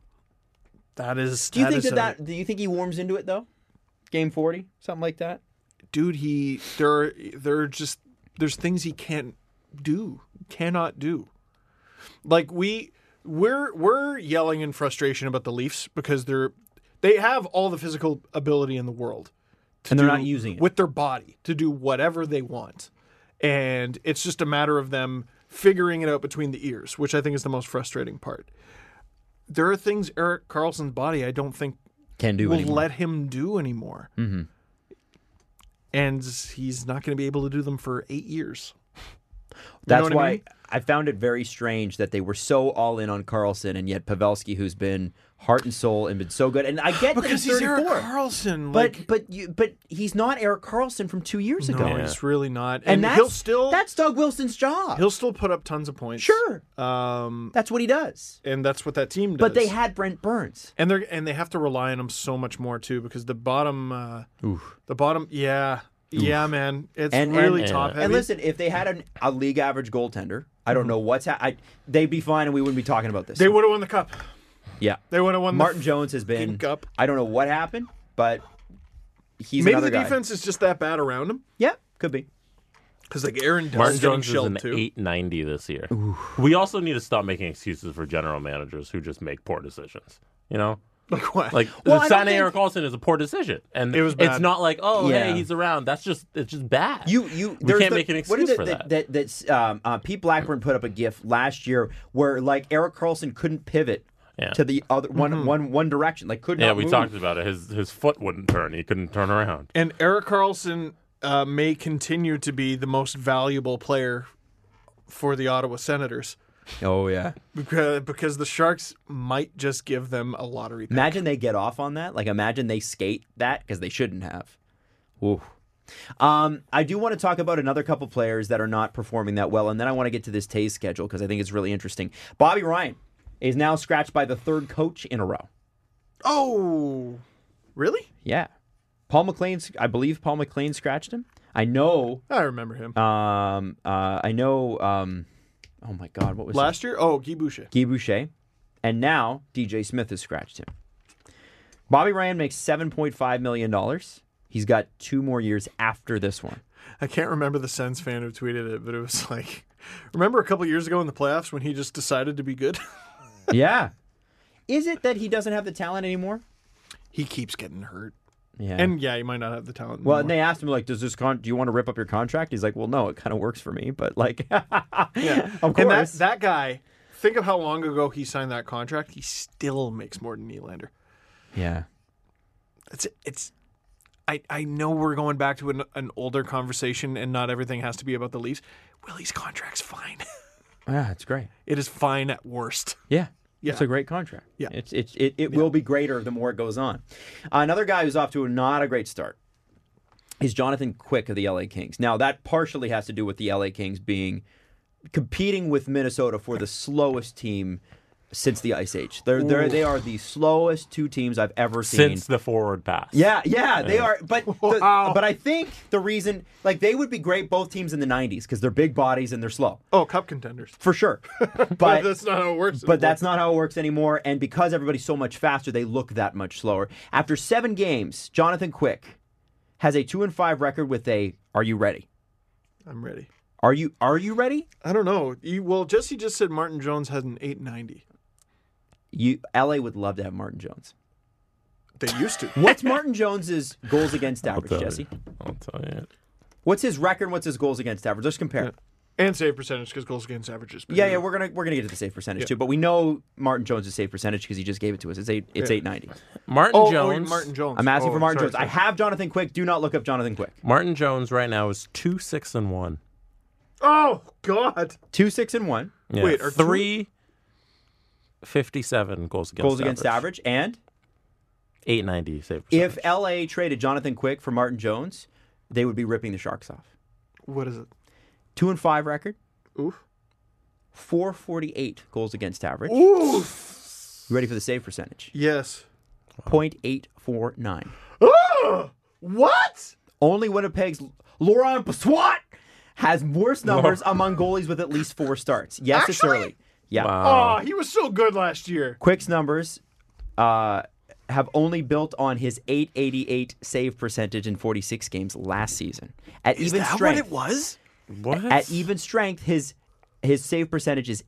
D: That is.
C: Do you think
D: is
C: that,
D: a-
C: that do you think he warms into it though? Game forty, something like that.
D: dude? He there are, there are just there's things he can't do, cannot do. Like we we're we're yelling in frustration about the Leafs because they're they have all the physical ability in the world, to
C: And they're
D: do-
C: not using it.
D: with their body to do whatever they want, and it's just a matter of them figuring it out between the ears, which I think is the most frustrating part. There are things Eric Carlson's body I don't think
C: Can do Mm-hmm.
D: will let him do anymore. And he's not going to be able to do them for eight years.
C: That's
D: what I
C: why I,
D: mean?
C: found it very strange that they were so all in on Carlson, and yet Pavelski, who's been heart and soul and been so good, and I get that
D: Because
C: he's
D: he's Eric
C: 34,
D: Carlson.
C: but
D: like,
C: but you, but he's not Eric Carlson from two years ago,
D: no, he's really not.
C: and
D: And,
C: that's
D: he'll still
C: that's Doug Wilson's job.
D: he'll still put up tons of points.
C: sure,
D: Um,
C: that's what he does.
D: and that's what that team does.
C: But they had Brent Burns.
D: and they and they have to rely on him so much more too because the bottom, uh, the bottom, yeah, yeah, man, it's
C: And-
D: really
C: and-
D: top heavy.
C: And listen, if they had an, a league average goaltender, I don't know what's ha- I, they'd be fine, and we wouldn't be talking about this.
D: Mm-hmm. they would have won the cup.
C: yeah.
D: They would have won.
C: Martin
D: the,
C: Jones has been.
D: Fucking cup.
C: I don't know what happened, but he's
D: Maybe
C: another
D: the
C: guy.
D: defense is just that bad around him
C: Yeah, could be.
D: because like Aaron Dell's
E: Martin
D: getting
E: Jones is
D: shelled
E: an
D: too.
E: 890 this year. We also need to stop making excuses for general managers who just make poor decisions. You know,
D: Like what?
E: like
C: Well, I don't
E: signing
C: think-
E: Eric Carlson is a poor decision, and
D: It was
E: it's
D: bad.
E: not like oh
C: Yeah.
E: hey he's around. That's just it's just bad.
C: You you
E: we
C: there's
E: can't
C: the-
E: make an
C: what
E: excuse
C: is it
E: for that.
C: That, that's, um, uh, Pete Blackburn put up a GIF last year where like Eric Carlson couldn't pivot
E: Yeah.
C: to the other one
D: Mm-hmm.
C: one- one direction, like could
E: yeah,
C: not
E: we
C: move.
E: talked about it. His his foot wouldn't turn. He couldn't turn around.
D: And Eric Carlson uh, may continue to be the most valuable player for the Ottawa Senators
C: Oh yeah.
D: because, because the Sharks might just give them a lottery. pick.
C: Imagine they get off on that. Like, imagine they skate that because they shouldn't have. Ooh. Um, I do want to talk about another couple players that are not performing that well, and then I want to get to this Tays schedule because I think it's really interesting. Bobby Ryan is now scratched by the third coach in a row.
D: Oh, really?
C: Yeah, Paul McLean. I believe Paul McLean scratched him. I know.
D: I remember him
C: Um, uh, I know. Um, oh my God, what was his
D: last year. Oh, Guy Boucher.
C: Guy Boucher, and now DJ Smith has scratched him. Bobby Ryan makes $7.5 million. He's got two more years after this one.
D: I can't remember the Sens fan who tweeted it, but it was like, remember a couple years ago in the playoffs when he just decided to be good.
C: Yeah. Is it that he doesn't have the talent anymore?
D: he keeps getting hurt,
C: Yeah.
D: and yeah, he might not have the talent.
C: well, and
D: anymore.
C: they asked him like, "Does this con? Do you want to rip up your contract?" He's like, "Well, no, it kind of works for me, but like, of course."
D: and that that guy. Think of how long ago he signed that contract. He still makes more than Nylander.
C: yeah.
D: it's it's I, I know we're going back to an, an older conversation and not everything has to be about the Leafs. Willie's contract's fine.
C: Yeah, Ah, it's great.
D: it is fine at worst.
C: Yeah.
D: Yeah.
C: It's a great contract.
D: Yeah.
C: It's, it's, it it will be greater the more it goes on. Uh, Another guy who's off to a, not a great start is Jonathan Quick of the LA Kings. Now, that partially has to do with the LA Kings being competing with Minnesota for the slowest team since the Ice Age. They're, they're, they are the slowest two teams I've ever seen.
E: Since the forward pass,
C: Yeah, yeah, they are. But the- but I think the reason, like, they would be great both teams in the '90s because they're big bodies and they're slow
D: Oh, cup contenders.
C: for sure.
D: But
C: But
D: that's not how it works.
C: but that's not how it works anymore. And because everybody's so much faster, they look that much slower. After seven games, Jonathan Quick has a two and five record with a Are you ready?
D: I'm ready.
C: Are you Are you ready?
D: I don't know. You, well, Jesse just said Martin Jones has an 890.
C: You LA would love to have Martin Jones.
D: They used to.
C: What's Martin Jones's goals against average,
E: tell
C: Jesse?
E: you. I'll tell you.
C: What's his record? What's his goals against average? Let's compare.
D: and save percentage because goals against average is
C: Yeah, yeah, we're gonna we're gonna get to the save percentage too, but we know Martin Jones' save percentage because he just gave it to us. It's eight it's eight ninety.
E: Martin
D: Oh,
E: Jones.
D: oh, Martin Jones.
C: I'm asking
D: Oh,
C: for Martin
D: sorry,
C: Jones.
D: sorry.
C: I have Jonathan Quick. Do not look up Jonathan Quick.
E: Martin Jones right now is two six and one.
D: Oh God.
C: Two six and one
E: Yeah.
D: Wait, are two-
E: three fifty seven goals against
C: goals against average and
E: eight ninety save. percentage.
C: If LA traded Jonathan Quick for Martin Jones, they would be ripping the Sharks off.
D: What is it?
C: Two and five record,
D: Oof.
C: 448 goals against average.
D: Oof.
C: You ready for the save percentage?
D: Yes.
C: 0.849.
D: Ah! What?
C: Only Winnipeg's Laurent Paswat has worse numbers among goalies with at least four starts. Yes, it's
D: Actually?
C: early. Yeah. Uh,
D: Oh, he was so good last year.
C: Quick's numbers uh, have only built on his 888 save percentage in 46 games last season. At even strength,
D: was?
E: What?
C: at even strength, his his save percentage is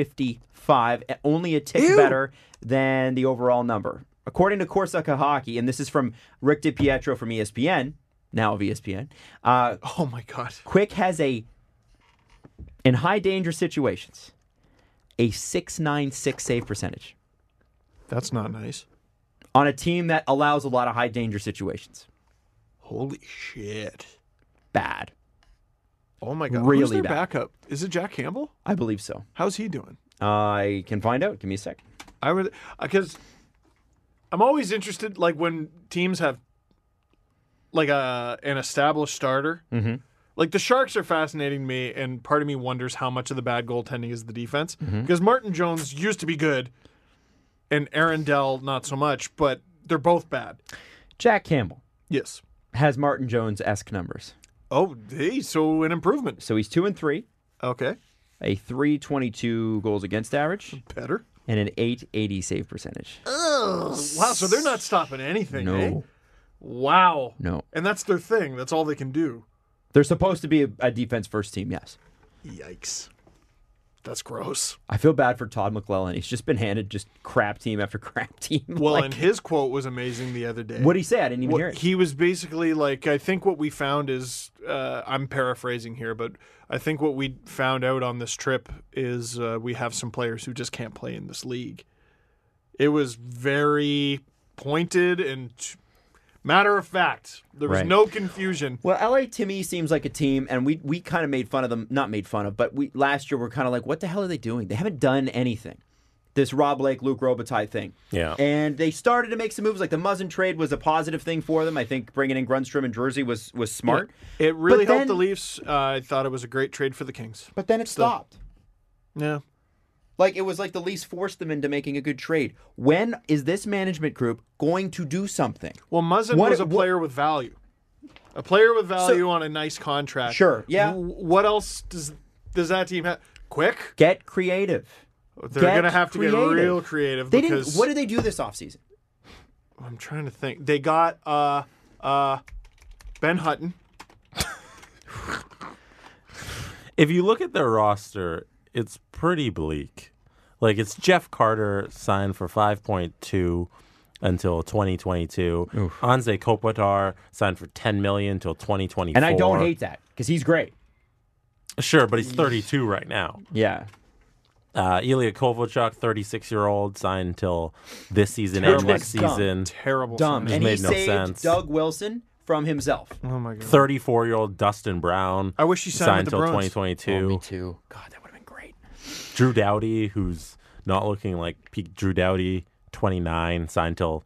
C: 855, a- only a tick better than the overall number. According to Corsica Hockey, and this is from Rick DiPietro from E ESPN, now of E ESPN, uh,
D: Oh my god.
C: Quick has a, in high danger situations, a 696 save percentage
D: That's not nice.
C: on a team that allows a lot of high danger situations.
D: Holy shit.
C: Bad.
D: Oh my god.
C: Really
D: Who's their
C: bad.
D: backup? Is it Jack Campbell?
C: I believe so.
D: How's he doing?
C: I can find out. Give me a sec.
D: I would because I'm always interested, like when teams have like a an established starter. Mm-hmm. Like the Sharks are fascinating to me, and part of me wonders how much of the bad goaltending is the defense because Martin Jones used to be good, and Aaron Dell not so much, but they're both bad.
C: Jack Campbell
D: Yes.
C: has Martin Jones esque numbers.
D: Oh, hey, so an improvement.
C: So he's two and three,
D: Okay,
C: a 322 goals against average,
D: better.
C: and an 880 save percentage.
D: Wow, so they're not stopping anything. eh?
C: No.
D: Wow.
C: No.
D: And that's their thing. That's all they can do.
C: They're supposed to be a, a defense first team, yes.
D: Yikes. That's gross.
C: I feel bad for Todd McClellan. He's just been handed just crap team after crap team.
D: Well,
C: Like,
D: and his quote was amazing the other day.
C: what'd he say? I didn't even
D: What-
C: hear it.
D: He was basically like, I think what we found is, uh, I'm paraphrasing here, but I think what we found out on this trip is uh, we have some players who just can't play in this league. It was very pointed and t- matter of fact. There was
C: Right.
D: no confusion.
C: Well, LA to me seems like a team, and we we kind of made fun of them. Not made fun of, but we last year we're kind of like, what the hell are they doing? They haven't done anything. This Rob Blake, Luke Robitaille thing.
E: Yeah.
C: And they started to make some moves. Like the Muzzin trade was a positive thing for them. I think bringing in Grunstrom and Jersey was was smart.
D: It really
C: But
D: helped the
C: then-
D: Leafs. Uh, I thought it was a great trade for the Kings.
C: But then it stopped.
D: Yeah.
C: Like it was like the Leafs forced them into making a good trade. When is this management group going to do something?
D: Well, Muzzin
C: What-
D: was a
C: what-
D: player with value, a player with value on a nice contract.
C: Sure, yeah.
D: W- what else does does that team have? Quick.
C: Get creative.
D: They're
C: Get
D: gonna have to
C: creative.
D: get real creative
C: They
D: because
C: didn't. What did they do this offseason?
D: I'm trying to think. They got uh uh Ben Hutton.
E: if you look at their roster, it's pretty bleak. Like it's Jeff Carter signed for 5.2 until 2022. Anze Kopitar signed for 10 million until 2024.
C: And I don't hate that because he's great.
E: Sure, but he's 32 right now.
C: Yeah.
E: Uh, Ilya Kovalchuk, 36 year old, signed until this season
C: Terrible
E: and next
C: scum.
E: season.
D: Terrible.
C: dumb.
D: signing.
C: And
E: made
C: he
E: no
C: saved
E: sense.
C: Doug Wilson from himself.
D: Oh my god.
E: 34 year old Dustin Brown.
D: I wish he signed with the
E: until
D: Bruins.
E: 2022.
C: too. God, that would have been great.
E: Drew Doughty, who's not looking like peak Drew Doughty, 29, signed till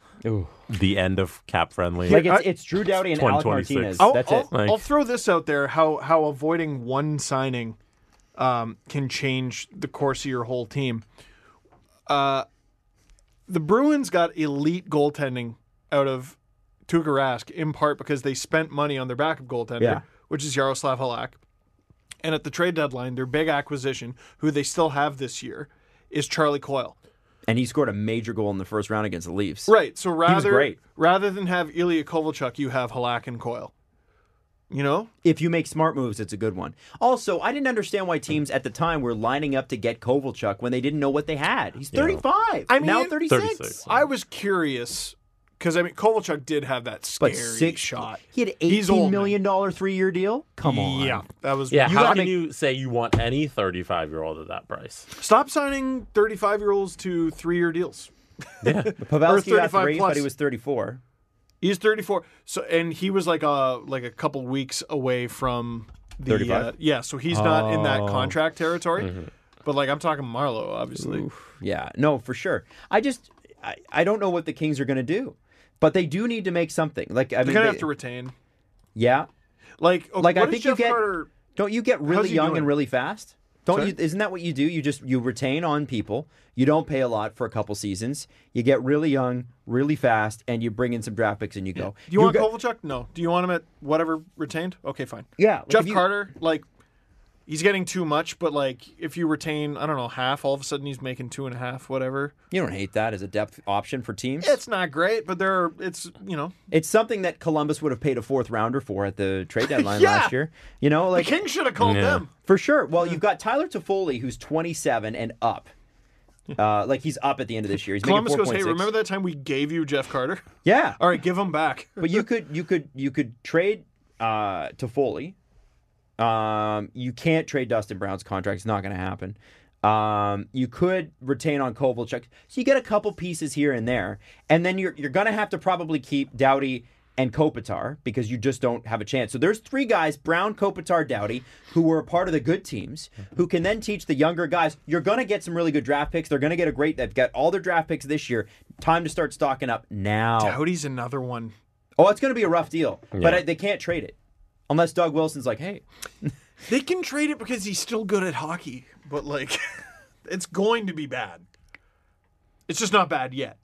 E: the end of cap friendly.
C: Like it's,
D: I- Oh,
C: it's Drew Doughty and Alec
E: 2026.
C: Martinez.
E: I'll-
C: That's
D: I'll,
C: it.
E: Like-
D: I'll throw this out there: how how avoiding one signing um, can change the course of your whole team. Uh, the Bruins got elite goaltending out of Tuukka Rask in part because they spent money on their backup goaltender,
C: Yeah.
D: which is Yaroslav Halak. And at the trade deadline, their big acquisition, who they still have this year, is Charlie Coyle.
C: And he scored a major goal in the first round against the Leafs.
D: Right. So rather
C: great.
D: rather than have Ilya Kovalchuk, you have Halak and Coyle. You know,
C: If you make smart moves, it's a good one. Also, I didn't understand why teams at the time were lining up to get Kovalchuk when they didn't know what they had. He's 35.
D: I mean,
C: now 36.
E: 36.
D: I was curious because I mean Kovalchuk did have that scary
C: But six
D: shot.
C: He had
D: He's
C: eighteen
D: old now.
C: million dollar three year deal. Come on.
D: Yeah, that was
E: yeah,
D: You
E: how
D: gotta
E: can
D: make-
E: you say you want any 35 year old at that price?
D: stop signing thirty-five-year-olds to three-year deals?
C: Pavelski
D: Or
C: got
D: 35
C: three,
D: plus.
C: but he was thirty four.
D: He's thirty-four, so and he was like a like a couple weeks away from the
C: 35?
D: uh, yeah. So he's not in
C: Oh.
D: that contract territory.
C: Mm-hmm.
D: But like I'm talking Marlowe, obviously.
C: Yeah, no, for sure. I just, I, I don't know what the Kings are going to do, but they do need to make something. Like I
D: They're
C: mean,
D: gonna
C: they-
D: have to retain.
C: yeah,
D: Like, okay,
C: like I
D: what is
C: think
D: Jeff
C: you get.
D: Carter?
C: Don't you get
D: How's
C: really
D: he
C: young
D: doing?
C: and really fast? Don't you? Isn't that what you do? You just you retain on people. You don't pay a lot for a couple seasons. You get really young, really fast, and you bring in some draft picks and you go.
D: Do you want
C: go-
D: Kovalchuk? No. Do you want him at whatever retained? Okay, fine.
C: Yeah, like
D: Jeff
C: if you-
D: Carter, like he's getting too much, but like if you retain, I don't know, half, all of a sudden he's making two and a half, whatever.
C: You don't hate that as a depth option for teams.
D: It's not great, but there are it's you know
C: It's something that Columbus would have paid a fourth rounder for at the trade deadline
D: Yeah.
C: last year. You know, like
D: King should have called them.
C: For sure. Well, you've got Tyler Toffoli, who's 27 and up. Uh, like he's up at the end of this year. He's
D: Columbus
C: making
D: goes,
C: 4.6.
D: Hey, remember that time we gave you Jeff Carter?
C: Yeah.
D: All right, give him back.
C: But you could you could you could trade uh, Toffoli. Um, you can't trade Dustin Brown's contract. It's not going to happen. Um, you could retain on Kovalchuk. So you get a couple pieces here and there, and then you're you're going to have to probably keep Dowdy and Kopitar because you just don't have a chance. So there's three guys: Brown, Kopitar, Dowdy, who were a part of the good teams, who can then teach the younger guys. You're going to get some really good draft picks. They're going to get a great. They've got all their draft picks this year. Time to start stocking up now.
D: Cody's another one.
C: Oh, it's going to be a rough deal, but I, they can't trade it unless Doug Wilson's like, "Hey,
D: They can trade it because he's still good at hockey, but like it's going to be bad. It's just not bad yet.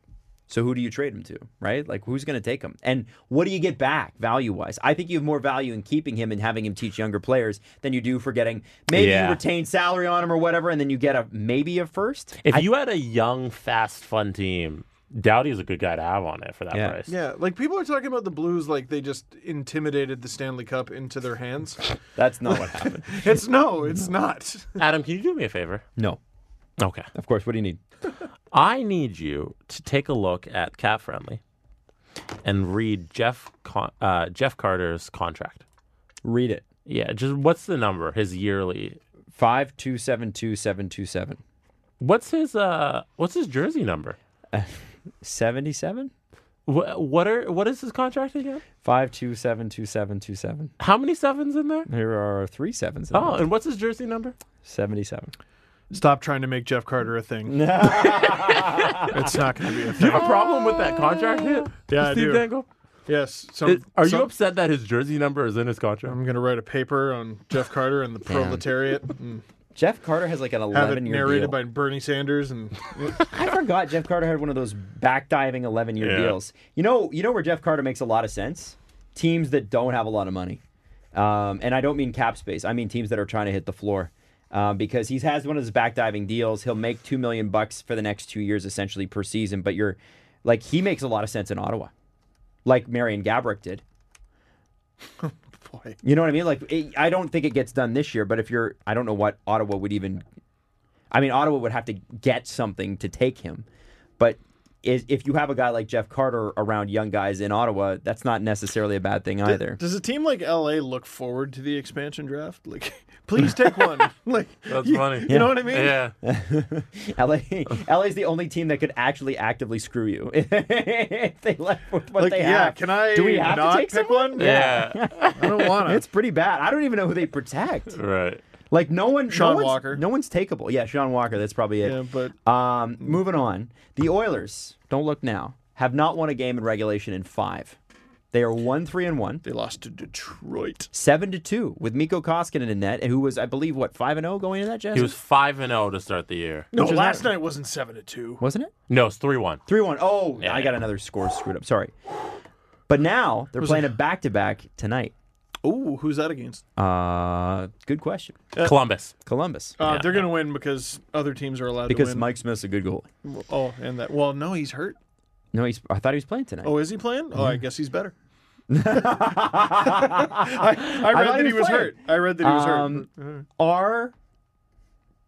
C: so who do you trade him to? Right? Like, who's going to take him? And what do you get back value wise? I think you have more value in keeping him and having him teach younger players than you do for getting maybe
B: Yeah.
C: you retain salary on him or whatever, and then you get a maybe a first.
B: If you had a young, fast, fun team, Dowdy is a good guy to have on it for that
C: Yeah.
B: price.
D: Yeah, like people are talking about the Blues like they just intimidated the Stanley Cup into their hands.
C: That's not what happened.
D: It's no, it's not.
B: Adam, can you do me a favor?
C: No,
B: Okay.
C: of course. What do you need?
B: I need you to take a look at Cat Friendly and read Jeff Con- uh, Jeff Carter's contract.
C: Read it.
B: Yeah, just what's the number? His yearly.
C: Five two seven two seven two seven
B: What's his uh? What's his jersey number?
C: seventy seven.
B: What, what are what is his contract again?
C: Five two seven two seven two seven.
B: How many sevens in there?
C: Here are three sevens.
B: Oh, and what's his jersey number?
C: seventy-seven.
D: Stop trying to make Jeff Carter a thing. it's not going to be a thing.
B: A problem with that contract hit?
D: Yeah, I
B: Steve
D: do.
B: Dangle.
D: Yes. So,
B: Is- are you
D: so-
B: upset that his jersey number is in his contract?
D: I'm going to write a paper on Jeff Carter and the proletariat and
C: Jeff Carter has like an
D: have it
C: eleven year
D: narrated
C: deal.
D: by Bernie Sanders. And
C: I forgot Jeff Carter had one of those backdiving 11 year
B: Yeah.
C: deals. You know, you know where Jeff Carter makes a lot of sense? Teams that don't have a lot of money. Um, and I don't mean cap space. I mean teams that are trying to hit the floor. Um, because he has one of his backdiving deals. He'll make 2 million bucks for the next 2 years essentially per season, but you're like he makes a lot of sense in Ottawa. Like Marion Gabrick did.
D: boy,
C: You know what I mean? Like, it, I don't think it gets done this year. But if you're, I don't know what Ottawa would even. I mean, Ottawa would have to get something to take him. But is, if you have a guy like Jeff Carter around young guys in Ottawa, that's not necessarily a bad thing either.
D: does a team like LA look forward to the expansion draft? Like, please take one. Like,
B: That's
D: you-
B: funny.
D: You know what I mean?
B: Yeah.
C: LA, LA is the only team that could actually actively screw you if they left with what
D: Like,
C: they
D: yeah.
C: have.
D: Can I
C: Do we have
D: not
C: to take
D: pick
C: someone?
D: one?
B: Yeah.
D: I don't want to.
C: It's pretty bad. I don't even know who they protect.
B: right.
C: Like no one,
D: Sean
C: no one's-
D: Walker.
C: No one's takeable. Yeah, Sean Walker. That's probably it.
D: Yeah, but
C: Um, moving on. The Oilers, don't look now, have not won a game in regulation in five. They are one, three, and one,
D: they lost to Detroit.
C: seven to two, with Miko Koskinen in net, who was, I believe, what five and zero going into that. Jazz
B: He was 5 and 0 to start the year.
D: No, last night wasn't seven to two.
C: wasn't it?
B: No, it's 3 1.
C: Three one. Oh,
B: Yeah.
C: I got another score screwed up. Sorry. But now they're playing a back to back tonight.
D: Ooh, who's that against?
C: Uh, good question.
B: Columbus.
C: Columbus,
D: Uh, They're gonna win because other teams are allowed
C: because
D: to win.
C: Mike Smith's a good goalie.
D: Oh, and that. Well, no, he's hurt.
C: No, he's. I thought he was playing tonight.
D: Oh, is he playing? Oh, I guess he's better. I, I read
C: thought
D: that
C: he
D: he
C: was
D: was
C: playing.
D: hurt. I read that he was
C: Um,
D: hurt. Uh,
C: Are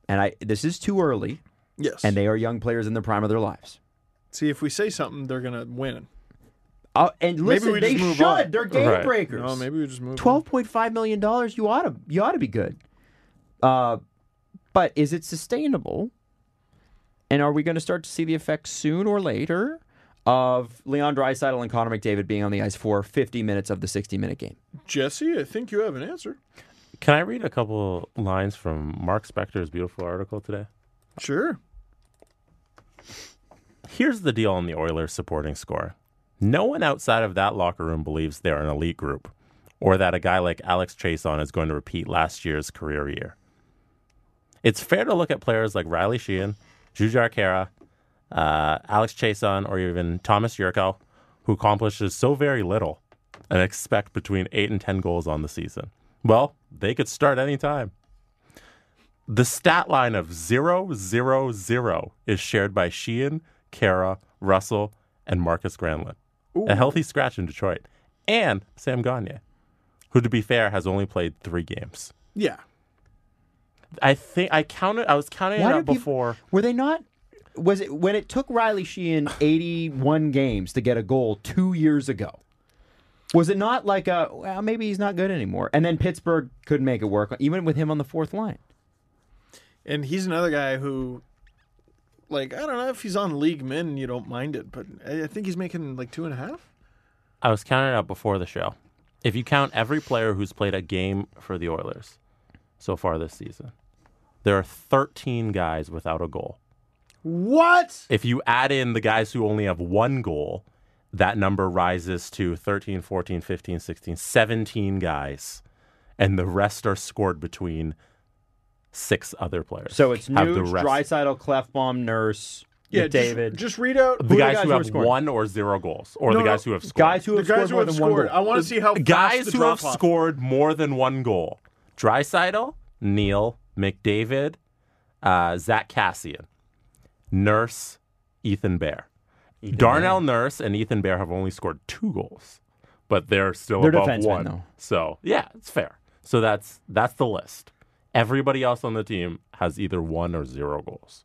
C: and I. This is too early,
D: Yes.
C: and they are young players in the prime of their lives.
D: see if we say something, they're gonna win.
C: Uh, and listen,
D: we
C: they
D: just move
C: should.
D: on.
C: They're game
B: Right.
C: breakers.
D: No, maybe we just move.
C: Twelve point five million dollars. You ought to. You ought to be good. Uh, but is it sustainable? And are we going to start to see the effects soon or later of Leon Draisaitl and Connor McDavid being on the ice for fifty minutes of the sixty-minute game?
D: on. Jesse, I think you have an answer.
B: Can I read a couple lines from Mark Spector's beautiful article today?
D: Sure.
B: Here's the deal on the Oilers supporting score. No one outside of that locker room believes they're an elite group or that a guy like Alex Chason is going to repeat last year's career year.
E: It's fair to look at players like Riley Sheehan, Jujar Kara, uh, Alex Chason, or even Thomas Yurko, who accomplishes so very little, and expect between 8 and 10 goals on the season. Well, they could start any time. The stat line of 0 0 0 is shared by Sheehan, Kara, Russell, and Marcus Granlund. A healthy scratch in Detroit. And Sam Gagne, who, to be fair, has only played three games.
D: Yeah.
E: I think I counted. I was counting it
C: Why
E: up
C: do people-
E: before.
C: Were they not? Was it when it took Riley Sheehan 81 games to get a goal two years ago? Was it not like a well, maybe he's not good anymore? And then Pittsburgh could make it work, even with him on the fourth line.
D: And he's another guy who, like, I don't know if he's on league min, you don't mind it, but I I think he's making like two and a half.
E: I was counting it up before the show. If you count every player who's played a game for the Oilers so far this season, there are 13 guys without a goal.
D: What?
E: If you add in the guys who only have one goal, that number rises to 13, 14, 15, 16, 17 guys. And the rest are scored between six other players.
C: So it's
E: Have
C: new
E: the rest-
C: Drysidle, Clefbaum, Nurse,
D: Yeah,
C: David.
D: Just, just read out
E: The
C: are the
E: guys,
C: guys
E: who
C: who
E: have
C: have scored?
E: one or zero goals, or
D: No,
E: the
D: no,
E: guys who have scored.
C: guys who
D: the
C: have scored
D: guys who
C: more
D: have
C: than one
D: scored.
C: goal.
D: I want to see how
E: guys
D: fast the
E: who have
D: drop-off-
E: scored more than one goal: Drysidel, Neil, McDavid, uh, Zach Cassian, Nurse, Ethan Bear. Darnell Nurse and Ethan Bear have only scored two goals, but they're still
C: They're
E: above
C: defensemen,
E: one.
C: though.
E: So yeah, it's fair. So that's that's the list. Everybody else on the team has either one or zero goals.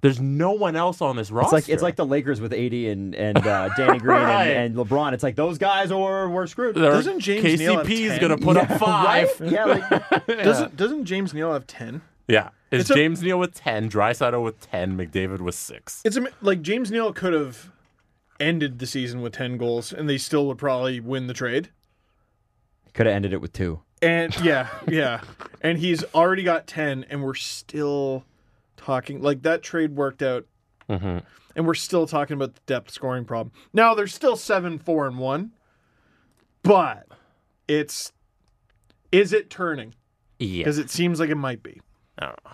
E: There's no one else on this
C: It's
E: roster.
C: like it's like the Lakers with 80 and and uh, Danny Green
E: Right.
C: and, and LeBron. It's like those guys are were screwed.
E: Their
D: Doesn't James Neal have
E: KCP is
D: 10?
E: going to put
C: Yeah,
E: up five.
C: right? Yeah, like,
D: Doesn't doesn't James Neal have ten?
E: Yeah. It's,
D: It's a-
E: James Neal with 10, Drysaddle with 10, McDavid with 6.
D: It's am- like James Neal could have ended the season with ten goals, and they still would probably win the trade.
C: could have ended it with two.
D: And yeah, yeah, and he's already got ten, and we're still talking like that trade worked out,
E: Mm-hmm.
D: and we're still talking about the depth scoring problem. Now they're still seven, four, and one, but it's is it turning?
E: Yeah.
D: Because it seems like it might be.
E: I don't know. Oh.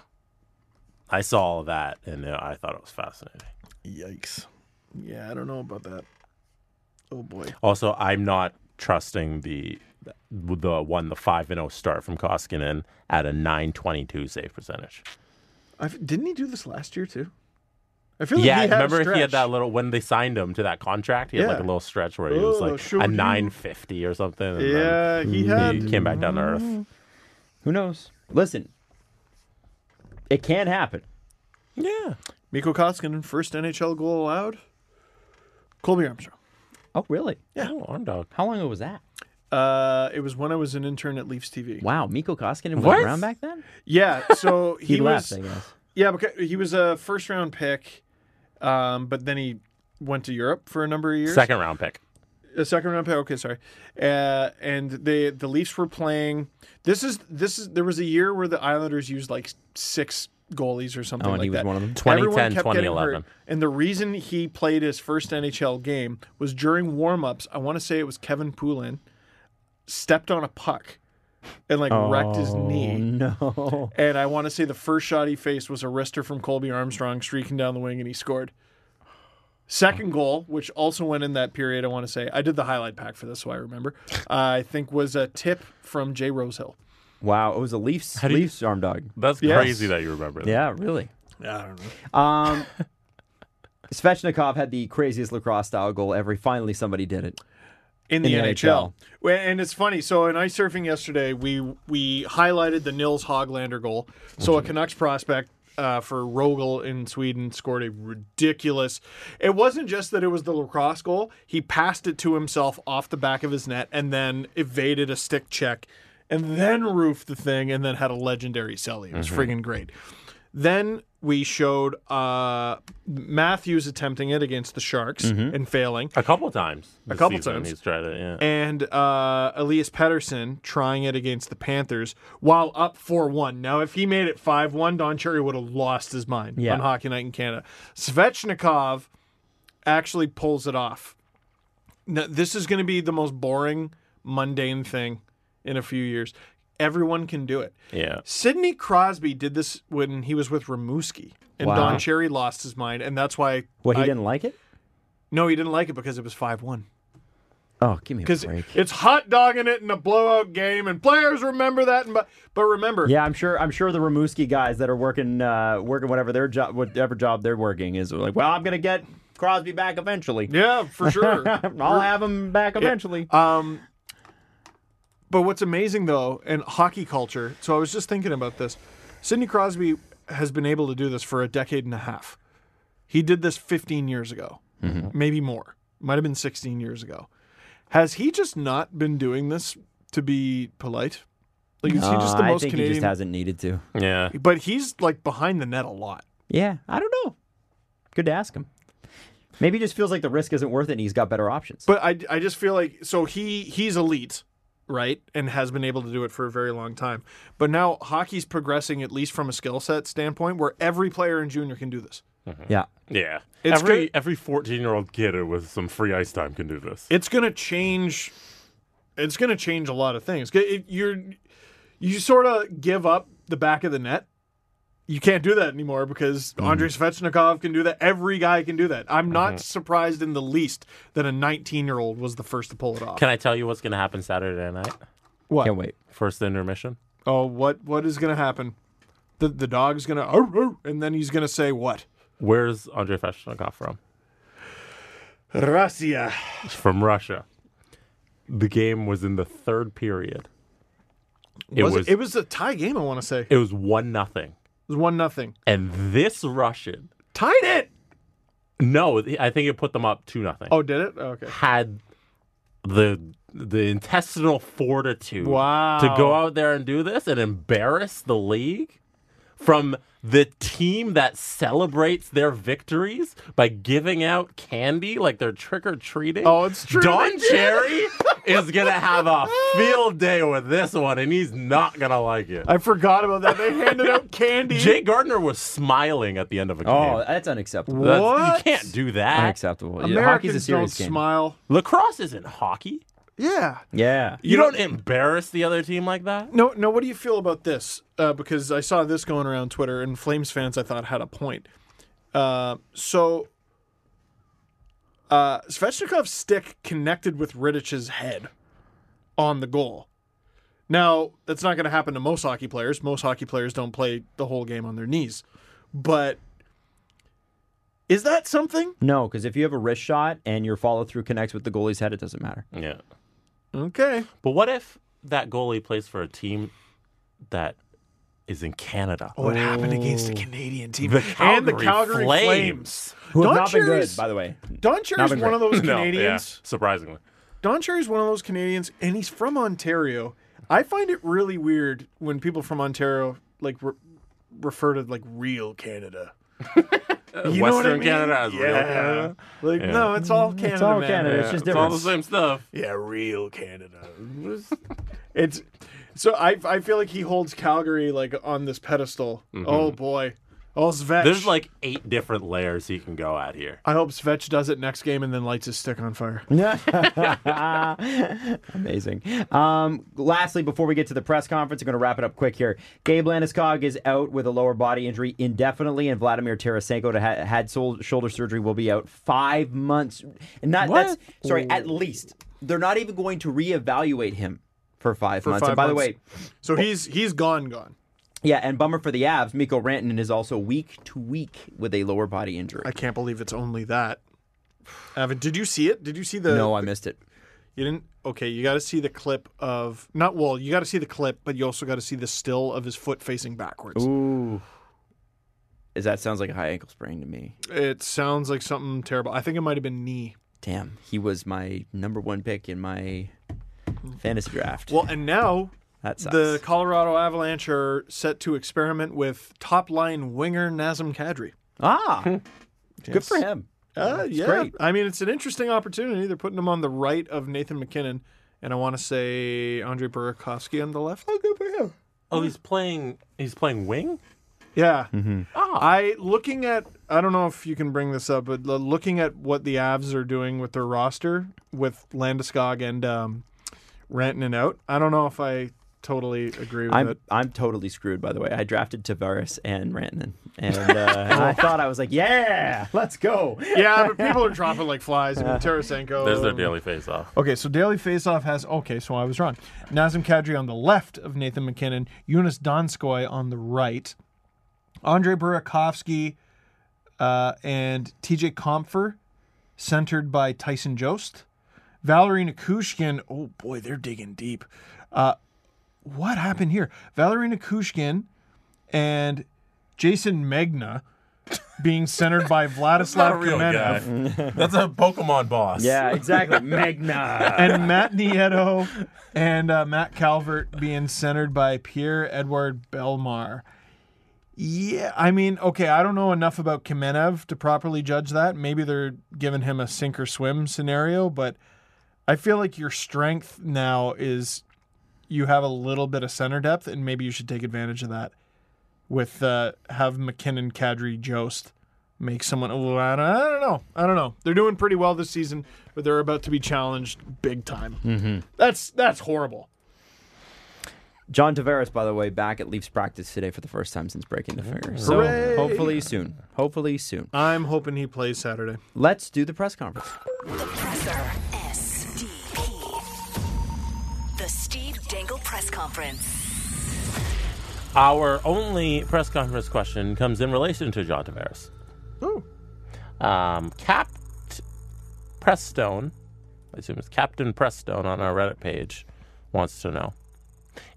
E: I saw all of that and uh, I thought it was fascinating.
D: Yikes! Yeah, I don't know about that. Oh boy.
E: Also, I'm not trusting the the one the 5 and 0 start from Koskinen at a 922 save percentage.
D: I've, didn't he do this last year too? I feel like
E: yeah,
D: he had a
E: remember he had
D: stretch.
E: that little when they signed him to that contract, he had like
D: Yeah.
E: a little stretch where he was
D: Oh,
E: like
D: show
E: a
D: you.
E: 950 or something and
D: Yeah, he
E: then
D: had. Mm-hmm.
E: he came back down to earth.
C: Who knows? Listen, it can happen.
E: Yeah.
D: Miko Koskinen first NHL goal allowed. Colby Armstrong.
C: Oh, really?
E: Yeah, arm dog.
C: How long ago was that?
D: Uh, it was when I was an intern at Leafs TV.
C: Wow, Miko Koskinen was
E: What?
C: around back then.
D: Yeah, so he,
C: He, left,
D: was.
C: I guess.
D: Yeah, because he was a first round pick, um, but then he went to Europe for a number of years.
E: Second round pick.
D: a second round pick. Uh, Okay, sorry. Uh, and they the Leafs were playing. This is this is there was a year where the Islanders used like six goalies or something
C: Oh, and
D: like
C: he was
D: that.
C: one of them?
D: Everyone
E: 2010,
D: kept getting
E: 2011.
D: hurt, And the reason he played his first NHL game was during warm-ups. I want to say it was Kevin Poulin stepped on a puck and like wrecked his knee.
C: Oh, No.
D: And I want to say the first shot he faced was a wrister from Colby Armstrong streaking down the wing, and he scored. Second goal, which also went in that period, I want to say. I did the highlight pack for this, so I remember. I think was a tip from Jay Rosehill.
C: Wow, it was a Leafs
E: do you-
C: Leafs arm dog.
E: That's
D: Yes.
E: crazy that you remember that.
C: Yeah, really.
D: I don't know.
C: Um, Svechnikov had the craziest lacrosse style goal ever. Finally, somebody did it.
D: in the, NHL. Well, And it's funny. So in ice surfing yesterday, we we highlighted the Nils Hoglander goal. So a Canucks prospect uh, for Rogel in Sweden scored a ridiculous. It wasn't just that it was the lacrosse goal. He passed it to himself off the back of his net and then evaded a stick check, and then roofed the thing, and then had a legendary celly. It was friggin' great. Then we showed uh, Matthews attempting it against the Sharks and failing.
E: A couple times. this
D: couple
E: season
D: times.
E: He's tried it. Yeah.
D: and uh, Elias Pettersson trying it against the Panthers while up 4 1. Now, if he made it 5 1, Don Cherry would have lost his mind
C: Yeah.
D: on Hockey Night in Canada. Svechnikov actually pulls it off. Now, this is going to be the most boring, mundane thing in a few years. Everyone can do it.
E: Yeah.
D: Sidney Crosby did this when he was with Ramuski, and
C: Wow.
D: Don Cherry lost his mind, and that's why.
C: What, he
D: I-
C: didn't like it?
D: No, he didn't like it because it was five one.
C: Oh, give me a
D: Because
C: break.
D: it's hot dogging it in a blowout game, and players remember that. And, but, but remember,
C: Yeah, I'm sure. I'm sure the Ramuski guys that are working, uh, working whatever their job, whatever job they're working is like. Well, I'm gonna get Crosby back eventually.
D: yeah, for sure.
C: I'll have him back eventually.
D: Um, but what's amazing though, in hockey culture, so I was just thinking about this. Sidney Crosby has been able to do this for a decade and a half. He did this 15 years ago,
C: Mm-hmm.
D: maybe more. Might have been 16 years ago. Has he just not been doing this to be polite? Like, is he just the
C: Uh, I
D: most
C: think
D: Canadian?
C: he just hasn't needed to.
E: Yeah.
D: but he's like behind the net a lot.
C: Yeah, I don't know. Good to ask him. Maybe he just feels like the risk isn't worth it, and he's got better options.
D: But I, I just feel like so he he's elite, right, and has been able to do it for a very long time. But now hockey's progressing at least from a skill set standpoint, where every player in junior can do this.
C: yeah,
E: Yeah.
D: It's
F: every
D: great.
F: every fourteen year old kid with some free ice time can do this.
D: It's gonna change. It's gonna change a lot of things. It- it- you're you sort of give up the back of the net. You can't do that anymore because Andrei Svechnikov can do that. Every guy can do that. I'm not surprised in the least that a 19 year old was the first to pull it off.
E: Can I tell you what's going to happen Saturday night?
D: what?
C: can't wait.
E: First intermission.
D: Oh, what what is gonna happen? The the dog's gonna "Arr, arr," and then he's gonna say what?
E: Where's Andrei Feshnikov from?
D: Russia.
E: from Russia. The game was in the third period. It
D: was,
E: was
D: it, it was a tie game, I wanna say. It
E: it was one nothing,
D: was one nothing.
E: and this Russian
D: Tied it.
E: no, th- I think it put them up two nothing.
D: Oh, did it? Oh, okay.
E: Had the the intestinal fortitude
D: Wow.
E: to go out there and do this and embarrass the league from the team that celebrates their victories by giving out candy like they're trick or treating.
D: Oh, it's true, they
E: Don
D: did.
E: Cherry is gonna have a field day with this one, and he's not gonna like it.
D: I forgot about that. They handed out candy.
E: Jay Gardner was smiling at the end of a game.
C: Oh, that's unacceptable.
E: That's-
D: what?
E: You can't do that.
C: Unacceptable. Yeah, Hockey's a
D: Americans don't
C: serious game.
D: smile.
E: Lacrosse isn't hockey.
D: Yeah.
C: Yeah.
E: You don't embarrass the other team like that.
D: No, no. What do you feel about this? Uh, because I saw this going around Twitter, and Flames fans I thought had a point. Uh, so, uh, Svechnikov's stick connected with Riddich's head on the goal. Now that's not going to happen to most hockey players. Most hockey players don't play the whole game on their knees, but is that something?
C: No, because if you have a wrist shot and your follow through connects with the goalie's head, it doesn't matter.
E: Yeah.
D: Okay.
E: But what if that goalie plays for a team that Oh, is in Canada?
D: What happened against
C: Oh.
D: the Canadian team
E: The
D: and
E: Calgary,
D: the Calgary Flames?
C: Who
D: Don
C: have not been good,
D: Cherry's-
C: by the way.
D: Don Cherry's
C: been
D: one of those
E: No,
D: Canadians.
E: yeah, surprisingly.
D: Don Cherry's one of those Canadians, and he's from Ontario. I find it really weird when people from Ontario like re- refer to like real Canada. You know what I
E: Western
D: mean?
E: Canada is real
D: Yeah.
E: Canada.
D: Like no, it's all Canada.
C: It's all
D: man.
C: Canada. It's just
E: It's all
C: different.
E: the same stuff.
D: Yeah, real Canada. it's so I I feel like he holds Calgary like on this pedestal. Oh boy, oh Svech.
E: There's Mm-hmm. like eight different layers he can go at here.
D: I hope Svech does it next game and then lights his stick on fire.
C: Amazing. Um, lastly, before we get to the press conference, I'm going to wrap it up quick here. Gabe Landeskog is out with a lower body injury indefinitely, and Vladimir Tarasenko to ha- had sol- shoulder surgery will be out five months. Not that's sorry, at
D: Oh.
C: least they're not even going to reevaluate him for five months.
D: five
C: and by
D: months.
C: the way,
D: So he's he's gone gone.
C: yeah, and bummer for the Avs, Miko Rantanen is also week to week with a lower body injury.
D: I can't believe it's only that. Evan, did you see it? Did you see the?
C: no, I missed it.
D: You didn't. Okay, you got to see the clip of not well. You got to see the clip, but you also got to see the still of his foot facing backwards.
C: Ooh. Is that sounds like a high ankle sprain to me.
D: It sounds like something terrible. I think it might have been knee.
C: Damn, he was my number one pick in my fantasy draft.
D: Well, and now
C: that sucks.
D: the Colorado Avalanche are set to experiment with top line winger Nazem Kadri.
C: ah, good for him.
D: Uh, yeah,
C: great.
D: I mean it's an interesting opportunity. They're putting him on the right of Nathan McKinnon, and I want to say Andre Burakovsky on the left. Oh, good for him.
E: Oh, he's playing. He's playing wing.
D: Yeah. Ah. I looking at I don't know if you can bring this up, but l- looking at what the Avs are doing with their roster with Landeskog and um, Rantanen out, I don't know if I totally agree with
C: I'm
D: it.
C: I'm totally screwed. By the way, I drafted Tavares and Rantanen, and, uh, and I thought I was like, yeah, let's go.
D: Yeah, but people are dropping like flies. I mean, Tarasenko.
E: There's their daily face off.
D: Okay, so daily faceoff has okay, so I was wrong. Nazem Kadri on the left of Nathan McKinnon, Eunice Donskoy on the right, Andre Burakovsky uh, and TJ Comfer, centered by Tyson Jost, Valerie Nikushkin. Oh boy, they're digging deep. Uh, what happened here? Valerie Nikushkin and Jason Megna being centered by Vladislav
E: Not a real
D: Kamenev.
E: guy. That's a Pokemon boss.
C: Yeah, exactly. Magna.
D: and Matt Nieto and uh, Matt Calvert being centered by Pierre Edward Belmar. Yeah, I mean, okay, I don't know enough about Kamenev to properly judge that. Maybe they're giving him a sink or swim scenario, but I feel like your strength now is you have a little bit of center depth, and maybe you should take advantage of that with uh, have McKinnon, Kadri, Jost make someone. oh, I don't- I don't know. I don't know. They're doing pretty well this season, but they're about to be challenged big time.
C: Mm-hmm.
D: That's that's horrible.
C: John Tavares, by the way, back at Leafs practice today for the first time since breaking the finger. So
D: Hooray.
C: hopefully soon. Hopefully soon.
D: I'm hoping he plays Saturday.
C: Let's do the press conference.
A: The presser. SDP. The Steve Dangle Press Conference.
E: Our only press conference question comes in relation to John Tavares. Um, Cap Prestone, I assume it's Captain Prestone on our Reddit page, wants to know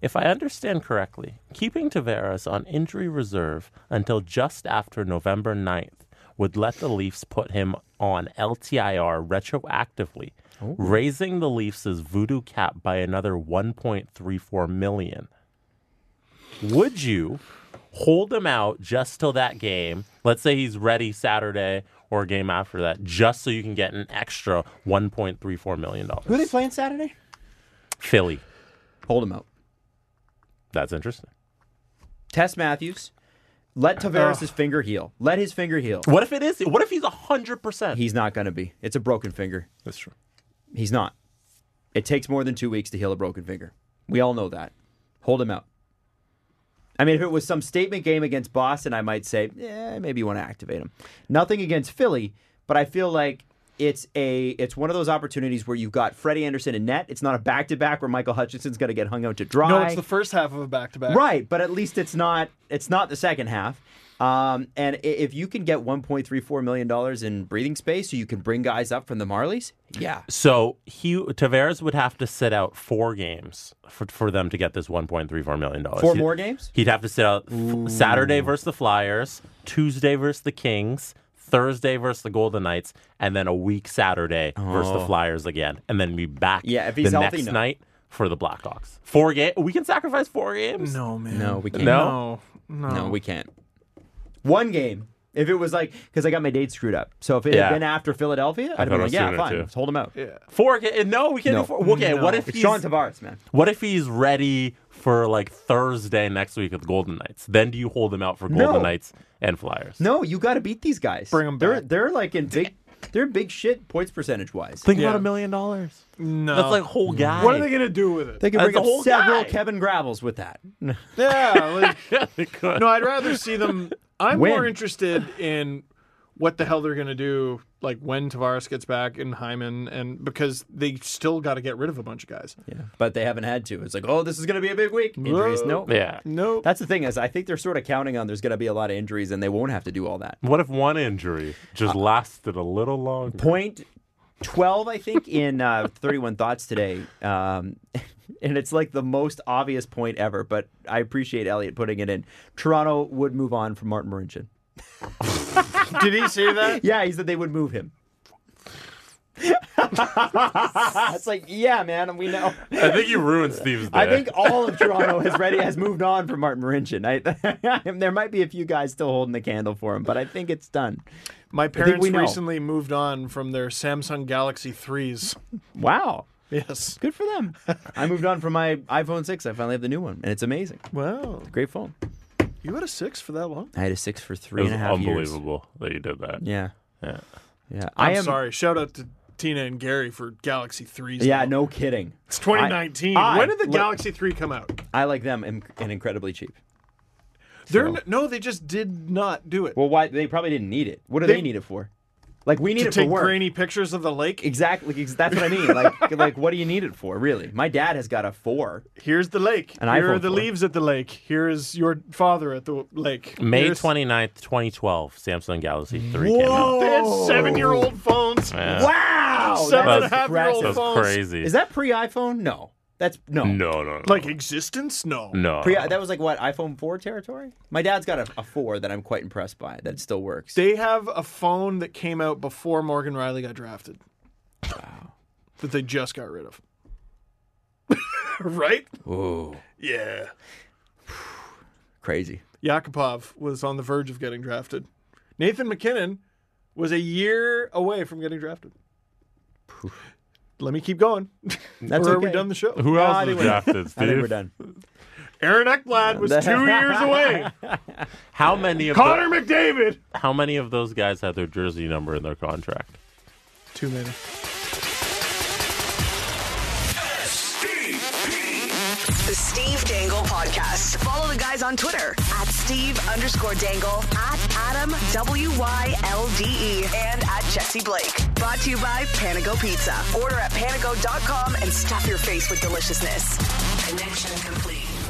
E: if I understand correctly, keeping Tavares on injury reserve until just after November 9th would let the Leafs put him on LTIR retroactively, raising the Leafs' voodoo cap by another 1.34 million. Would you hold him out just till that game? Let's say he's ready Saturday or a game after that, just so you can get an extra 1.34 million
C: Who are
E: dollars.
C: they playing Saturday?
E: Philly.
C: Hold him out.
E: That's interesting.
C: Tess Matthews. Let Tavares' finger heal. Let his finger heal.
E: What if it is? What if he's hundred percent?
C: He's not going to be. It's a broken finger.
E: That's true.
C: He's not. It takes more than two weeks to heal a broken finger. We all know that. Hold him out. I mean, if it was some statement game against Boston, I might say, yeah, maybe you want to activate him. Nothing against Philly, but I feel like it's a it's one of those opportunities where you've got Freddie Anderson and net. It's not a back to back where Michael Hutchinson's going to get hung out to dry.
D: No, it's the first half of a back to back.
C: Right, but at least it's not it's not the second half. Um, and i- if you can get 1.34 million dollars in breathing space, so you can bring guys up from the Marlies, yeah,
E: So he Tavares would have to sit out four games for, for them to get this one point three four million dollars.
C: four more games.
E: He'd have to sit out f- Saturday versus the Flyers, Tuesday versus the Kings, Thursday versus the Golden Knights, and then a week Saturday versus the Flyers again, and then be back.
C: Oh. Yeah, if he's
E: the
C: healthy,
E: next
C: no.
E: night for the Blackhawks. Four game. We can sacrifice four games.
D: No man.
C: No, we can't.
D: No. No.
C: No, we can't. One game. If it was like, because I got my date screwed up. So if it
E: Yeah.
C: had been after Philadelphia,
E: thought
C: I'd have been
E: it
C: like,
E: was
C: yeah,
E: sooner,
C: fine,
E: too.
C: let's hold him out.
E: Four game. No, we can't
C: No.
E: do four. Okay,
D: No.
E: what if
C: It's
E: he's
C: Sean Tavares, man.
E: What if he's ready for like Thursday next week at the Golden Knights? Then do you hold him out for Golden
C: No.
E: Knights and Flyers?
C: No, you got to beat these guys.
D: Bring 'em
C: They're
D: back.
C: they're like in big, they're in big shit points percentage wise.
E: Think
D: Yeah.
E: about a million dollars.
D: No.
E: That's like a whole guy.
D: what are they gonna do with it?
C: They can
E: That's
C: bring
E: the
C: up
E: whole
C: several
E: guy.
C: Kevin Gravels with that.
D: yeah. Like,
E: gonna?
D: no, I'd rather see them. I'm
C: Win.
D: more interested in what the hell they're gonna do, like when Tavares gets back and Hyman, and because they still got to get rid of a bunch of guys.
C: Yeah, but they haven't had to. It's like, oh, this is going to be a big week. Injuries, no.
E: Yeah.
D: No.
C: That's the thing is, I think they're sort of counting on there's going to be a lot of injuries, and they won't have to do all that.
E: What if one injury just lasted a little longer?
C: Uh, Point twelve, I think, in uh, thirty-one thoughts today, um, and it's like the most obvious point ever. But I appreciate Elliot putting it in. Toronto would move on from Martin Marincin.
D: Did he say that?
C: Yeah, he said they would move him. it's like, yeah, man, we know.
E: I think you ruined Steve's day.
C: I think all of Toronto has ready has moved on from Martin Marincin. I, there might be a few guys still holding the candle for him, but I think it's done.
D: My
C: think
D: parents
C: we know.
D: recently moved on from their Samsung Galaxy 3s.
C: Wow.
D: Yes.
C: Good for them. I moved on from my iPhone 6. I finally have the new one, and it's amazing.
D: Wow.
C: Great phone.
D: You had a 6 for that long?
C: I had a 6 for
E: it
C: three
E: was
C: and a half years.
E: unbelievable that you did that.
C: Yeah.
E: Yeah.
C: Yeah. I
D: I'm
C: am
D: sorry. Shout out to Tina and Gary for Galaxy 3s.
C: Yeah,
D: now.
C: no kidding.
D: It's 2019.
C: I- I-
D: when did the
C: look-
D: Galaxy 3 come out?
C: I like them and, and incredibly cheap.
D: They're n- no, they just did not do it.
C: Well, why they probably didn't need it. What do they,
D: They-
C: need it for? Like we need
D: to
C: it for
D: take
C: work.
D: grainy pictures of the lake.
C: Exactly. ex- That's what I mean. Like, like, what do you need it for, really? My dad has got a four.
D: Here's the lake.
C: An
D: Here
C: iPhone
D: are the
C: four.
D: leaves at the lake. Here is your father at the lake.
E: May
D: Here's-
E: 29th, 2012, Samsung Galaxy 3 came out.
D: They had seven-year-old phones.
C: Wow,
D: Seven and a
C: that's
D: half year
C: impressive.
D: old
E: That's
D: phones.
E: crazy.
C: Is that pre-iPhone? No, that's no.
E: no, no, no.
D: Like existence? No.
E: no.
C: Pre- that was like what iPhone four territory. My dad's got a, a four that I'm quite impressed by. That still works.
D: They have a phone that came out before Morgan Riley got drafted. That they just got rid of. right?
C: Ooh,
D: Yeah.
C: crazy.
D: Yakupov was on the verge of getting drafted. Nathan McKinnon was a year away from getting drafted. Let me keep going.
C: That's
D: or are
C: okay.
D: we done the show?
E: Who
C: I
E: else was
C: think we're-
E: drafted,
C: I think we're
E: Steve?
C: done.
D: Aaron Eckblad was two years away.
E: How many of
D: Connor McDavid.
E: the- how many of those guys had their jersey number in their contract?
D: Too many.
A: The Steve Dangle Podcast. Follow the guys on Twitter at Steve underscore Dangle, at Adam W Y L D E, and at Jesse Blake. Brought to you by Panago Pizza. Order at panago.com and stuff your face with deliciousness. Connection complete.